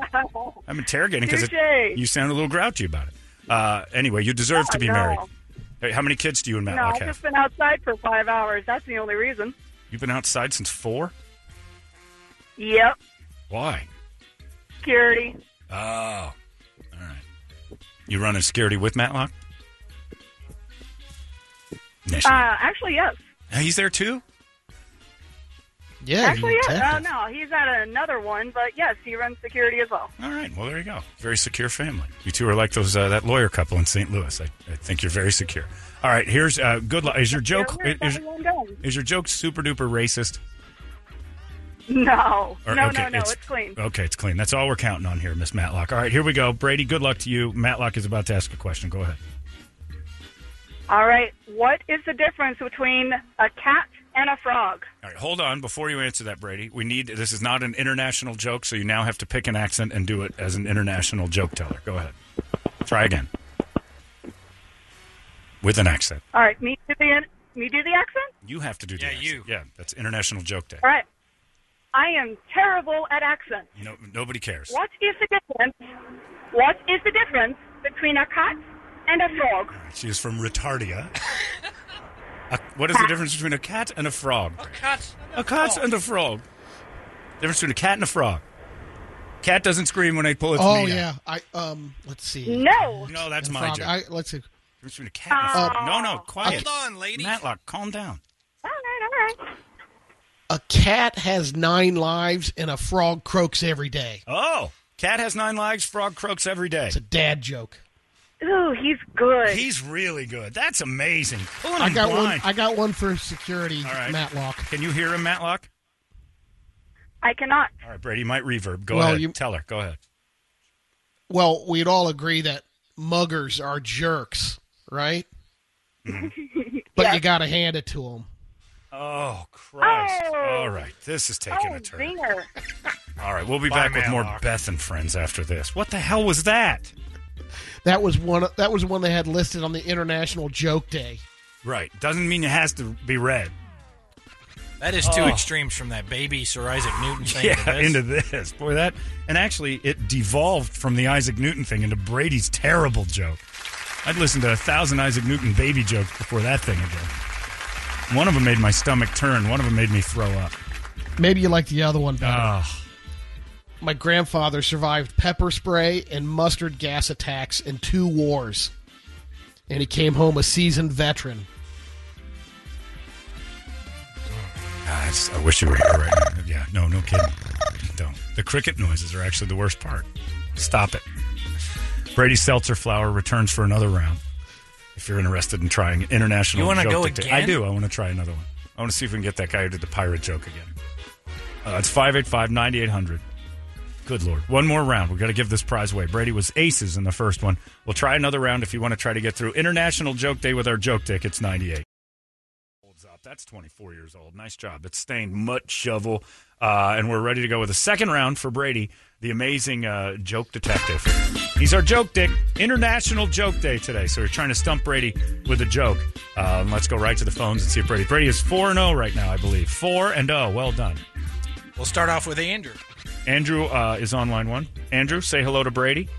Speaker 1: I'm interrogating because
Speaker 13: Touche.
Speaker 1: you sound a little grouchy about it. Uh, anyway, you deserve to be
Speaker 13: No.
Speaker 1: married. Hey, How many kids do you and
Speaker 13: no,
Speaker 1: Matlock
Speaker 13: I've
Speaker 1: have?
Speaker 13: just been outside for five hours. That's the only reason.
Speaker 1: You've been outside since four.
Speaker 13: Yep.
Speaker 1: Why?
Speaker 13: Security.
Speaker 1: Oh, all right. You running security with Matlock?
Speaker 13: Uh, actually, yes.
Speaker 1: He's there too.
Speaker 2: Yeah,
Speaker 13: Actually, yeah. Uh, no, he's at another one, but yes, he runs security as well.
Speaker 1: All right. Well, there you go. Very secure family. You two are like those uh, that lawyer couple in St. Louis. I, I think you're very secure. All right. Here's uh, good luck. Is your joke is, is your joke super duper racist?
Speaker 13: No,
Speaker 1: Or-
Speaker 13: no,
Speaker 1: okay,
Speaker 13: no, no.
Speaker 1: it's- oh.
Speaker 13: It's clean.
Speaker 1: Okay, it's clean. That's all we're counting on here, Miss Matlock. All right, here we go. Brady, good luck to you. Matlock is about to ask a question. Go ahead.
Speaker 13: All right. What is the difference between a cat and a frog?
Speaker 1: All right, hold on. Before you answer that, Brady, we need this is not an international joke, so you now have to pick an accent and do it as an international joke teller. Go ahead. Try again. With an accent.
Speaker 13: All right, me do the me do the accent.
Speaker 1: You have to do yeah, you. Yeah, that's International Joke Day.
Speaker 13: All right. I am terrible at accents.
Speaker 1: No, nobody cares.
Speaker 13: What is the difference? What is the difference between a cat and a frog?
Speaker 1: She is from Retardia. A- what is the difference between a cat and a frog?
Speaker 13: Cat.
Speaker 1: A cat and a frog. Difference between a cat and a frog. Cat doesn't scream when they pull its
Speaker 2: oh
Speaker 1: meat out.
Speaker 2: yeah, I um. Let's see.
Speaker 13: No.
Speaker 1: No, that's
Speaker 2: And
Speaker 1: my
Speaker 2: frog.
Speaker 1: joke.
Speaker 2: I, let's see.
Speaker 1: Difference between a cat and a frog.
Speaker 2: Oh.
Speaker 1: No, no, quiet.
Speaker 2: Hold
Speaker 1: on, lady. Matlock, calm down.
Speaker 13: All right, all right.
Speaker 2: A cat has nine lives, and a frog croaks every day.
Speaker 1: Oh, cat has nine lives. Frog croaks every day. It's a
Speaker 2: dad joke.
Speaker 13: Ooh, he's good.
Speaker 1: He's really good. That's amazing. Pulling
Speaker 2: I
Speaker 1: him
Speaker 2: got
Speaker 1: blind.
Speaker 2: one. I got one for security. Matlock.
Speaker 1: Can you hear him, Matlock?
Speaker 13: I cannot.
Speaker 1: All right, Brady, you might reverb. Go
Speaker 2: Well,
Speaker 1: ahead.
Speaker 2: you-
Speaker 1: Tell her. Go ahead.
Speaker 2: Well, we'd all agree that muggers are jerks, right? But you got to hand it to them.
Speaker 1: Oh, Christ.
Speaker 2: Oh.
Speaker 1: All right. This is taking a turn.
Speaker 13: Oh, Zinger.
Speaker 1: All right. We'll be
Speaker 2: Bye,
Speaker 1: back with more Beth and Friends after this. What the hell was that?
Speaker 2: That was one. That was one they had listed on the International Joke Day.
Speaker 1: Right. Doesn't mean it has to be red.
Speaker 6: That is two
Speaker 1: Oh.
Speaker 6: extremes from that baby Sir Isaac Newton thing.
Speaker 1: yeah,
Speaker 6: to this.
Speaker 1: into this. Boy, that. And actually, it devolved from the Isaac Newton thing into Brady's terrible joke. I'd listened to a thousand Isaac Newton baby jokes before that thing again. One of them made my stomach turn. One of them made me throw up.
Speaker 2: Maybe you like the other one better.
Speaker 1: Oh.
Speaker 2: My grandfather survived pepper spray and mustard gas attacks in two wars, and he came home a seasoned veteran.
Speaker 1: I, just- I wish you were here right now. Yeah, no, no kidding. Don't. The cricket noises are actually the worst part. Stop it. Brady Seltzer Flower returns for another round. If you're interested in trying an international
Speaker 6: You wanna
Speaker 1: joke
Speaker 6: go
Speaker 1: dictate-
Speaker 6: again?
Speaker 1: I do. I want to try another one. I want to see if we can get that guy who did the pirate joke again. Uh, it's 585 9800. Good Lord. One more round. We've got to give this prize away. Brady was aces in the first one. We'll try another round if you want to try to get through International Joke Day with our joke dick. It's 98. Holds up. That's 24 years old. Nice job. It's stained mutt shovel. Uh, and we're ready to go with a second round for Brady, the amazing uh, joke detective. He's our joke dick. International Joke Day today. So we're trying to stump Brady with a joke. Um, let's go right to the phones and see if Brady. Brady is 4 and 0 right now, I believe. 4 and 0. Well done.
Speaker 6: We'll start off with Andrew.
Speaker 1: Andrew uh, is on line one. Andrew, say hello to Brady.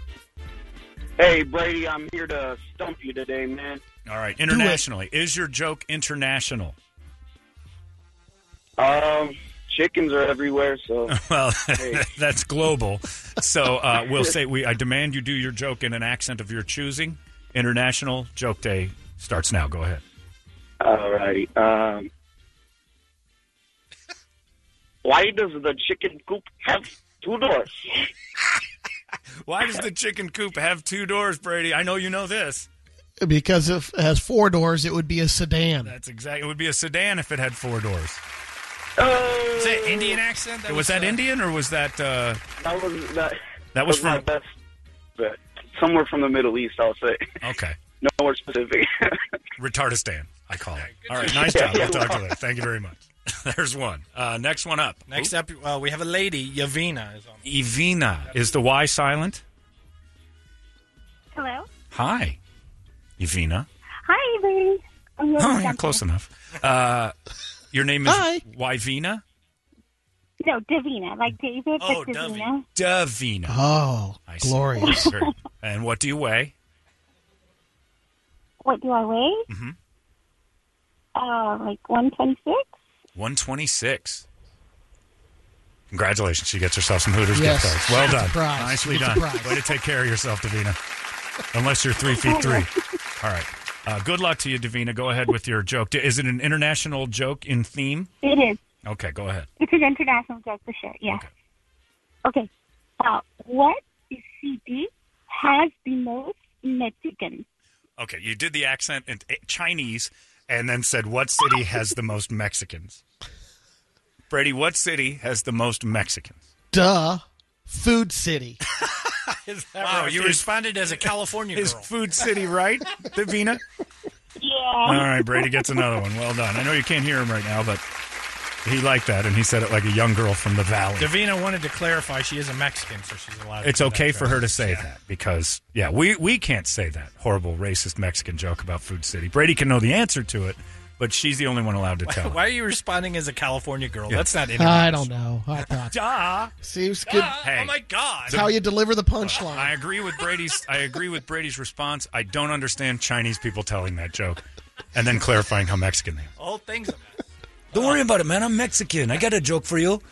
Speaker 16: Hey, Brady, I'm here to stump you today, man.
Speaker 1: All right, internationally, is your joke international?
Speaker 16: Um, chickens are everywhere, so.
Speaker 1: Well,
Speaker 16: Hey.
Speaker 1: that's global. So uh, we'll say we. I demand you do your joke in an accent of your choosing. International Joke Day starts now. Go ahead.
Speaker 16: Alrighty. Um, why does the chicken coop have two doors?
Speaker 1: Why does the chicken coop have two doors, Brady? I know you know this.
Speaker 2: Because if it has four doors, it would be a sedan.
Speaker 1: That's exactly. It would be a sedan if it had four doors.
Speaker 6: Is that Indian accent?
Speaker 1: was, that
Speaker 6: uh,
Speaker 1: Indian or was that? Uh,
Speaker 16: That was that.
Speaker 1: That was
Speaker 16: my
Speaker 1: from-
Speaker 16: best bet. Somewhere from the Middle East, I'll say.
Speaker 1: okay,
Speaker 16: Nowhere specific.
Speaker 1: retardistan. I call it. All
Speaker 16: for
Speaker 1: right,
Speaker 16: you.
Speaker 1: nice job.
Speaker 16: Yeah,
Speaker 1: We'll talk to
Speaker 16: well.
Speaker 1: you. Thank you very much. There's one. Uh, next one up.
Speaker 6: Next up, uh, we have a lady, Yavina. Is on.
Speaker 1: Evina. Is the Y silent?
Speaker 17: Hello.
Speaker 1: Hi, Evina.
Speaker 17: Hi, Brady. I'm
Speaker 1: Oh,
Speaker 17: Yvonne
Speaker 1: yeah,
Speaker 17: Duncan.
Speaker 1: close enough. Uh, your name is
Speaker 17: Hi.
Speaker 1: Yvina?
Speaker 17: No, Davina, like David,
Speaker 1: Oh,
Speaker 17: but Davina.
Speaker 1: Davina.
Speaker 2: Oh,
Speaker 1: I see.
Speaker 2: glorious.
Speaker 1: Very- and what do you weigh?
Speaker 17: What do I weigh?
Speaker 1: Mhm.
Speaker 17: Uh, like 126?
Speaker 1: 126. Congratulations. She gets herself some Hooters
Speaker 2: Yes.
Speaker 1: gift cards. Well
Speaker 2: It's a
Speaker 1: done.
Speaker 2: prize.
Speaker 1: Nicely
Speaker 2: It's a
Speaker 1: done.
Speaker 2: prize.
Speaker 1: Way to take care of yourself, Davina. Unless you're three feet three. All right. Uh, good luck to you, Davina. Go ahead with your joke. Is it an international joke in theme?
Speaker 17: It is.
Speaker 1: Okay, go ahead.
Speaker 17: It's an international joke for sure. Yeah. Okay. Uh, what city has the most Mexicans?
Speaker 1: Okay, you did the accent in eh, Chinese and then said, What city has the most Mexicans? Brady, what city has the most Mexicans?
Speaker 2: Duh, Food City.
Speaker 6: wow, you responded as a California
Speaker 1: Is
Speaker 6: girl.
Speaker 1: Food City right, Davina?
Speaker 17: Yeah.
Speaker 1: All right, Brady gets another one. Well done. I know you can't hear him right now, but he liked that, and he said it like a young girl from the valley.
Speaker 4: Davina wanted to clarify she is a Mexican, so she's allowed.
Speaker 1: It's
Speaker 4: to do
Speaker 1: okay
Speaker 4: that,
Speaker 1: for
Speaker 4: right?
Speaker 1: her to say that because, yeah, we, we can't say that horrible racist Mexican joke about Food City. Brady can know the answer to it, but she's the only one allowed to tell. it.
Speaker 6: Why are you responding as a California girl?
Speaker 1: Yeah. Uh,
Speaker 6: That's not in
Speaker 2: I don't know. I thought.
Speaker 6: Duh.
Speaker 2: Seems good.
Speaker 1: Hey, oh my
Speaker 6: God!
Speaker 2: It's how you deliver the punchline.
Speaker 1: I agree with Brady's. I agree with Brady's response. I don't understand Chinese people telling that joke, and then clarifying how Mexican they are.
Speaker 6: All things.
Speaker 8: Don't worry about it, man. I'm Mexican. I got a joke for you.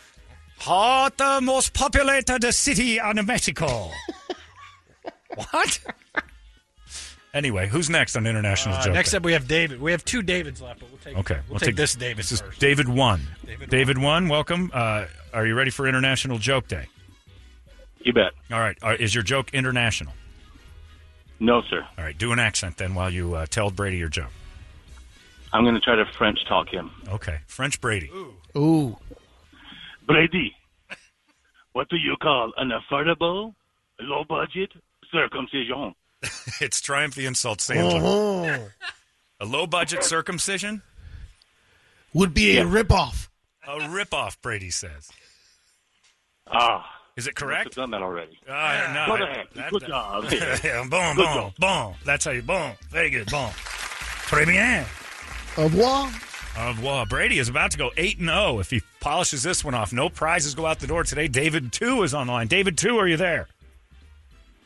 Speaker 8: Hot the most populated city on Mexico.
Speaker 1: What? Anyway, who's next on international
Speaker 4: Uh,
Speaker 1: joke?
Speaker 4: next
Speaker 1: Day?
Speaker 4: up, we have David. We have two Davids left, but we'll take.
Speaker 1: okay,
Speaker 4: we'll, take, this David
Speaker 1: This is
Speaker 4: first.
Speaker 1: David one.
Speaker 4: David
Speaker 1: David, one. Welcome. Uh, are you ready for international joke day?
Speaker 14: You bet.
Speaker 1: All right. Uh, is your joke international?
Speaker 14: No, sir.
Speaker 1: All right. Do an accent then while you uh, tell Brady your joke.
Speaker 14: I'm going to try to French talk him.
Speaker 1: Okay. French Brady.
Speaker 2: Ooh.
Speaker 14: Brady, what do you call an affordable, low budget circumcision?
Speaker 1: it's Triumph the Insult Sandler.
Speaker 2: Oh,
Speaker 1: A low budget circumcision?
Speaker 2: would be a ripoff.
Speaker 1: A ripoff, Brady says.
Speaker 14: Ah.
Speaker 1: Is it correct?
Speaker 14: I've done that already.
Speaker 1: Uh, no,
Speaker 14: Go to
Speaker 1: I-
Speaker 14: heck.
Speaker 1: that-
Speaker 14: Good
Speaker 1: that-
Speaker 14: job.
Speaker 1: yeah, bon,
Speaker 14: Good
Speaker 1: bon,
Speaker 14: job.
Speaker 1: bon. That's how you bon. Very good, bon. Très bien.
Speaker 2: Au revoir.
Speaker 1: Au revoir. Brady is about to go 8 and 0 if he polishes this one off. No prizes go out the door today. David 2 is on the line. David 2, are you there?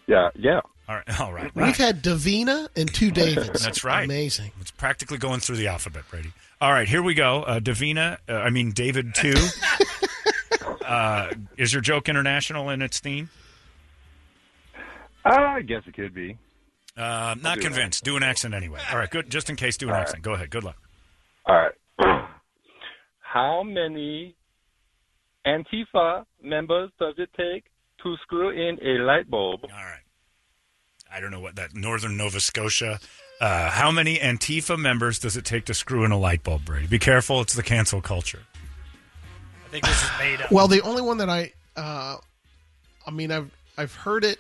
Speaker 12: Yeah, yeah.
Speaker 1: All right. All right.
Speaker 2: We've had Davina and two Davids.
Speaker 1: That's right.
Speaker 2: Amazing.
Speaker 1: It's practically going through the alphabet, Brady. All right, here we go. Uh, Davina, uh, I mean David 2. uh, is your joke international in its theme?
Speaker 12: I guess it could be.
Speaker 1: Uh,
Speaker 12: I'll
Speaker 1: not
Speaker 12: do an
Speaker 1: convinced. Do an accent anyway. All right, good. Just in case, do an
Speaker 12: All right.
Speaker 1: accent. Go ahead. Good luck.
Speaker 12: All right.
Speaker 18: How many Antifa members does it take to screw in a light bulb? All
Speaker 1: right. I don't know what that Northern Nova Scotia. Uh, how many Antifa members does it take to screw in a light bulb, Brady? Be careful. It's the cancel culture.
Speaker 4: I think this is made up.
Speaker 2: Well, the only one that I, uh, I mean, I've I've heard it,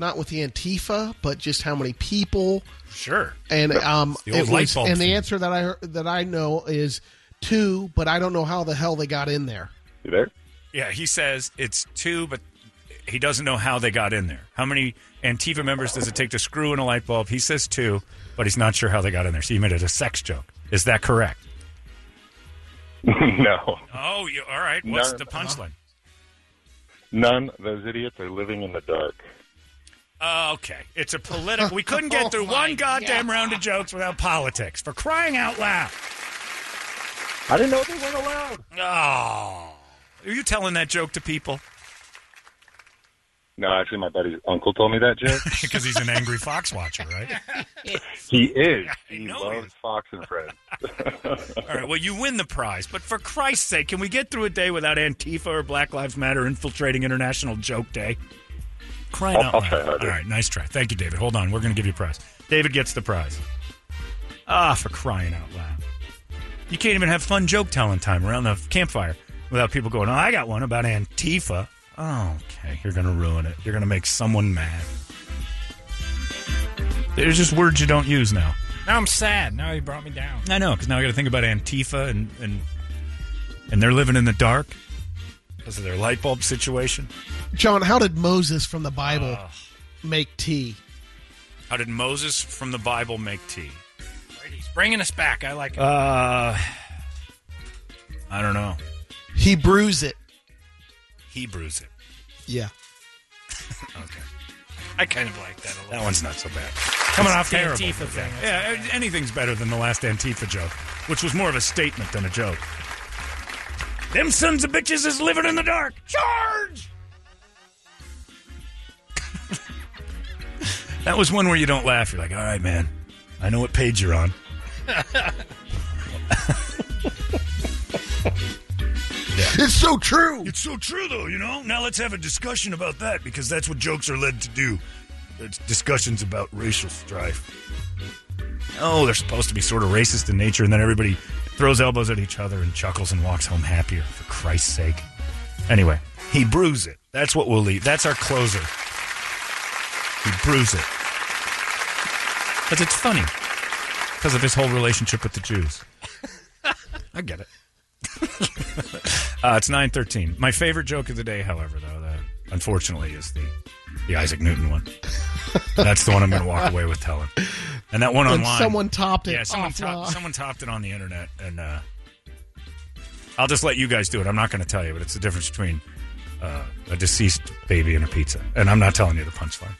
Speaker 2: not with the Antifa, but just how many people.
Speaker 1: Sure.
Speaker 2: And um,
Speaker 1: It's the old
Speaker 2: it
Speaker 1: light
Speaker 2: was,
Speaker 1: bulb
Speaker 2: and
Speaker 1: thing.
Speaker 2: the answer that I heard- that I know is two, but I don't know how the hell they got in there.
Speaker 12: You there?
Speaker 1: Yeah, he says it's two, but he doesn't know how they got in there. How many Antifa members does it take to screw in a light bulb? He says two, but he's not sure how they got in there. So you made it a sex joke. Is that correct?
Speaker 18: no.
Speaker 1: Oh, you, all right. What's
Speaker 18: No.
Speaker 1: the punchline?
Speaker 18: None. Those idiots are living in the dark.
Speaker 1: Uh, okay, it's a political. We couldn't get through one goddamn round of jokes without politics. For crying out loud!
Speaker 18: I didn't know they weren't allowed.
Speaker 1: Oh, are you telling that joke to people?
Speaker 18: No, actually, my buddy's uncle told me that joke.
Speaker 1: Because he's an angry fox watcher, right?
Speaker 18: he is.
Speaker 1: I
Speaker 18: He
Speaker 1: know
Speaker 18: loves Fox and Friends.
Speaker 1: All right. Well, you win the prize, but for Christ's sake, can we get through a day without Antifa or Black Lives Matter infiltrating International Joke Day? Crying
Speaker 18: I'll-
Speaker 1: out
Speaker 18: I'll
Speaker 1: loud.
Speaker 18: try harder.
Speaker 1: All right, nice try. Thank you, David. Hold on, we're going to give you a prize. David gets the prize. Ah, for crying out loud! You can't even have fun joke telling time around the campfire without people going, "Oh, I got one about Antifa." Oh, okay, you're going to ruin it. You're going to make someone mad. There's just words you don't use now.
Speaker 6: Now I'm sad. Now he brought me down.
Speaker 1: I know, because now I got to think about Antifa and and and they're living in the dark because of their light bulb situation.
Speaker 2: John, how did Moses from the Bible make tea?
Speaker 1: How did Moses from the Bible make tea?
Speaker 6: He's bringing us back. I like it.
Speaker 1: Uh, I don't know.
Speaker 2: He brews it.
Speaker 1: Hebrews it.
Speaker 2: Yeah.
Speaker 1: Okay,
Speaker 6: I kind of like that a little.
Speaker 1: that one's not so bad.
Speaker 6: Coming off the
Speaker 1: terrible.
Speaker 6: Antifa thing.
Speaker 1: Yeah, a- anything's better than the last Antifa joke, which was more of a statement than a joke. Them sons of bitches is living in the dark. Charge! That was one where you don't laugh. You're like, all right, man, I know what page you're on.
Speaker 2: It's so true.
Speaker 19: It's so true, though, you know? Now let's have a discussion about that because that's what jokes are led to do. It's discussions about racial strife.
Speaker 1: Oh, they're supposed to be sort of racist in nature, and then everybody throws elbows at each other and chuckles and walks home happier, for Christ's sake. Anyway, he brews it. That's what we'll leave. That's our closer. He brews it. Because it's funny. Because of his whole relationship with the Jews. I get it. Uh, it's 9.13. My favorite joke of the day, however, though, that unfortunately is the, the Isaac Newton one. That's the one I'm going to walk away with telling. And that one
Speaker 2: And
Speaker 1: online.
Speaker 2: someone topped it
Speaker 1: Yeah, someone,
Speaker 2: off
Speaker 1: top-
Speaker 2: law.
Speaker 1: someone topped it on the internet. And uh, I'll just let you guys do it. I'm not going to tell you, but it's the difference between uh, a deceased baby and a pizza. And I'm not telling you the punchline.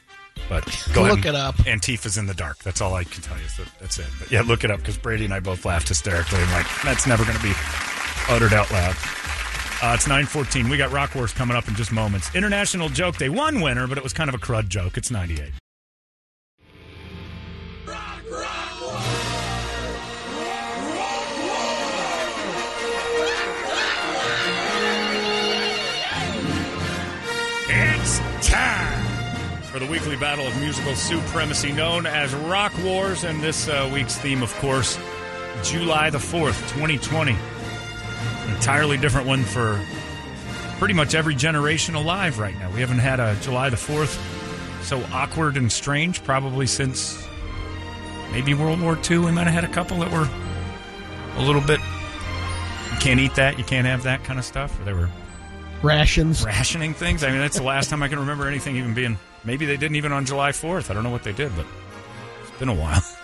Speaker 1: But go ahead
Speaker 2: Look
Speaker 1: and-
Speaker 2: it up.
Speaker 1: Antifa's in the dark. That's all I can tell you. So that's it. But yeah, look it up because Brady and I both laughed hysterically. I'm like, that's never going to be uttered out loud. Uh, it's 9:14. We got Rock Wars coming up in just moments. International Joke Day. One winner, but it was kind of a crud joke. It's 98. It's time for the weekly battle of musical supremacy known as Rock Wars, and this uh, week's theme, of course, July the 4th, 2020. An entirely different one for pretty much every generation alive right now. We haven't had a July the 4th so awkward and strange probably since maybe World War II. We might have had a couple that were a little bit. You can't eat that, you can't have that kind of stuff. Or they were
Speaker 2: Rations.
Speaker 1: rationing things. I mean, that's the last time I can remember anything even being. Maybe they didn't even on July 4th. I don't know what they did, but it's been a while.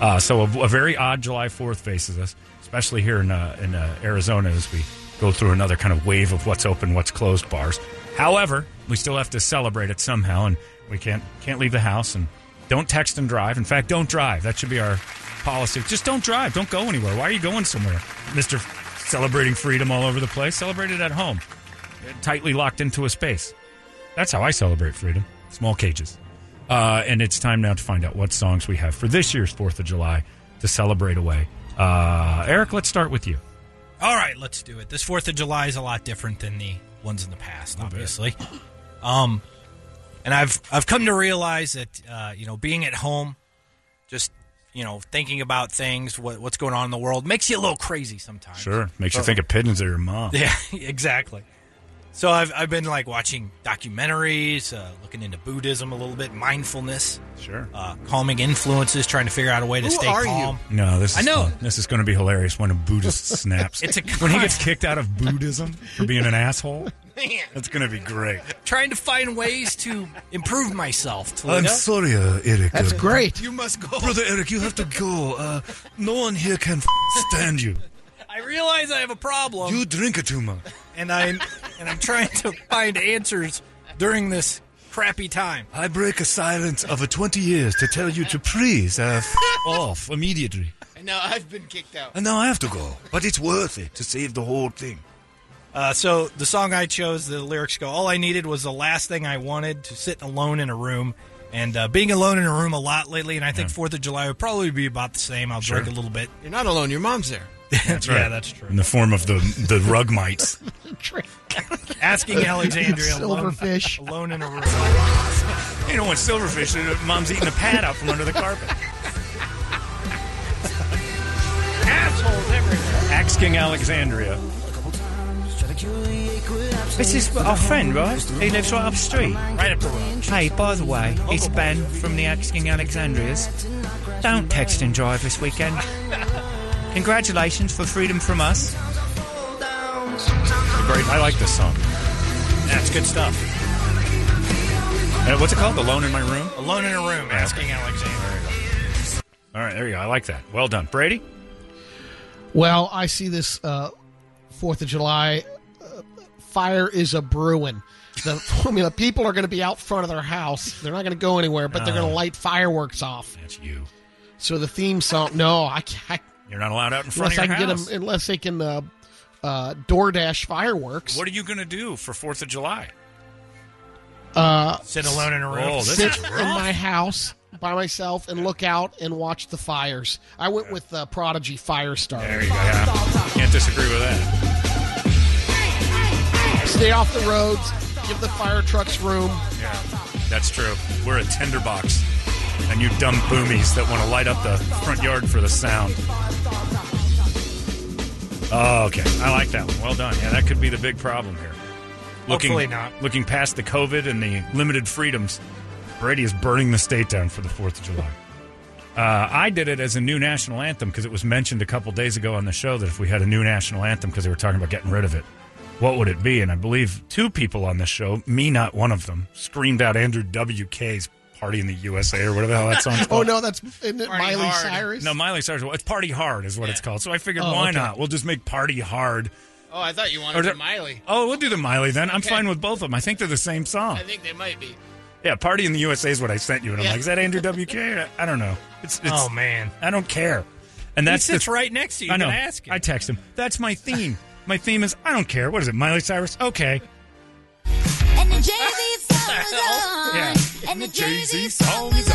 Speaker 1: Uh, so a, a very odd July 4th faces us, especially here in uh, in uh, Arizona as we go through another kind of wave of what's open, what's closed bars. However, we still have to celebrate it somehow, and we can't can't leave the house and don't text and drive. In fact, don't drive. That should be our policy. Just don't drive. Don't go anywhere. Why are you going somewhere, Mister? Celebrating freedom all over the place. Celebrate it at home tightly locked into a space. That's how I celebrate freedom. Small cages. Uh, and it's time now to find out what songs we have for this year's 4th of July to celebrate away. Uh, Eric, let's start with you.
Speaker 6: All right, let's do it. This Fourth of July is a lot different than the ones in the past, obviously. Um, and I've I've come to realize that uh, you know being at home, just you know thinking about things, what, what's going on in the world, makes you a little crazy sometimes.
Speaker 1: Sure. Makes you
Speaker 6: But-
Speaker 1: think of pigeons or your mom.
Speaker 6: Yeah, exactly. So I've I've been like watching documentaries, uh, looking into Buddhism a little bit, mindfulness,
Speaker 1: sure,
Speaker 6: uh, calming influences, trying to figure out a way to
Speaker 1: Who
Speaker 6: stay
Speaker 1: are you?
Speaker 6: calm.
Speaker 1: No, this is
Speaker 6: I know.
Speaker 1: fun. This is going to be hilarious when a Buddhist snaps.
Speaker 6: It's a
Speaker 1: when he gets kicked out of Buddhism for being an asshole. That's going to be great.
Speaker 6: trying to find ways to improve myself.
Speaker 19: I'm
Speaker 6: Toledo.
Speaker 19: sorry, uh, Eric.
Speaker 6: That's
Speaker 19: Uh,
Speaker 6: great.
Speaker 19: You must go. Brother Eric, you have to go. Uh, no one here can f- stand you.
Speaker 6: I realize I have a problem.
Speaker 19: You drink it too much.
Speaker 6: and I'm and I'm trying to find answers during this crappy time.
Speaker 19: I break a silence of a 20 years to tell you to please uh, f- off immediately.
Speaker 20: And now I've been kicked out.
Speaker 19: And now I have to go. But it's worth it to save the whole thing.
Speaker 6: Uh, so the song I chose, the lyrics go, "All I needed was the last thing I wanted to sit alone in a room." And uh, being alone in a room a lot lately, and I think Fourth of July would probably be about the same. I'll
Speaker 1: Sure.
Speaker 6: drink a little bit.
Speaker 5: You're not alone. Your mom's there.
Speaker 1: That's
Speaker 6: Yeah,
Speaker 1: right.
Speaker 6: that's true.
Speaker 1: In the form of the the rug mites.
Speaker 6: Asking Alexandria alone,
Speaker 2: Silverfish.
Speaker 6: alone in a room.
Speaker 1: You don't want silverfish. uh, Mom's eating a pad out from under the carpet.
Speaker 6: Assholes everywhere.
Speaker 1: Axe King Alexandria.
Speaker 21: This is our friend, right? He lives right up the street. Right up the road. Hey, by the way, it's Ben from the Axe King Alexandrias. Don't text and drive this weekend. Congratulations for freedom from us.
Speaker 1: Great. I like this song. That's good stuff. Uh, what's it called? Alone in My Room?
Speaker 6: Alone in a room,
Speaker 1: Yeah.
Speaker 6: asking Alexandria.
Speaker 1: All right, there you go. I like that. Well done. Brady?
Speaker 2: Well, I see this uh, Fourth of July. Uh, fire is a brewing. The formula people are going to be out front of their house. They're not going to go anywhere, but they're going
Speaker 1: Ah.
Speaker 2: to light fireworks off.
Speaker 1: That's you.
Speaker 2: So the theme song. No, I can't.
Speaker 1: You're not allowed out in front
Speaker 2: Unless I
Speaker 1: of your
Speaker 2: can get
Speaker 1: house.
Speaker 2: them, unless they can uh, uh, DoorDash fireworks.
Speaker 1: What are you going to do for 4th of July?
Speaker 2: Uh,
Speaker 6: Sit alone in a room.
Speaker 1: Oh, this
Speaker 2: sit
Speaker 1: is rough.
Speaker 2: in my house by myself and look out and watch the fires. I went with uh, Prodigy Firestarter.
Speaker 1: There you go. Yeah. Can't disagree with that.
Speaker 2: Stay off the roads. Give the fire trucks room.
Speaker 1: Yeah, that's true. We're a tinderbox. And you dumb boomies that want to light up the front yard for the sound. Oh, okay. I like that one. Well done. Yeah, that could be the big problem here. Looking,
Speaker 4: Hopefully not.
Speaker 1: Looking past the COVID and the limited freedoms, Brady is burning the state down for the 4th of July. Uh, I did it as a new national anthem because it was mentioned a couple days ago on the show that if we had a new national anthem because they were talking about getting rid of it, what would it be? And I believe two people on this show, me not one of them, screamed out Andrew W.K.'s Party in the USA or whatever the hell that song's
Speaker 2: Oh
Speaker 1: called.
Speaker 2: no, that's isn't it Miley Cyrus.
Speaker 1: No, Miley Cyrus. Well, it's Party Hard is what it's called. So I figured,
Speaker 2: Oh,
Speaker 1: why
Speaker 2: okay.
Speaker 1: not? We'll just make Party Hard.
Speaker 10: Oh, I thought you
Speaker 1: Or
Speaker 10: wanted
Speaker 1: the-
Speaker 10: the Miley.
Speaker 1: Oh, we'll do the Miley then. I'm
Speaker 10: Okay.
Speaker 1: fine with both of them. I think they're the same song.
Speaker 10: I think they might be.
Speaker 1: Yeah, Party in the USA is what I sent you, and I'm
Speaker 10: Yeah.
Speaker 1: like, is that Andrew WK? I don't know. It's, it's
Speaker 4: Oh, man.
Speaker 1: I don't care. And that's
Speaker 4: he sits
Speaker 1: the-
Speaker 4: right next to you.
Speaker 1: I
Speaker 4: You
Speaker 1: know.
Speaker 4: can ask him.
Speaker 1: I text him. That's my theme. my theme is I don't care. What is it? Miley Cyrus. Okay.
Speaker 22: And the Jay-Z song is on.
Speaker 1: Yeah.
Speaker 22: Uh, And the Jay-Z song is on. So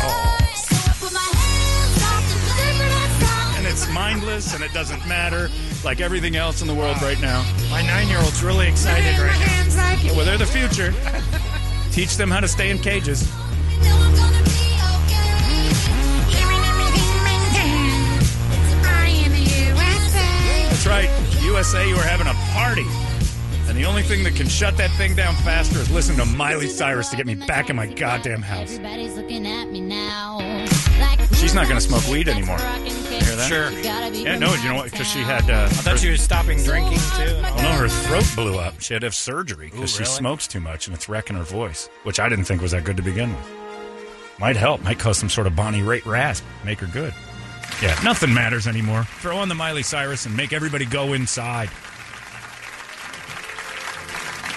Speaker 22: I put my hands up to deliver that song.
Speaker 1: And it's mindless, and it doesn't matter, like everything else in the world right now.
Speaker 4: My nine-year-old's really excited right now.
Speaker 22: Hands like
Speaker 1: Yeah, well, they're the future. Teach them how to stay in cages.
Speaker 22: here in Remington. I am the USA.
Speaker 1: That's right. USA, you are having a party. And the only thing that can shut that thing down faster is listen to Miley Cyrus to get me back in my goddamn house.
Speaker 22: Everybody's looking at me now. Like,
Speaker 1: She's not going to smoke weed anymore. You hear that?
Speaker 22: Sure.
Speaker 1: Yeah, no, you know what? Because she had. Uh, I
Speaker 4: thought she was stopping drinking, too.
Speaker 1: Well, no, her throat blew up. She had to have surgery
Speaker 4: Ooh,
Speaker 1: because she
Speaker 4: really?
Speaker 1: smokes too much and it's wrecking her voice, which I didn't think was that good to begin with. Might help. Might cause some sort of Bonnie Raitt rasp. Make her good. Yeah, nothing matters anymore. Throw on the Miley Cyrus and make everybody go inside.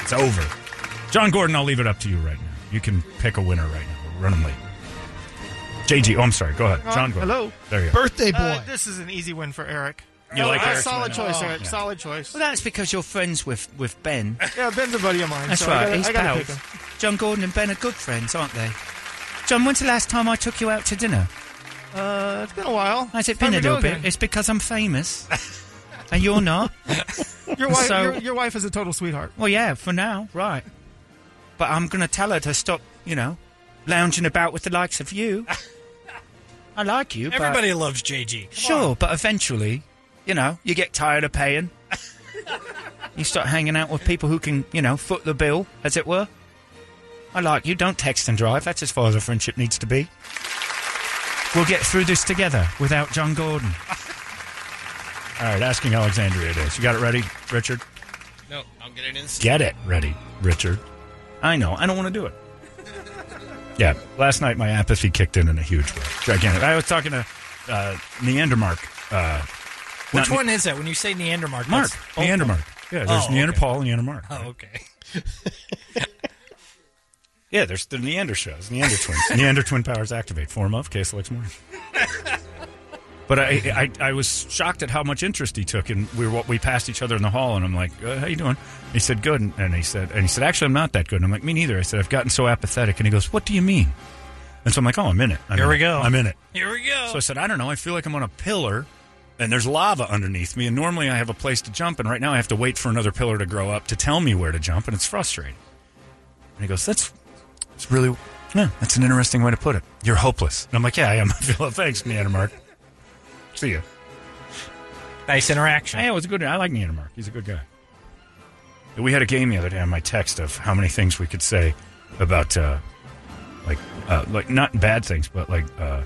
Speaker 1: It's over. John Gordon, I'll leave it up to you right now. You can pick a winner right now. We're running late. JG, oh, I'm sorry. Go ahead.
Speaker 23: Uh,
Speaker 1: John Gordon.
Speaker 23: hello.
Speaker 1: There you go.
Speaker 2: Birthday boy.
Speaker 23: Uh, this is an easy win for Eric.
Speaker 1: You like
Speaker 23: Uh,
Speaker 1: Eric's
Speaker 23: Solid
Speaker 1: win, huh?
Speaker 23: choice,
Speaker 1: Oh,
Speaker 23: Eric.
Speaker 1: yeah.
Speaker 23: Solid choice.
Speaker 21: Well, that's because you're friends with, with Ben.
Speaker 23: Yeah, Ben's a buddy of mine.
Speaker 21: That's
Speaker 23: so
Speaker 21: right,
Speaker 23: I gotta,
Speaker 21: he's
Speaker 23: I gotta
Speaker 21: pals.
Speaker 23: pick him.
Speaker 21: John Gordon and Ben are good friends, aren't they? John, when's the last time I took you out to dinner?
Speaker 23: Uh, it's been a while.
Speaker 21: Has it been a little bit? It's because I'm famous. and you're not.
Speaker 23: Your wife,
Speaker 21: So-
Speaker 23: your, your wife is a total sweetheart.
Speaker 21: Well, yeah, for now, right. But I'm going to tell her to stop, you know, lounging about with the likes of you. I like you, but-
Speaker 4: Everybody loves JG. Come
Speaker 21: Sure, but eventually, you know, you get tired of paying. you start hanging out with people who can, you know, foot the bill, as it were. I like you. Don't text and drive. That's as far as a friendship needs to be. We'll get through this together without John Gordon.
Speaker 1: All right, asking Alexandria it is. You got it ready, Richard?
Speaker 10: No, I'll get it in.
Speaker 1: Get it ready, Richard. I know. I don't want to do it. yeah. Last night, my apathy kicked in in a huge way. Gigantic. I was talking to uh, Neandermark. Uh,
Speaker 4: Which
Speaker 1: not-
Speaker 4: one is that? When you say Neandermark,
Speaker 1: Mark.
Speaker 4: that's- oh,
Speaker 1: Neandermark. Yeah, there's
Speaker 4: Oh, okay.
Speaker 1: Neanderpaul and Neandermark.
Speaker 4: Oh, okay.
Speaker 1: Yeah, there's the Neander shows, Neander twins. Neander twin powers activate. Form of KSLX morning. But I, I, I was shocked at how much interest he took, and we were we passed each other in the hall, and I'm like, uh, "How you doing?" He said, "Good," and, and he said, "And he said, actually, I'm not that good." And I'm like, "Me neither." I said, "I've gotten so apathetic," and he goes, "What do you mean?" And so I'm like, "Oh, I'm in it. I'm
Speaker 4: Here
Speaker 1: in
Speaker 4: we
Speaker 1: it.
Speaker 4: go.
Speaker 1: I'm in it."
Speaker 4: Here we go.
Speaker 1: So I said, I don't know. I feel like I'm on a pillar and there's lava underneath me. And normally I have a place to jump. And right now I have to wait for another pillar to grow up to tell me where to jump. And it's frustrating. And he goes, That's, that's really, yeah, that's an interesting way to put it. You're hopeless. And I'm like, Yeah, I am. I feel, thanks, Neandermark. See ya.
Speaker 4: Nice interaction.
Speaker 1: Yeah, it was a good. I like Neandermark. He's a good guy. We had a game the other day on my text of how many things we could say about, uh, like, uh, like not bad things, but like uh,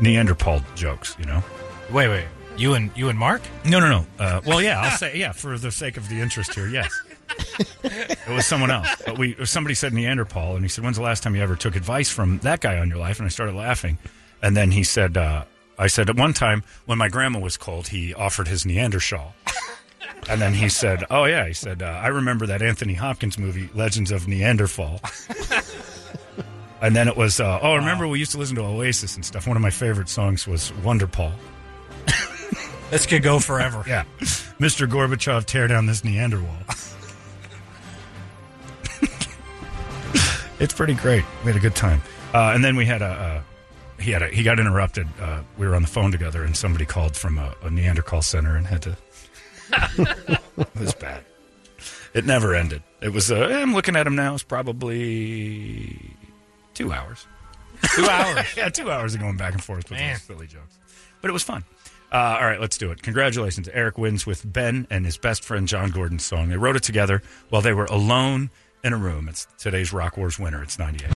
Speaker 1: Neanderthal jokes. You know.
Speaker 4: Wait, wait. You and you and Mark?
Speaker 1: No, no, no. Uh, well, yeah, I'll say yeah for the sake of the interest here. Yes, it was someone else, but we somebody said Neanderthal, and he said, "When's the last time you ever took advice from that guy on your life?" And I started laughing, and then he said, uh, "I said at one time when my grandma was cold, he offered his Neanderthal." And then he said, "Oh yeah," he said, uh, "I remember that Anthony Hopkins movie, Legends of Neanderthal." and then it was, uh, "Oh, remember we used to listen to Oasis and stuff. One of my favorite songs was Wonderpaul."
Speaker 4: This could go forever.
Speaker 1: yeah. Mr. Gorbachev, tear down this Neander wall. it's pretty great. We had a good time. Uh, and then we had a. Uh, he had a, he got interrupted. Uh, we were on the phone together, and somebody called from a, a Neander call center and had to. it was bad. It never ended. It was. Uh, I'm looking at him now. It's probably two hours.
Speaker 4: Two hours.
Speaker 1: yeah, two hours of going back and forth with
Speaker 4: Man.
Speaker 1: those silly jokes. But it was fun. Uh, all right, let's do it. Congratulations. Eric wins with Ben and his best friend John Gordon's song. They wrote it together while they were alone in a room. It's today's Rock Wars winner. It's 98.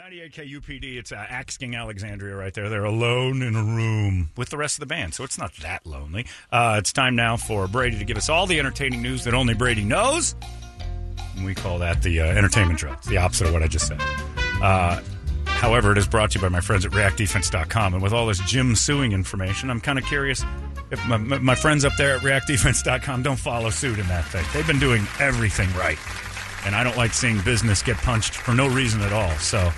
Speaker 1: 98 KUPD. It's uh, asking Alexandria right there. They're alone in a room with the rest of the band, so it's not that lonely. Uh, it's time now for Brady to give us all the entertaining news that only Brady knows. And we call that the uh, entertainment drill. It's the opposite of what I just said. Uh, however, it is brought to you by my friends at reactdefense.com. And with all this Jim suing information, I'm kind of curious if my, my my friends up there at reactdefense.com don't follow suit in that thing. They've been doing everything right. And I don't like seeing business get punched for no reason at all. So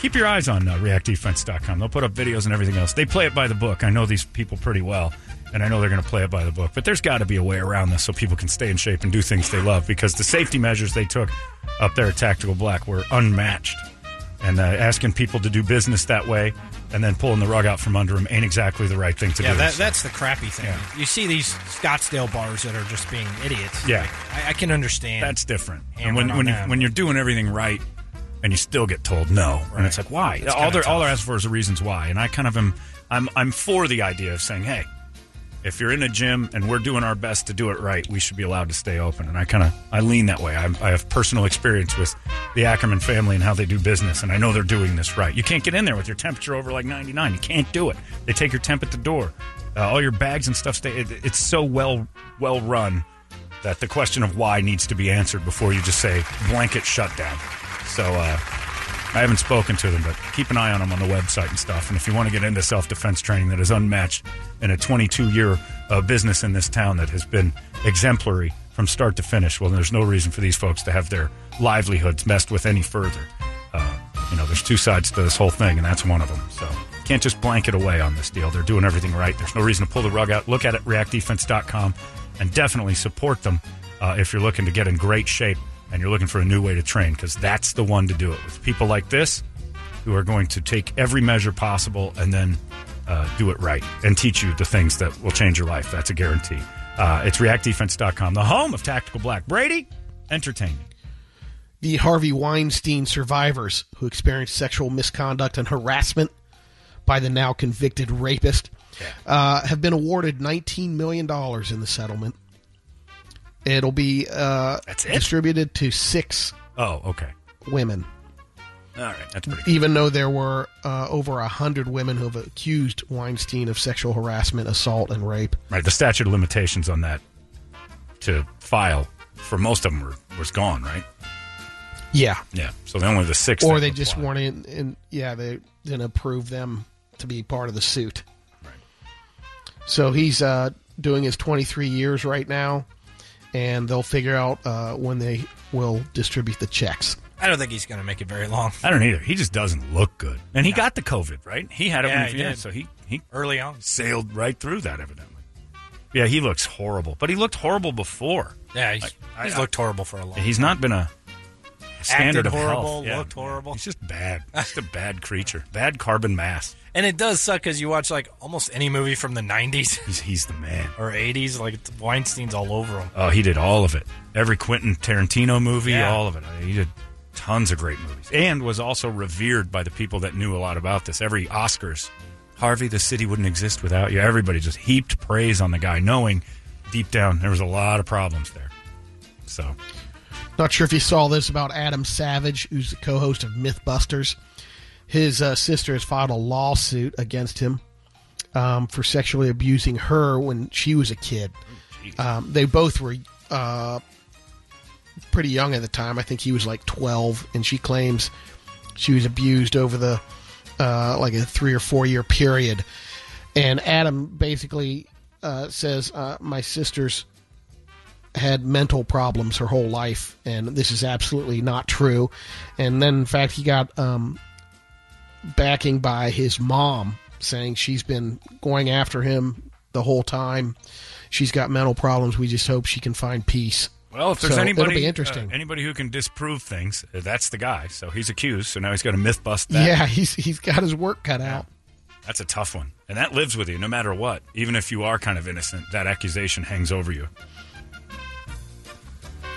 Speaker 1: keep your eyes on uh, reactdefense.com. They'll put up videos and everything else. They play it by the book. I know these people pretty well, and I know they're going to play it by the book. But there's got to be a way around this so people can stay in shape and do things they love because the safety measures they took up there at Tactical Black were unmatched. And uh, asking people to do business that way and then pulling the rug out from under them ain't exactly the right thing to
Speaker 4: yeah,
Speaker 1: do.
Speaker 4: that,
Speaker 1: So-
Speaker 4: that's the crappy thing. You see these Scottsdale bars that are just being idiots.
Speaker 1: Yeah.
Speaker 4: I, I can understand.
Speaker 1: That's different. And
Speaker 4: Hammered
Speaker 1: when
Speaker 4: on
Speaker 1: when you,
Speaker 4: that.
Speaker 1: when you're doing everything right, and you still get told no, and it's like why?
Speaker 4: That's
Speaker 1: all
Speaker 4: kinda
Speaker 1: they're all they're asking for is the reasons why. And I kind of am I'm I'm for the idea of saying, hey, if you're in a gym and we're doing our best to do it right, we should be allowed to stay open. And I kind of I lean that way. I, I have personal experience with the Ackerman family and how they do business, and I know they're doing this right. You can't get in there with your temperature over like 99. You can't do it. They take your temp at the door. Uh, all your bags and stuff stay. It, it's so well well run that the question of why needs to be answered before you just say blanket shutdown. So uh, I haven't spoken to them, but keep an eye on them on the website and stuff. And if you want to get into self defense training that is unmatched in a 22 year uh, business in this town that has been exemplary from start to finish, well, there's no reason for these folks to have their livelihoods messed with any further. Uh, you know, there's two sides to this whole thing, and that's one of them. So can't just blanket away on this deal. They're doing everything right. There's no reason to pull the rug out. Look at it, reactdefense.com, and definitely support them uh, if you're looking to get in great shape and you're looking for a new way to train, because that's the one to do it with people like this who are going to take every measure possible and then uh, do it right and teach you the things that will change your life. That's a guarantee. Uh, it's reactdefense.com, the home of Tactical Black. Brady, entertain me.
Speaker 2: the Harvey Weinstein survivors who experienced sexual misconduct and harassment by the now convicted rapist uh, have been awarded $19 million in the settlement. It'll be uh, distributed to six
Speaker 1: Oh, okay.
Speaker 2: women,
Speaker 1: All right. That's pretty
Speaker 2: even though there were uh, over 100 women who have accused Weinstein of sexual harassment, assault, and rape.
Speaker 1: Right. The statute of limitations on that to file for most of them were, was gone, right?
Speaker 2: Yeah.
Speaker 1: Yeah. So they only the six.
Speaker 2: or
Speaker 1: that
Speaker 2: they
Speaker 1: were-
Speaker 2: just weren't in, in yeah they didn't approve them to be part of the suit so he's uh, doing his 23 years right now and they'll figure out uh, when they will distribute the checks
Speaker 4: I don't think he's going to make it very long.
Speaker 1: I don't either. He just doesn't look good. And he got the COVID, right? He had it
Speaker 4: Yeah,
Speaker 1: when
Speaker 4: he
Speaker 1: yeah,
Speaker 4: did.
Speaker 1: so he, he
Speaker 4: early on
Speaker 1: sailed right through that, evidently. Yeah, he looks horrible. But he looked horrible before.
Speaker 4: Yeah, he's,
Speaker 1: I-
Speaker 4: he's
Speaker 1: I-
Speaker 4: looked horrible for a long.
Speaker 1: He's not been a
Speaker 4: Acted
Speaker 1: standard of
Speaker 4: horrible,
Speaker 1: health. Yeah.
Speaker 4: looked horrible.
Speaker 1: He's just bad. Just a bad creature. Bad carbon mass.
Speaker 4: And it does suck because you watch like almost any movie from the '90s.
Speaker 1: He's, he's the man.
Speaker 4: Or '80s, like it's- Weinstein's all over him.
Speaker 1: Oh, he did all of it. Every Quentin Tarantino movie,
Speaker 4: Yeah.
Speaker 1: all of it. I mean, He did tons of great movies and was also revered by the people that knew a lot about this. Every Oscars, Harvey, the city wouldn't exist without you. Everybody just heaped praise on the guy, knowing deep down there was a lot of problems there. So,
Speaker 2: Not sure if you saw this about Adam Savage, who's the co host of Mythbusters. His uh, sister has filed a lawsuit against him um, for sexually abusing her when she was a kid. um, they both were uh, pretty young at the time. I think he was like 12, and she claims she was abused over the uh, like a three or four year period. And Adam basically uh, says, uh, My sister's had mental problems her whole life, and this is absolutely not true. And then, in fact, he got um, backing by his mom saying she's been going after him the whole time. She's got mental problems. We just hope she can find peace.
Speaker 1: well, if there's
Speaker 2: So
Speaker 1: anybody,
Speaker 2: it'll be interesting.
Speaker 1: uh, anybody who can disprove things, uh, that's the guy. So he's accused. So now he's got to myth bust that.
Speaker 2: yeah, he's he's got his work cut out.
Speaker 1: That's a tough one. And that lives with you no matter what. Even if you are kind of innocent, that accusation hangs over you.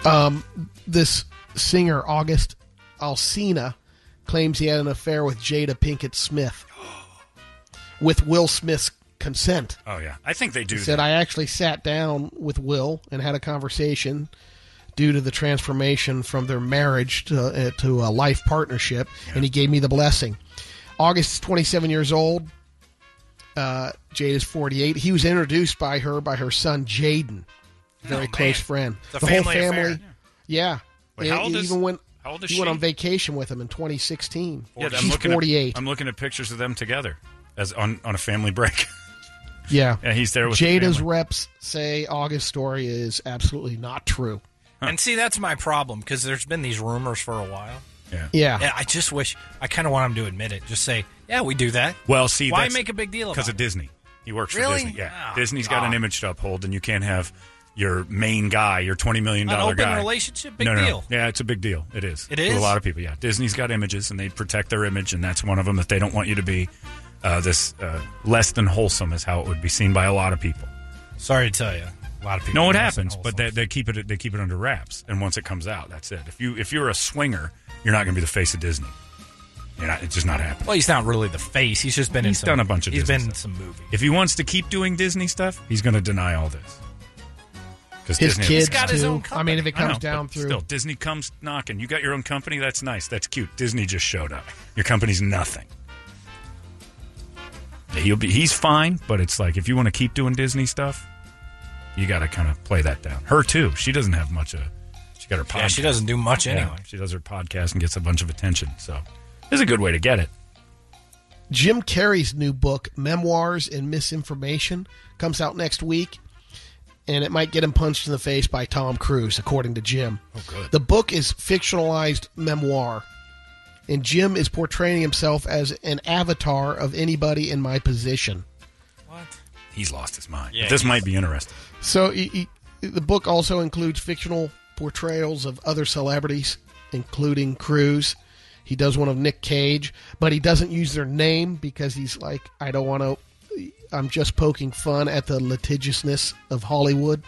Speaker 2: Um, this singer, August Alsina, claims he had an affair with Jada Pinkett Smith with Will Smith's consent.
Speaker 1: Oh yeah, I think they do.
Speaker 2: He said,
Speaker 1: that.
Speaker 2: I actually sat down with Will and had a conversation due to the transformation from their marriage to, uh, to a life partnership, and he gave me the blessing. August is 27 years old. Uh, Jade is 48. He was introduced by her by her son, Jaden, a very close friend.
Speaker 1: Oh, It's a
Speaker 2: the whole
Speaker 1: family affair.
Speaker 2: family. Yeah.
Speaker 1: Wait,
Speaker 2: It-
Speaker 1: how old
Speaker 2: it
Speaker 1: is-
Speaker 2: even went,
Speaker 1: how old is
Speaker 2: he went
Speaker 1: she?
Speaker 2: on vacation with him in 2016.
Speaker 1: Yeah, I'm
Speaker 2: She's
Speaker 1: looking at-
Speaker 2: 48.
Speaker 1: I'm looking at pictures of them together as on on a family break.
Speaker 2: yeah.
Speaker 1: yeah, he's there with the
Speaker 2: Jada's
Speaker 1: family.
Speaker 2: reps say August story is absolutely not true.
Speaker 4: And see, that's my problem because there's been these rumors for a while.
Speaker 1: Yeah.
Speaker 2: Yeah.
Speaker 4: And I just wish I kind of want him to admit it. Just say, "Yeah, we do that."
Speaker 1: Well, see,
Speaker 4: why
Speaker 1: that's-
Speaker 4: make a big deal?
Speaker 1: Because
Speaker 4: Because
Speaker 1: of Disney, he works
Speaker 4: Really?
Speaker 1: for Disney. Yeah,
Speaker 4: Oh,
Speaker 1: Disney's got an image to uphold, and you can't have your main guy, your twenty million
Speaker 4: An
Speaker 1: dollar
Speaker 4: open
Speaker 1: guy.
Speaker 4: relationship? Big
Speaker 1: no, no, no.
Speaker 4: deal.
Speaker 1: Yeah, it's a big deal. It is.
Speaker 4: It
Speaker 1: to
Speaker 4: is?
Speaker 1: a lot of people. Yeah, Disney's got images, and they protect their image, and that's one of them that they don't want you to be. Uh, this uh, less than wholesome is how it would be seen by a lot of people.
Speaker 4: Sorry to tell you, a lot of people.
Speaker 1: No, it
Speaker 4: are
Speaker 1: happens,
Speaker 4: assholes.
Speaker 1: but they, they keep it they keep it under wraps, and once it comes out, that's it. If you if you're a swinger, you're not going to be the face of Disney. You're not. It's just not happening.
Speaker 4: Well, he's not really the face. He's just been in
Speaker 1: He's
Speaker 4: some,
Speaker 1: done a bunch of
Speaker 4: He's
Speaker 1: Disney
Speaker 4: been in some movies.
Speaker 1: If he wants to keep doing Disney stuff, he's going to deny all this. Because
Speaker 2: His kids
Speaker 4: got his
Speaker 2: too.
Speaker 4: own
Speaker 2: I mean, if it
Speaker 1: I know,
Speaker 2: comes down
Speaker 1: but
Speaker 2: through,
Speaker 1: Still, Disney comes knocking. You got your own company. That's nice. That's cute. Disney just showed up. Your company's nothing. He'll be. He's fine, but it's like if you want to keep doing Disney stuff, you got to kind of play that down. Her too. She doesn't have much of. She got her podcast.
Speaker 4: Yeah, she doesn't do much
Speaker 1: Yeah,
Speaker 4: anyway.
Speaker 1: she does her podcast and gets a bunch of attention. So this is a good way to get it.
Speaker 2: Jim Carrey's new book, Memoirs and Misinformation, comes out next week, and it might get him punched in the face by Tom Cruise, according to Jim.
Speaker 1: Oh, good.
Speaker 2: The book is fictionalized memoir, and Jim is portraying himself as an avatar of anybody in my position.
Speaker 1: He's lost his mind.
Speaker 10: Yeah,
Speaker 1: But this
Speaker 10: he's-
Speaker 1: might be interesting.
Speaker 2: So he, he, the book also includes fictional portrayals of other celebrities, including Cruise. He does one of Nick Cage, but he doesn't use their name because he's like, I don't want to. I'm just poking fun at the litigiousness of Hollywood.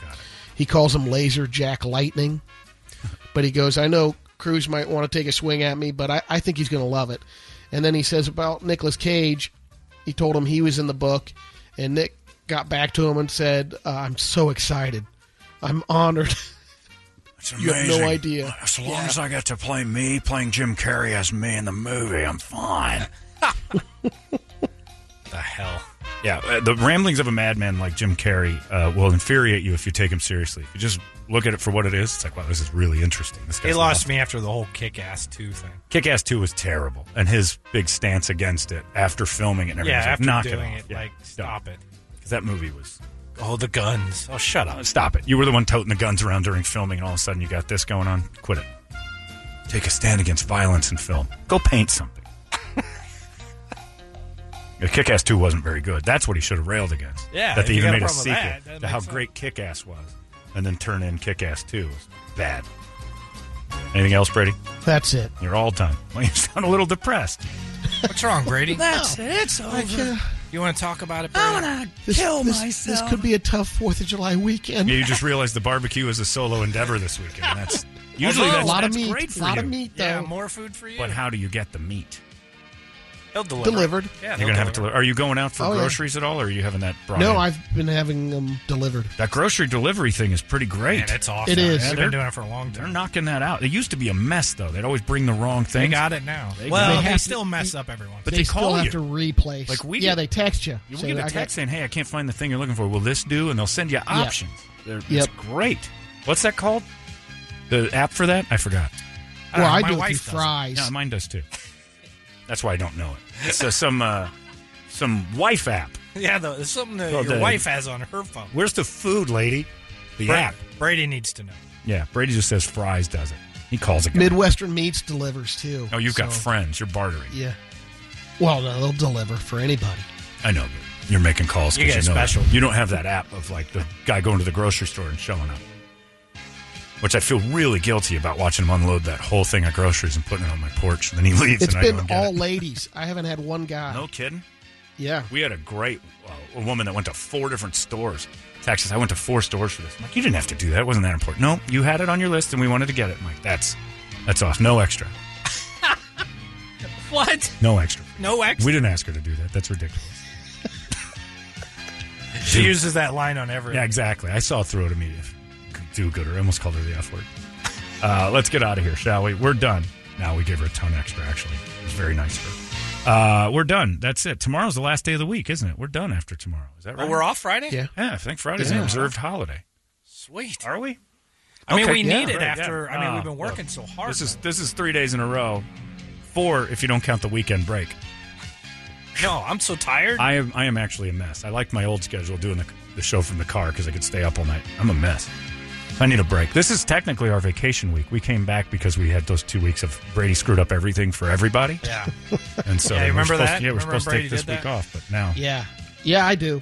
Speaker 2: He calls him Laser Jack Lightning, but he goes, I know Cruise might want to take a swing at me, but I, I think he's going to love it. And then he says about Nicolas Cage, he told him he was in the book, and Nick got back to him and said, uh, "I'm so excited. I'm honored."
Speaker 8: It's
Speaker 2: You have no
Speaker 8: amazing.
Speaker 2: idea.
Speaker 8: As long as I get to play me, playing Jim Carrey as me in the movie, I'm fine.
Speaker 4: the hell.
Speaker 1: Yeah, uh, the ramblings of a madman like Jim Carrey uh, will infuriate you if you take him seriously. If you just look at it for what it is, it's like, wow, this is really interesting. This
Speaker 4: They
Speaker 1: guy's
Speaker 4: lost me after the whole kick-ass two thing.
Speaker 1: Kick Ass 2 was terrible, and his big stance against it after filming it and everything
Speaker 4: yeah,
Speaker 1: was
Speaker 4: after
Speaker 1: like, knock
Speaker 4: doing
Speaker 1: it,
Speaker 4: it, like stop it.
Speaker 1: Because that movie was.
Speaker 4: Oh, the guns. Oh, shut up.
Speaker 1: Uh, stop it. You were the one toting the guns around during filming, and all of a sudden you got this going on. Quit it. Take a stand against violence in film. Go paint something. Kick Ass 2 wasn't very good. That's what he should have railed against.
Speaker 4: Yeah,
Speaker 1: That they
Speaker 4: if you
Speaker 1: even
Speaker 4: got a
Speaker 1: made a
Speaker 4: problem
Speaker 1: sequel
Speaker 4: with that, that
Speaker 1: to
Speaker 4: makes
Speaker 1: how
Speaker 4: sense.
Speaker 1: great Kick Ass was, and then turn in Kick Ass 2. It was bad. Anything else, Brady?
Speaker 2: That's it.
Speaker 1: You're all done. Well, you sound a little depressed.
Speaker 4: What's wrong, Brady?
Speaker 23: Oh,
Speaker 9: That's it. It's
Speaker 4: I
Speaker 9: over.
Speaker 4: You want to talk about it?
Speaker 9: I
Speaker 4: Brady?
Speaker 9: want to
Speaker 2: This,
Speaker 9: kill
Speaker 2: this,
Speaker 9: myself.
Speaker 2: This could be a tough Fourth of July weekend.
Speaker 1: Yeah, you just realized the barbecue is a solo endeavor this weekend. and That's usually
Speaker 4: Although-
Speaker 1: that's,
Speaker 2: a lot
Speaker 1: that's
Speaker 2: of meat.
Speaker 1: great for
Speaker 2: a lot
Speaker 1: you.
Speaker 2: of meat, though.
Speaker 4: Yeah, more food for you.
Speaker 1: But how do you get the meat?
Speaker 4: He'll deliver.
Speaker 2: delivered.
Speaker 4: Yeah,
Speaker 1: You're gonna have to. Are you going out for
Speaker 2: Oh, yeah.
Speaker 1: groceries at all, or are you having that? Brian?
Speaker 2: No, I've been having them delivered.
Speaker 1: that grocery delivery thing is pretty great.
Speaker 4: And it's awesome.
Speaker 2: It is.
Speaker 4: They've
Speaker 1: They're-
Speaker 4: been doing it for a long
Speaker 1: They're
Speaker 4: time.
Speaker 1: knocking that out. It used to be a mess though. They'd always bring the wrong thing.
Speaker 4: They got it now.
Speaker 1: They
Speaker 4: well,
Speaker 1: got
Speaker 4: they,
Speaker 2: it.
Speaker 4: still mess up everyone.
Speaker 1: But
Speaker 2: they,
Speaker 1: they
Speaker 2: still
Speaker 1: call
Speaker 2: have
Speaker 1: you.
Speaker 2: to replace.
Speaker 1: Like we
Speaker 2: yeah,
Speaker 1: did.
Speaker 2: they text you.
Speaker 1: You
Speaker 2: Say,
Speaker 1: get a
Speaker 2: "I
Speaker 1: text
Speaker 2: got-
Speaker 1: saying, "Hey, I can't find the thing you're looking for. Will this do?" And they'll send you options. They're, It's
Speaker 2: Yep.
Speaker 1: great. What's that called? The app for that? I forgot.
Speaker 2: well,
Speaker 4: Uh,
Speaker 2: I
Speaker 4: my
Speaker 2: do it
Speaker 4: wife
Speaker 2: through
Speaker 4: does it.
Speaker 2: fries.
Speaker 1: Yeah, mine does too. That's why I don't know it. It's uh, some uh, some wife app.
Speaker 4: yeah, though, it's something that
Speaker 1: Well,
Speaker 4: your
Speaker 1: the-
Speaker 4: wife has on her phone.
Speaker 1: Where's the food, lady? The
Speaker 4: Bra-
Speaker 1: app.
Speaker 4: Brady needs to know.
Speaker 1: Yeah, Brady just says fries does it. He calls it.
Speaker 2: Midwestern Meats delivers too.
Speaker 1: Oh, you've got
Speaker 2: so-
Speaker 1: friends. You're bartering.
Speaker 2: Yeah. Well, no, they'll deliver for anybody.
Speaker 1: I know. But you're making calls. 'cause
Speaker 4: You get
Speaker 1: know it.
Speaker 4: special.
Speaker 1: You don't have that app of like the guy going to the grocery store and showing up. Which I feel really guilty about watching him unload that whole thing of groceries and putting it on my porch, and then he leaves.
Speaker 2: It's
Speaker 1: and I go
Speaker 2: been
Speaker 1: and get
Speaker 2: all
Speaker 1: it.
Speaker 2: ladies. I haven't had one guy.
Speaker 1: No kidding.
Speaker 2: Yeah.
Speaker 1: We had a great uh, a woman that went to four different stores. Texas, I went to four stores for this. I'm like, you didn't have to do that. It wasn't that important. No, you had it on your list and we wanted to get it. I'm like, that's that's off. No extra.
Speaker 6: What?
Speaker 1: No extra.
Speaker 6: No extra.
Speaker 1: We didn't ask her to do that. That's ridiculous.
Speaker 6: She uses that line on every.
Speaker 1: Yeah, exactly. I saw through it immediately. Do gooder. I almost called her the F word. Uh, let's get out of here, shall we? We're done. Now we gave her a ton extra, actually. It was very nice of her. Uh, we're done. That's it. Tomorrow's the last day of the week, isn't it? We're done after tomorrow. Is that right?
Speaker 6: Well, we're off Friday?
Speaker 1: Yeah. Yeah, I think Friday's an
Speaker 6: Yeah.
Speaker 1: observed holiday.
Speaker 6: Sweet.
Speaker 1: Are we?
Speaker 6: I mean,
Speaker 1: Okay.
Speaker 6: we
Speaker 1: Yeah.
Speaker 6: need it
Speaker 1: Right,
Speaker 6: after.
Speaker 1: yeah.
Speaker 6: I mean,
Speaker 1: Ah,
Speaker 6: we've been working
Speaker 1: look.
Speaker 6: so hard.
Speaker 1: This is this is three days in a row. Four if you don't count the weekend break.
Speaker 6: No, I'm so tired.
Speaker 1: I am I am actually a mess. I like my old schedule doing the, the show from the car because I could stay up all night. I'm a mess. I need a break. This is technically our vacation week. We came back because we had those two weeks of Brady screwed up everything for everybody.
Speaker 6: Yeah.
Speaker 1: And so
Speaker 6: Yeah, you
Speaker 1: we're
Speaker 6: remember
Speaker 1: supposed,
Speaker 6: that?
Speaker 1: Yeah, we're
Speaker 6: Remember
Speaker 1: supposed to
Speaker 6: Brady
Speaker 1: take this
Speaker 6: did
Speaker 1: week
Speaker 6: that?
Speaker 1: off, but now.
Speaker 2: Yeah. Yeah, I do.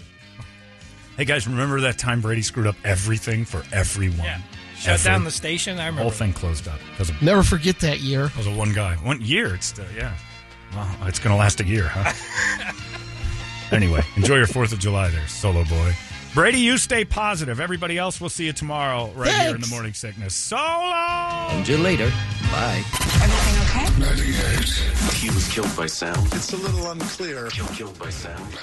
Speaker 1: Hey guys, remember that time Brady screwed up everything for everyone?
Speaker 6: Yeah. Shut
Speaker 1: Every-
Speaker 6: down the station. I remember.
Speaker 1: Whole thing closed up because of
Speaker 2: Never forget that year.
Speaker 1: That was a one guy. One year. It's uh, yeah. Wow, it's going to last a year, huh? anyway, enjoy your Fourth of July, there, Solo Boy. Brady, you stay positive. Everybody else, we'll see you tomorrow right here in the
Speaker 22: Thanks.
Speaker 1: morning sickness. So long.
Speaker 3: Until later. Bye.
Speaker 22: Everything okay?
Speaker 3: He was killed by sound. It's a little unclear. Killed, killed by sound.